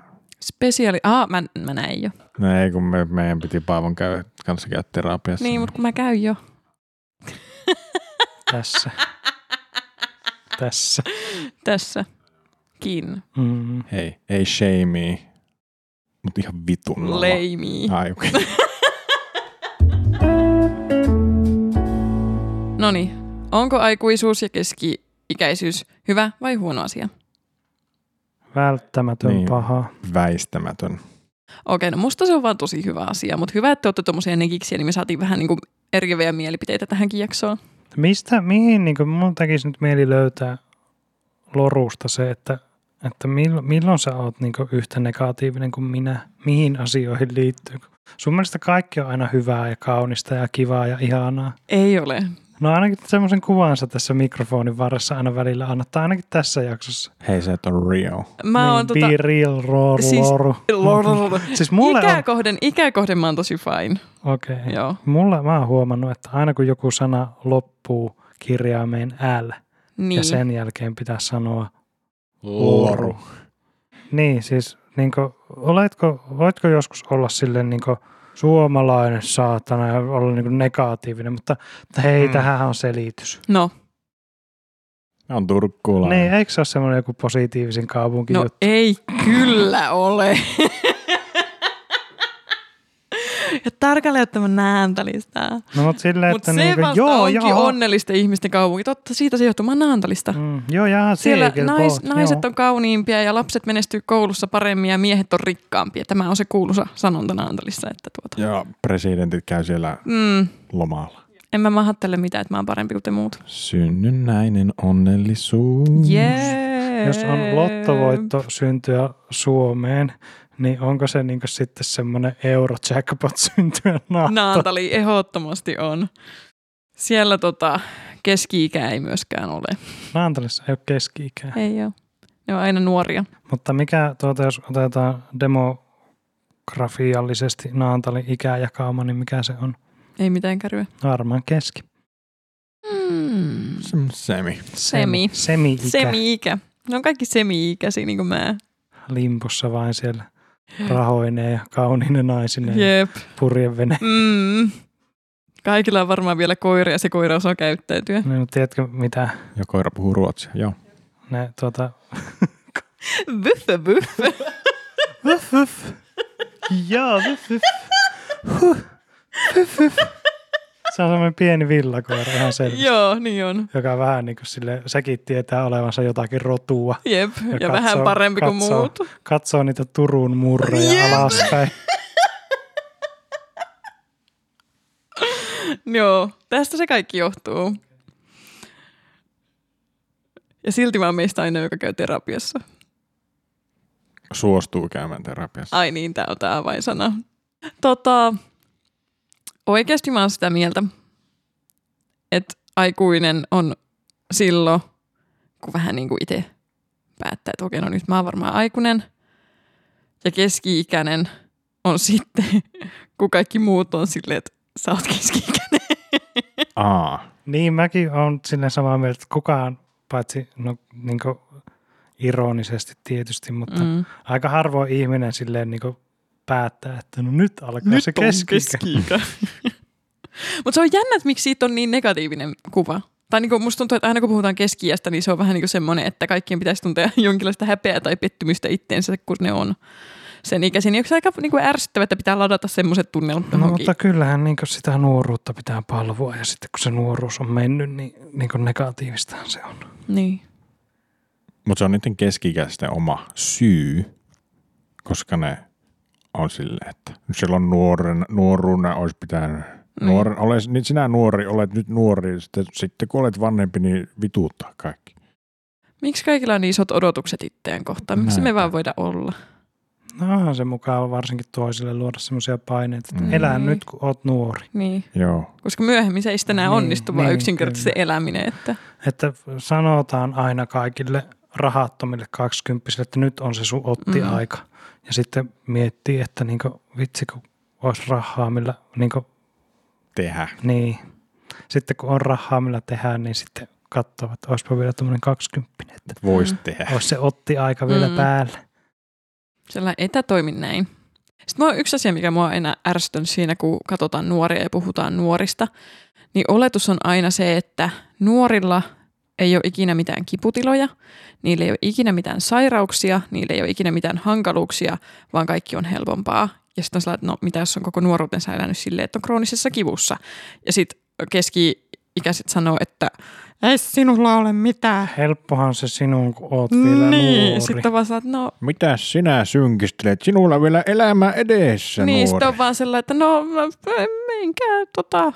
[SPEAKER 1] Spesiaali. Ah, mä, mä näin jo.
[SPEAKER 2] No ei, kun me, meidän piti Paavon käy, kanssa käydä terapiassa.
[SPEAKER 1] Niin, mutta kun mä käyn jo.
[SPEAKER 3] Tässä. Tässä.
[SPEAKER 1] Tässäkin.
[SPEAKER 3] Mm.
[SPEAKER 2] Hei, ei shamee, mutta ihan vitun lama.
[SPEAKER 1] Leimi.
[SPEAKER 3] Ah.
[SPEAKER 2] Ai okei.
[SPEAKER 1] No niin. Onko aikuisuus ja keski-ikäisyys hyvä vai huono asia?
[SPEAKER 3] Välttämätön
[SPEAKER 2] Niin.
[SPEAKER 3] niin. paha.
[SPEAKER 2] Väistämätön.
[SPEAKER 1] Okei, no musta se on vaan tosi hyvä asia, mutta hyvä, että olette tuommoisia negiksiä, niin me saatiin vähän niin kuin eriäviä mielipiteitä tähänkin jaksoon.
[SPEAKER 3] Mistä, mihin, niin kuin mun tekisi nyt mieli löytää lorusta se, että, että millo, milloin sä oot niin kuin yhtä negatiivinen kuin minä, mihin asioihin liittyy. Sun mielestä kaikki on aina hyvää ja kaunista ja kivaa ja ihanaa.
[SPEAKER 1] Ei ole.
[SPEAKER 3] No ainakin semmoisen kuvansa tässä mikrofonin varressa aina välillä annat, tai ainakin tässä jaksossa.
[SPEAKER 2] Hei, sä et on real.
[SPEAKER 1] Mä
[SPEAKER 3] niin,
[SPEAKER 1] oon tota...
[SPEAKER 3] Be real, roru,
[SPEAKER 1] Siis-
[SPEAKER 3] siis, loru.
[SPEAKER 1] Lorr.
[SPEAKER 3] Siis mulle on, Niin.
[SPEAKER 1] Ikäkohden, ikäkohden mä oon tosi fine.
[SPEAKER 3] okei.
[SPEAKER 1] Joo.
[SPEAKER 3] Mulle, mä oon huomannut, että aina kun joku sana loppuu kirjaimeen L,
[SPEAKER 1] Niin.
[SPEAKER 3] ja sen jälkeen pitää sanoa
[SPEAKER 2] Loru.
[SPEAKER 3] Niin, siis niin kuin, oletko, voitko joskus olla silleen niin kuin, suomalainen saatana ja olla niin kuin, negatiivinen, mutta mutta hei,
[SPEAKER 2] Mm.
[SPEAKER 3] mm. tähän on selitys.
[SPEAKER 1] No,
[SPEAKER 2] Mä oon turkkulainen.
[SPEAKER 3] Niin, eikö se ole semmoinen joku positiivisin kaupunki?
[SPEAKER 1] no
[SPEAKER 3] juttu?
[SPEAKER 1] ei kyllä ole. ja tarkalleen, että mä näen tän listaa.
[SPEAKER 3] no mutta silleen,
[SPEAKER 1] Mutta
[SPEAKER 3] että
[SPEAKER 1] se
[SPEAKER 3] niin kuin,
[SPEAKER 1] vasta joo,
[SPEAKER 3] joo,
[SPEAKER 1] onkin
[SPEAKER 3] joo,
[SPEAKER 1] onnellisten ihmisten kaupunki. Totta, siitä se johtuu. Mä oon Naantalista.
[SPEAKER 3] Mm, joo, jaa,
[SPEAKER 1] Siellä
[SPEAKER 3] siellä
[SPEAKER 1] nais, naiset
[SPEAKER 3] joo.
[SPEAKER 1] on kauniimpia ja lapset menestyy koulussa paremmin ja miehet on rikkaampia. Tämä on se kuuluisa sanonta Naantalissa. Että tuota.
[SPEAKER 2] Ja presidentit käy siellä
[SPEAKER 1] mm,
[SPEAKER 2] lomalla.
[SPEAKER 1] en mä mahattele mitään, että mä oon parempi kuin te muut.
[SPEAKER 2] Synnynnäinen onnellisuus.
[SPEAKER 1] Jee.
[SPEAKER 3] Mm. Jos on lottovoitto syntyä Suomeen, niin onko se niin kuin, sitten semmoinen eurojackpot syntyä Naantalissa?
[SPEAKER 1] Naantali ehdottomasti on. Siellä tota, keski-ikä ei myöskään ole.
[SPEAKER 3] Naantalissa ei ole keski-ikää.
[SPEAKER 1] Ei ole. Ne on aina nuoria.
[SPEAKER 3] Mutta mikä, tuota, jos otetaan demografiallisesti Naantalin ikäjakauma, niin mikä se on?
[SPEAKER 1] Ei mitään käryä.
[SPEAKER 3] Varmaan keski. Hmm.
[SPEAKER 1] Mm.
[SPEAKER 2] Sem- Semi.
[SPEAKER 1] Semi.
[SPEAKER 3] Semi-ikä. Semi.
[SPEAKER 1] Semi-ikä. Ne on kaikki semi-ikäisiä, niin kuin mä.
[SPEAKER 3] Limpussa vain siellä rahoineen ja kauniine naisineen yeah.
[SPEAKER 1] Jep.
[SPEAKER 3] purjevene.
[SPEAKER 1] Mm. Kaikilla on varmaan vielä koira ja se koira osaa käyttäytyä.
[SPEAKER 3] No, tiedätkö mitä
[SPEAKER 2] Ja koira puhuu ruotsia. Joo.
[SPEAKER 3] ne tuota...
[SPEAKER 1] Vyffö, vyffö.
[SPEAKER 3] Vuff, vuff. Joo, vuff, vuff. Se on semmoinen pieni villakoira ihan selvästi,
[SPEAKER 1] Joo, niin on.
[SPEAKER 3] joka vähän niin kuin sille, sekin tietää olevansa jotakin rotua.
[SPEAKER 1] Jep, ja,
[SPEAKER 3] Ja
[SPEAKER 1] vähän
[SPEAKER 3] katsoo-
[SPEAKER 1] parempi kuin
[SPEAKER 3] katsoo.
[SPEAKER 1] muut.
[SPEAKER 3] katsoo niitä Turun murreja
[SPEAKER 1] Jep.
[SPEAKER 3] Jep. alaspäin.
[SPEAKER 1] Joo, tästä se kaikki johtuu. Ja silti mä oon meistä ainoa, joka käy terapiassa.
[SPEAKER 2] suostuu käymään terapiassa.
[SPEAKER 1] Ai niin, tämä on tämä avainsana. Tota, oikeasti mä oon sitä mieltä, että aikuinen on silloin, kun vähän niin kuin itse päättää, että okei, no nyt mä oon varmaan aikuinen. Ja keski-ikäinen on sitten, kun kaikki muut on silleen, että sä oot keski-ikäinen.
[SPEAKER 2] Aa,
[SPEAKER 3] Niin, mäkin olen sillä samaa mieltä, että kukaan, paitsi no, niin ironisesti tietysti, mutta mm.
[SPEAKER 1] Mm.
[SPEAKER 3] aika harvoin ihminen silleen niin päättää, että no nyt alkaa se keski
[SPEAKER 1] Mutta se on jännä, että miksi siitä on niin negatiivinen kuva. Tai niinku musta tuntuu, että aina kun puhutaan keski niin se on vähän niinku semmoinen, että kaikkien pitäisi tuntea jonkinlaista häpeää tai pettymystä itteensä, kun ne on sen ikäisiä. Niin onko se aika niinku ärsyttävää, että pitää ladata semmoiset tunnelmat
[SPEAKER 3] No,
[SPEAKER 1] johonkin?
[SPEAKER 3] mutta kyllähän niin sitä nuoruutta pitää palvoa ja sitten kun se nuoruus on mennyt, niin, niin negatiivistahan se on.
[SPEAKER 1] Niin.
[SPEAKER 2] mutta se on niiden keski oma syy, koska ne on silleen, että nyt silloin nuoren, nuoruuden olisi pitänyt Nuoren, olet, niin sinä nuori, olet nyt nuori, sitten, sitten kun olet vanhempi, niin vituuttaa kaikki.
[SPEAKER 1] Miksi kaikilla on niin isot odotukset itteen kohtaan? Miksi me
[SPEAKER 2] Näinpä.
[SPEAKER 1] vaan voida olla?
[SPEAKER 3] No onhan se mukava varsinkin toisille luoda semmoisia paineita, että
[SPEAKER 2] Mm.
[SPEAKER 3] mm. elää
[SPEAKER 1] Niin.
[SPEAKER 3] nyt kun oot nuori.
[SPEAKER 1] Niin.
[SPEAKER 2] Joo,
[SPEAKER 1] Koska myöhemmin se ei sitten enää
[SPEAKER 3] Niin,
[SPEAKER 1] onnistu, vaan
[SPEAKER 3] niin,
[SPEAKER 1] yksinkertaisesti eläminen. Että...
[SPEAKER 3] Että sanotaan aina kaikille rahattomille kaksikymppisille, että nyt on se sun otti
[SPEAKER 1] Mm.
[SPEAKER 3] aika. Ja sitten miettii, että niin vitsi kun olisi rahaa, millä niin,
[SPEAKER 2] tehdä.
[SPEAKER 3] niin. Sitten kun on rahaa, millä tehdään, niin sitten katsovat, että olisipa vielä tuommoinen kaksikymppinen, että
[SPEAKER 2] Voisi
[SPEAKER 1] Mm.
[SPEAKER 2] tehdä.
[SPEAKER 3] olisi se otti aika vielä
[SPEAKER 1] Mm.
[SPEAKER 3] mm. päällä.
[SPEAKER 1] Sellainen etätoimi näin. Sitten mua on yksi asia, mikä mua on enää ärsytön siinä, kun katsotaan nuoria ja puhutaan nuorista, niin oletus on aina se, että nuorilla ei ole ikinä mitään kiputiloja, niillä ei ole ikinä mitään sairauksia, niillä ei ole ikinä mitään hankaluuksia, vaan kaikki on helpompaa. Ja sitten on sellainen, että no mitä jos on koko nuoruutensa elänyt silleen, että on kroonisessa kivussa. Ja sitten keski-ikäiset sanoo, että ei sinulla ole mitään.
[SPEAKER 3] Helppohan se sinun, kun oot vielä nuori.
[SPEAKER 1] niin, sitten on vaan sellainen, että no
[SPEAKER 2] Mitä sinä synkistelet? Sinulla on vielä elämä edessä,
[SPEAKER 1] niin,
[SPEAKER 2] nuori.
[SPEAKER 1] sitten on vaan sellainen, että no mä- mä- menkää tota,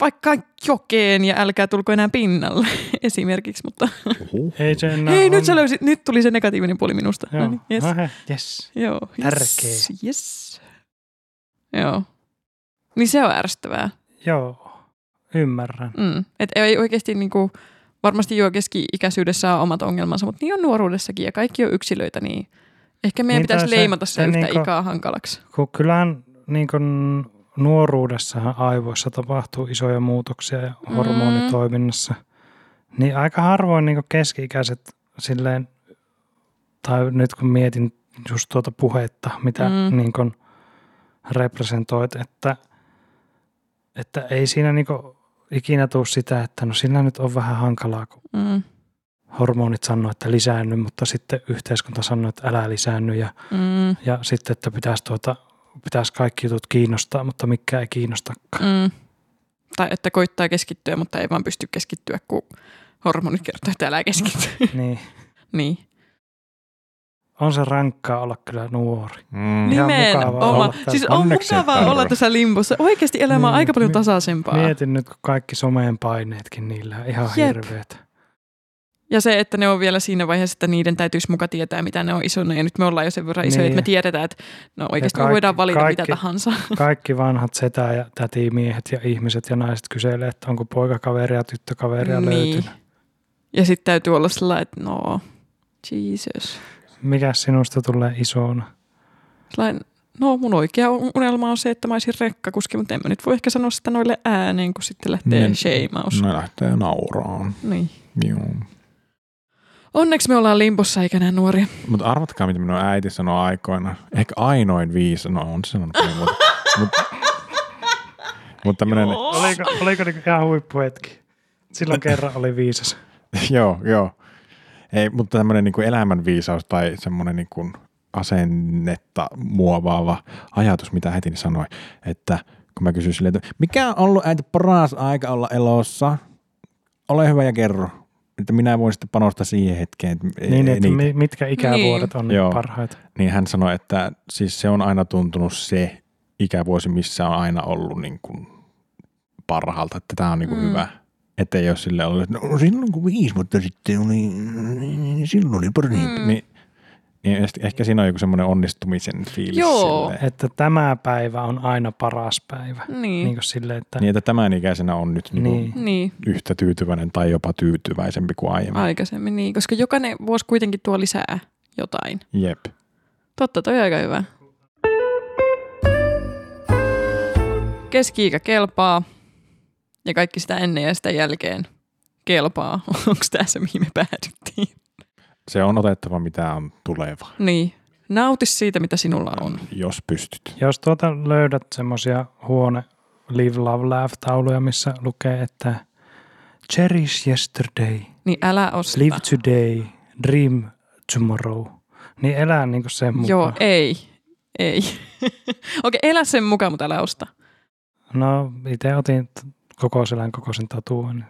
[SPEAKER 1] vaikka jokeen ja älkää tulko enää pinnalle esimerkiksi, mutta
[SPEAKER 2] Uhuh.
[SPEAKER 3] Ei se enää
[SPEAKER 1] no, hei,
[SPEAKER 3] on-
[SPEAKER 1] nyt, sä löysit, nyt tuli se negatiivinen puoli minusta.
[SPEAKER 3] Joo.
[SPEAKER 1] No niin, yes.
[SPEAKER 3] Ah, heh, yes.
[SPEAKER 1] Joo.
[SPEAKER 3] Tärkeä.
[SPEAKER 1] Yes, yes. Joo. Niin se on ärsyttävää.
[SPEAKER 3] Joo, ymmärrän.
[SPEAKER 1] Mm. Et ei oikeasti niinku, varmasti jo keski-ikäisyydessä on omat ongelmansa, mutta niin on nuoruudessakin ja kaikki on yksilöitä, niin ehkä meidän
[SPEAKER 3] Niin,
[SPEAKER 1] niin pitäisi
[SPEAKER 3] tai se-
[SPEAKER 1] leimata se,
[SPEAKER 3] se
[SPEAKER 1] yhtä
[SPEAKER 3] niinku-
[SPEAKER 1] ikää hankalaksi.
[SPEAKER 3] Kun kyllähän niin kun nuoruudessahan aivoissa tapahtuu isoja muutoksia ja
[SPEAKER 1] Mm.
[SPEAKER 3] hormonitoiminnassa, niin aika harvoin niin keski-ikäiset silleen, tai nyt kun mietin just tuota puhetta, mitä
[SPEAKER 1] Mm.
[SPEAKER 3] mm. niin kun representoit, että, että ei siinä niin kun ikinä tule sitä, että no sillä nyt on vähän hankalaa, kun
[SPEAKER 1] Mm.
[SPEAKER 3] hormonit sanoo, että lisäänny, mutta sitten yhteiskunta sanoo, että älä lisäänny ja
[SPEAKER 1] Mm.
[SPEAKER 3] ja sitten, että pitäisi, tuota, pitäisi kaikki jutut kiinnostaa, mutta mikä ei kiinnostakaan.
[SPEAKER 1] Mm. Tai että koittaa keskittyä, mutta ei vaan pysty keskittyä, kun hormonit kertoo, että älä keskity.
[SPEAKER 3] Niin.
[SPEAKER 1] niin.
[SPEAKER 3] On se rankkaa olla kyllä nuori.
[SPEAKER 2] Mm.
[SPEAKER 3] Niin. Ihan mukavaa
[SPEAKER 1] Nimenomaan.
[SPEAKER 3] olla
[SPEAKER 1] Siis
[SPEAKER 3] tässä.
[SPEAKER 1] on
[SPEAKER 2] Onneksi et
[SPEAKER 1] mukavaa
[SPEAKER 2] tarvi.
[SPEAKER 1] olla tässä limbossa. Oikeasti elämä on
[SPEAKER 3] Niin,
[SPEAKER 1] aika paljon
[SPEAKER 3] mi-
[SPEAKER 1] tasaisempaa.
[SPEAKER 3] Mietin nyt, kun kaikki someen paineetkin niillä on ihan
[SPEAKER 1] Jep.
[SPEAKER 3] hirveet.
[SPEAKER 1] Ja se, että ne on vielä siinä vaiheessa, että niiden täytyisi muka tietää, mitä ne on isona. Ja nyt me ollaan jo sen verran isoja,
[SPEAKER 3] Niin.
[SPEAKER 1] että me tiedetään, että no oikeasti me
[SPEAKER 3] kaikki-
[SPEAKER 1] voidaan valita mitä
[SPEAKER 3] kaikki-
[SPEAKER 1] tahansa.
[SPEAKER 3] Kaikki vanhat setä ja täti miehet ja ihmiset ja naiset kyselee, että onko poikakaveria ja tyttökaveria niin. löytynyt.
[SPEAKER 1] Ja sitten täytyy olla sellainen, että no, Jesus.
[SPEAKER 3] Mikä sinusta tulee isona?
[SPEAKER 1] Sellainen, no mun oikea unelma on se, että mä olisin rekkakuski, mutta en mä nyt voi ehkä sanoa sitä noille ääneen, kun sitten lähtee niin.
[SPEAKER 2] Niin.
[SPEAKER 1] sheimaus.
[SPEAKER 2] Ne lähtee nauraan.
[SPEAKER 1] Niin.
[SPEAKER 2] Joo.
[SPEAKER 1] Onneksi me ollaan limpossa eikä nää nuoria.
[SPEAKER 2] Mutta arvatkaa, mitä minun äiti sanoi aikoina. Ehkä ainoin viisi, no on se sanonut paljon muuta. Mut, mut tämmönen, joo.
[SPEAKER 1] Oh.
[SPEAKER 3] Oliko, oliko niinku ihan huippuhetki? Silloin kerran oli viisas.
[SPEAKER 2] joo, joo. Ei, mutta tämmöinen niinku elämänviisaus tai semmoinen niinku asennetta muovaava ajatus, mitä äitini sanoi, että kun mä kysyin silleen, että mikä on ollut äiti paras aika olla elossa? Ole hyvä ja kerro. Että minä voin sitten panostaa siihen hetkeen. Että
[SPEAKER 3] Niin,
[SPEAKER 2] ei-
[SPEAKER 3] että
[SPEAKER 2] niitä-
[SPEAKER 3] mi- mitkä ikävuodet on
[SPEAKER 2] Joo.
[SPEAKER 3] niin. parhaita.
[SPEAKER 2] niin hän sanoi, että siis se on aina tuntunut se ikävuosi, missä on aina ollut niin kuin parhaalta, että tämä on niin kuin
[SPEAKER 1] Mm.
[SPEAKER 2] mm. hyvä. Että ei ole sille ollut, että no silloin kun viisi vuotta sitten oli, niin silloin oli parempi.
[SPEAKER 1] Mm.
[SPEAKER 2] Mm. Niin, Niin ehkä- ehkä siinä on joku semmoinen onnistumisen fiilis.
[SPEAKER 1] Joo.
[SPEAKER 2] silleen.
[SPEAKER 3] Että tämä päivä on aina paras päivä.
[SPEAKER 1] Niin,
[SPEAKER 3] Niin
[SPEAKER 1] niin.
[SPEAKER 3] kuin sille, että
[SPEAKER 2] Niin, että tämän ikäisenä on nyt niin. Niin
[SPEAKER 3] Niin.
[SPEAKER 1] niin.
[SPEAKER 2] yhtä tyytyväinen tai jopa tyytyväisempi kuin aiemmin.
[SPEAKER 1] aikaisemmin, niin, koska jokainen vuosi kuitenkin tuo lisää jotain.
[SPEAKER 2] Jep.
[SPEAKER 1] Totta, toi on aika hyvä. keski kelpaa ja kaikki sitä ennen ja sitä jälkeen kelpaa. Onko tämä se, mihin me päädyttiin?
[SPEAKER 2] Se on otettava, mitä on tuleva,
[SPEAKER 1] Niin. Nauti siitä, mitä sinulla on. Niin.
[SPEAKER 2] jos pystyt.
[SPEAKER 3] jos tuota löydät semmoisia huone Live Love Laugh tauluja, missä lukee, että Cherish yesterday,
[SPEAKER 1] Niin älä osta.
[SPEAKER 3] live today, dream tomorrow. Niin elää niin kuin sen mukaan.
[SPEAKER 1] Joo, ei. Ei. Okei, elä sen mukaan, mutta älä osta. e-
[SPEAKER 3] No, itse otin t- kokoiselän kokoisen tatuoin.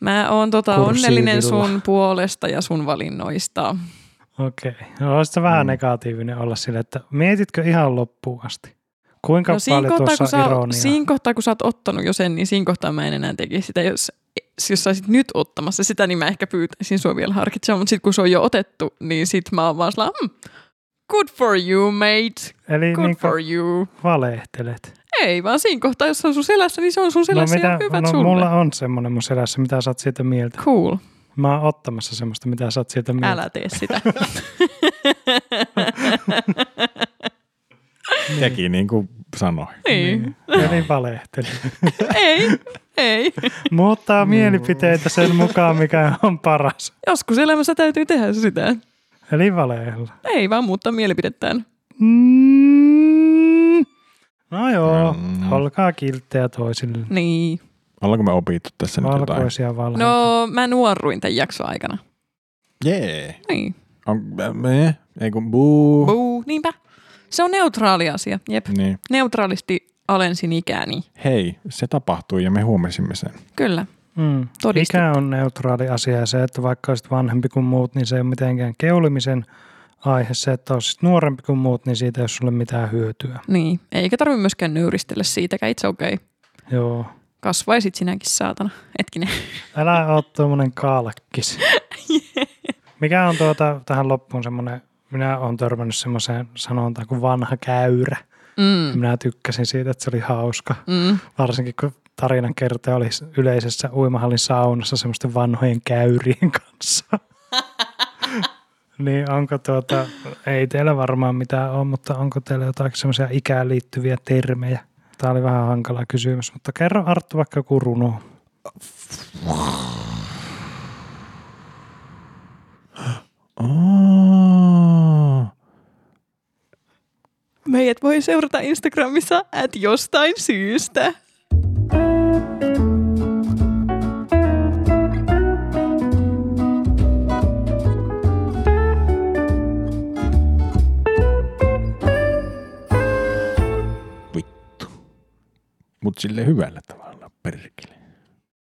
[SPEAKER 1] Mä oon tota
[SPEAKER 3] Kursiivilla.
[SPEAKER 1] onnellinen sun puolesta ja sun valinnoista.
[SPEAKER 3] Okei. No olisi se vähän
[SPEAKER 2] Mm.
[SPEAKER 3] negatiivinen olla sille, että mietitkö ihan loppuun asti? Kuinka
[SPEAKER 1] No siinä
[SPEAKER 3] paljon
[SPEAKER 1] kohtaa, kun
[SPEAKER 3] tuossa
[SPEAKER 1] sä,
[SPEAKER 3] on ironiaa?
[SPEAKER 1] siinä kohtaa, kun sä oot ottanut jo sen, niin siinä kohtaa mä en enää tekisi sitä. Jos, jos sä olisit nyt ottamassa sitä, niin mä ehkä pyytäisin sua vielä harkitsemaan, mutta sitten kun se on jo otettu, niin sit mä oon vaan sillä, mm, good for you, mate,
[SPEAKER 3] Eli
[SPEAKER 1] good
[SPEAKER 3] niin
[SPEAKER 1] for you.
[SPEAKER 3] valehtelet. No,
[SPEAKER 1] Ei, vaan siinä kohtaa, jos se on sun selässä, niin se on sun selässä no, mitä, ja hyvät
[SPEAKER 3] no
[SPEAKER 1] no, sulle.
[SPEAKER 3] mulla on semmoinen mun selässä, mitä sä oot siitä mieltä.
[SPEAKER 1] Cool,
[SPEAKER 3] Mä oon ottamassa semmoista, mitä sä oot siitä mieltä.
[SPEAKER 1] älä tee sitä.
[SPEAKER 2] Teki niin kuin sanoi.
[SPEAKER 1] niin.
[SPEAKER 3] Eli valehteli.
[SPEAKER 1] ei, ei.
[SPEAKER 3] Muuttaa mielipiteitä sen mukaan, mikä on paras.
[SPEAKER 1] Joskus elämässä täytyy tehdä sitä.
[SPEAKER 3] Eli valehella.
[SPEAKER 1] Ei vaan muuttaa mielipidettään.
[SPEAKER 3] Mm. No joo,
[SPEAKER 2] Mm.
[SPEAKER 3] olkaa kilttejä toisille.
[SPEAKER 1] Niin.
[SPEAKER 2] Ollaanko me opittu tässä nyt jotain?
[SPEAKER 3] Valkoisia valheita.
[SPEAKER 1] No, mä nuorruin tämän jakson aikana.
[SPEAKER 2] Jee.
[SPEAKER 1] Niin.
[SPEAKER 2] On, me, ei kun buu.
[SPEAKER 1] Buu, niinpä. Se on neutraali asia. Jep.
[SPEAKER 2] Niin.
[SPEAKER 1] Neutraalisti alensin ikääni.
[SPEAKER 2] Hei, se tapahtui ja me huomasimme sen.
[SPEAKER 1] Kyllä.
[SPEAKER 3] Mm.
[SPEAKER 1] Todistit.
[SPEAKER 3] Ikä on neutraali asia ja se, että vaikka olisit vanhempi kuin muut, niin se ei ole mitenkään keulimisen aihe. Se, että olisit nuorempi kuin muut, niin siitä ei ole sulle mitään hyötyä.
[SPEAKER 1] Niin. Eikä tarvitse myöskään nöyristellä siitäkään. Itse okei. Okay.
[SPEAKER 3] Joo.
[SPEAKER 1] Kasvaisit sinäkin, saatana. Hetkinen.
[SPEAKER 3] Älä ole tuommoinen kalkkis. Mikä on tuota, tähän loppuun semmoinen, minä olen törmännyt semmoiseen sanontaan kuin vanha käyrä.
[SPEAKER 1] Mm.
[SPEAKER 3] Minä tykkäsin siitä, että se oli hauska.
[SPEAKER 1] Mm.
[SPEAKER 3] Varsinkin kun tarinan kertoja oli yleisessä uimahallin saunassa semmoisten vanhojen käyrien kanssa. niin onko tuota, ei teillä varmaan mitään ole, mutta onko teillä jotakin semmoisia ikään liittyviä termejä? Tämä oli vähän hankala kysymys, mutta kerro Arttu vaikka joku runo.
[SPEAKER 2] Oh.
[SPEAKER 1] Meidät voi seurata Instagramissa at jostain syystä.
[SPEAKER 2] Vittu. Mut sille hyvällä tavalla, perkele.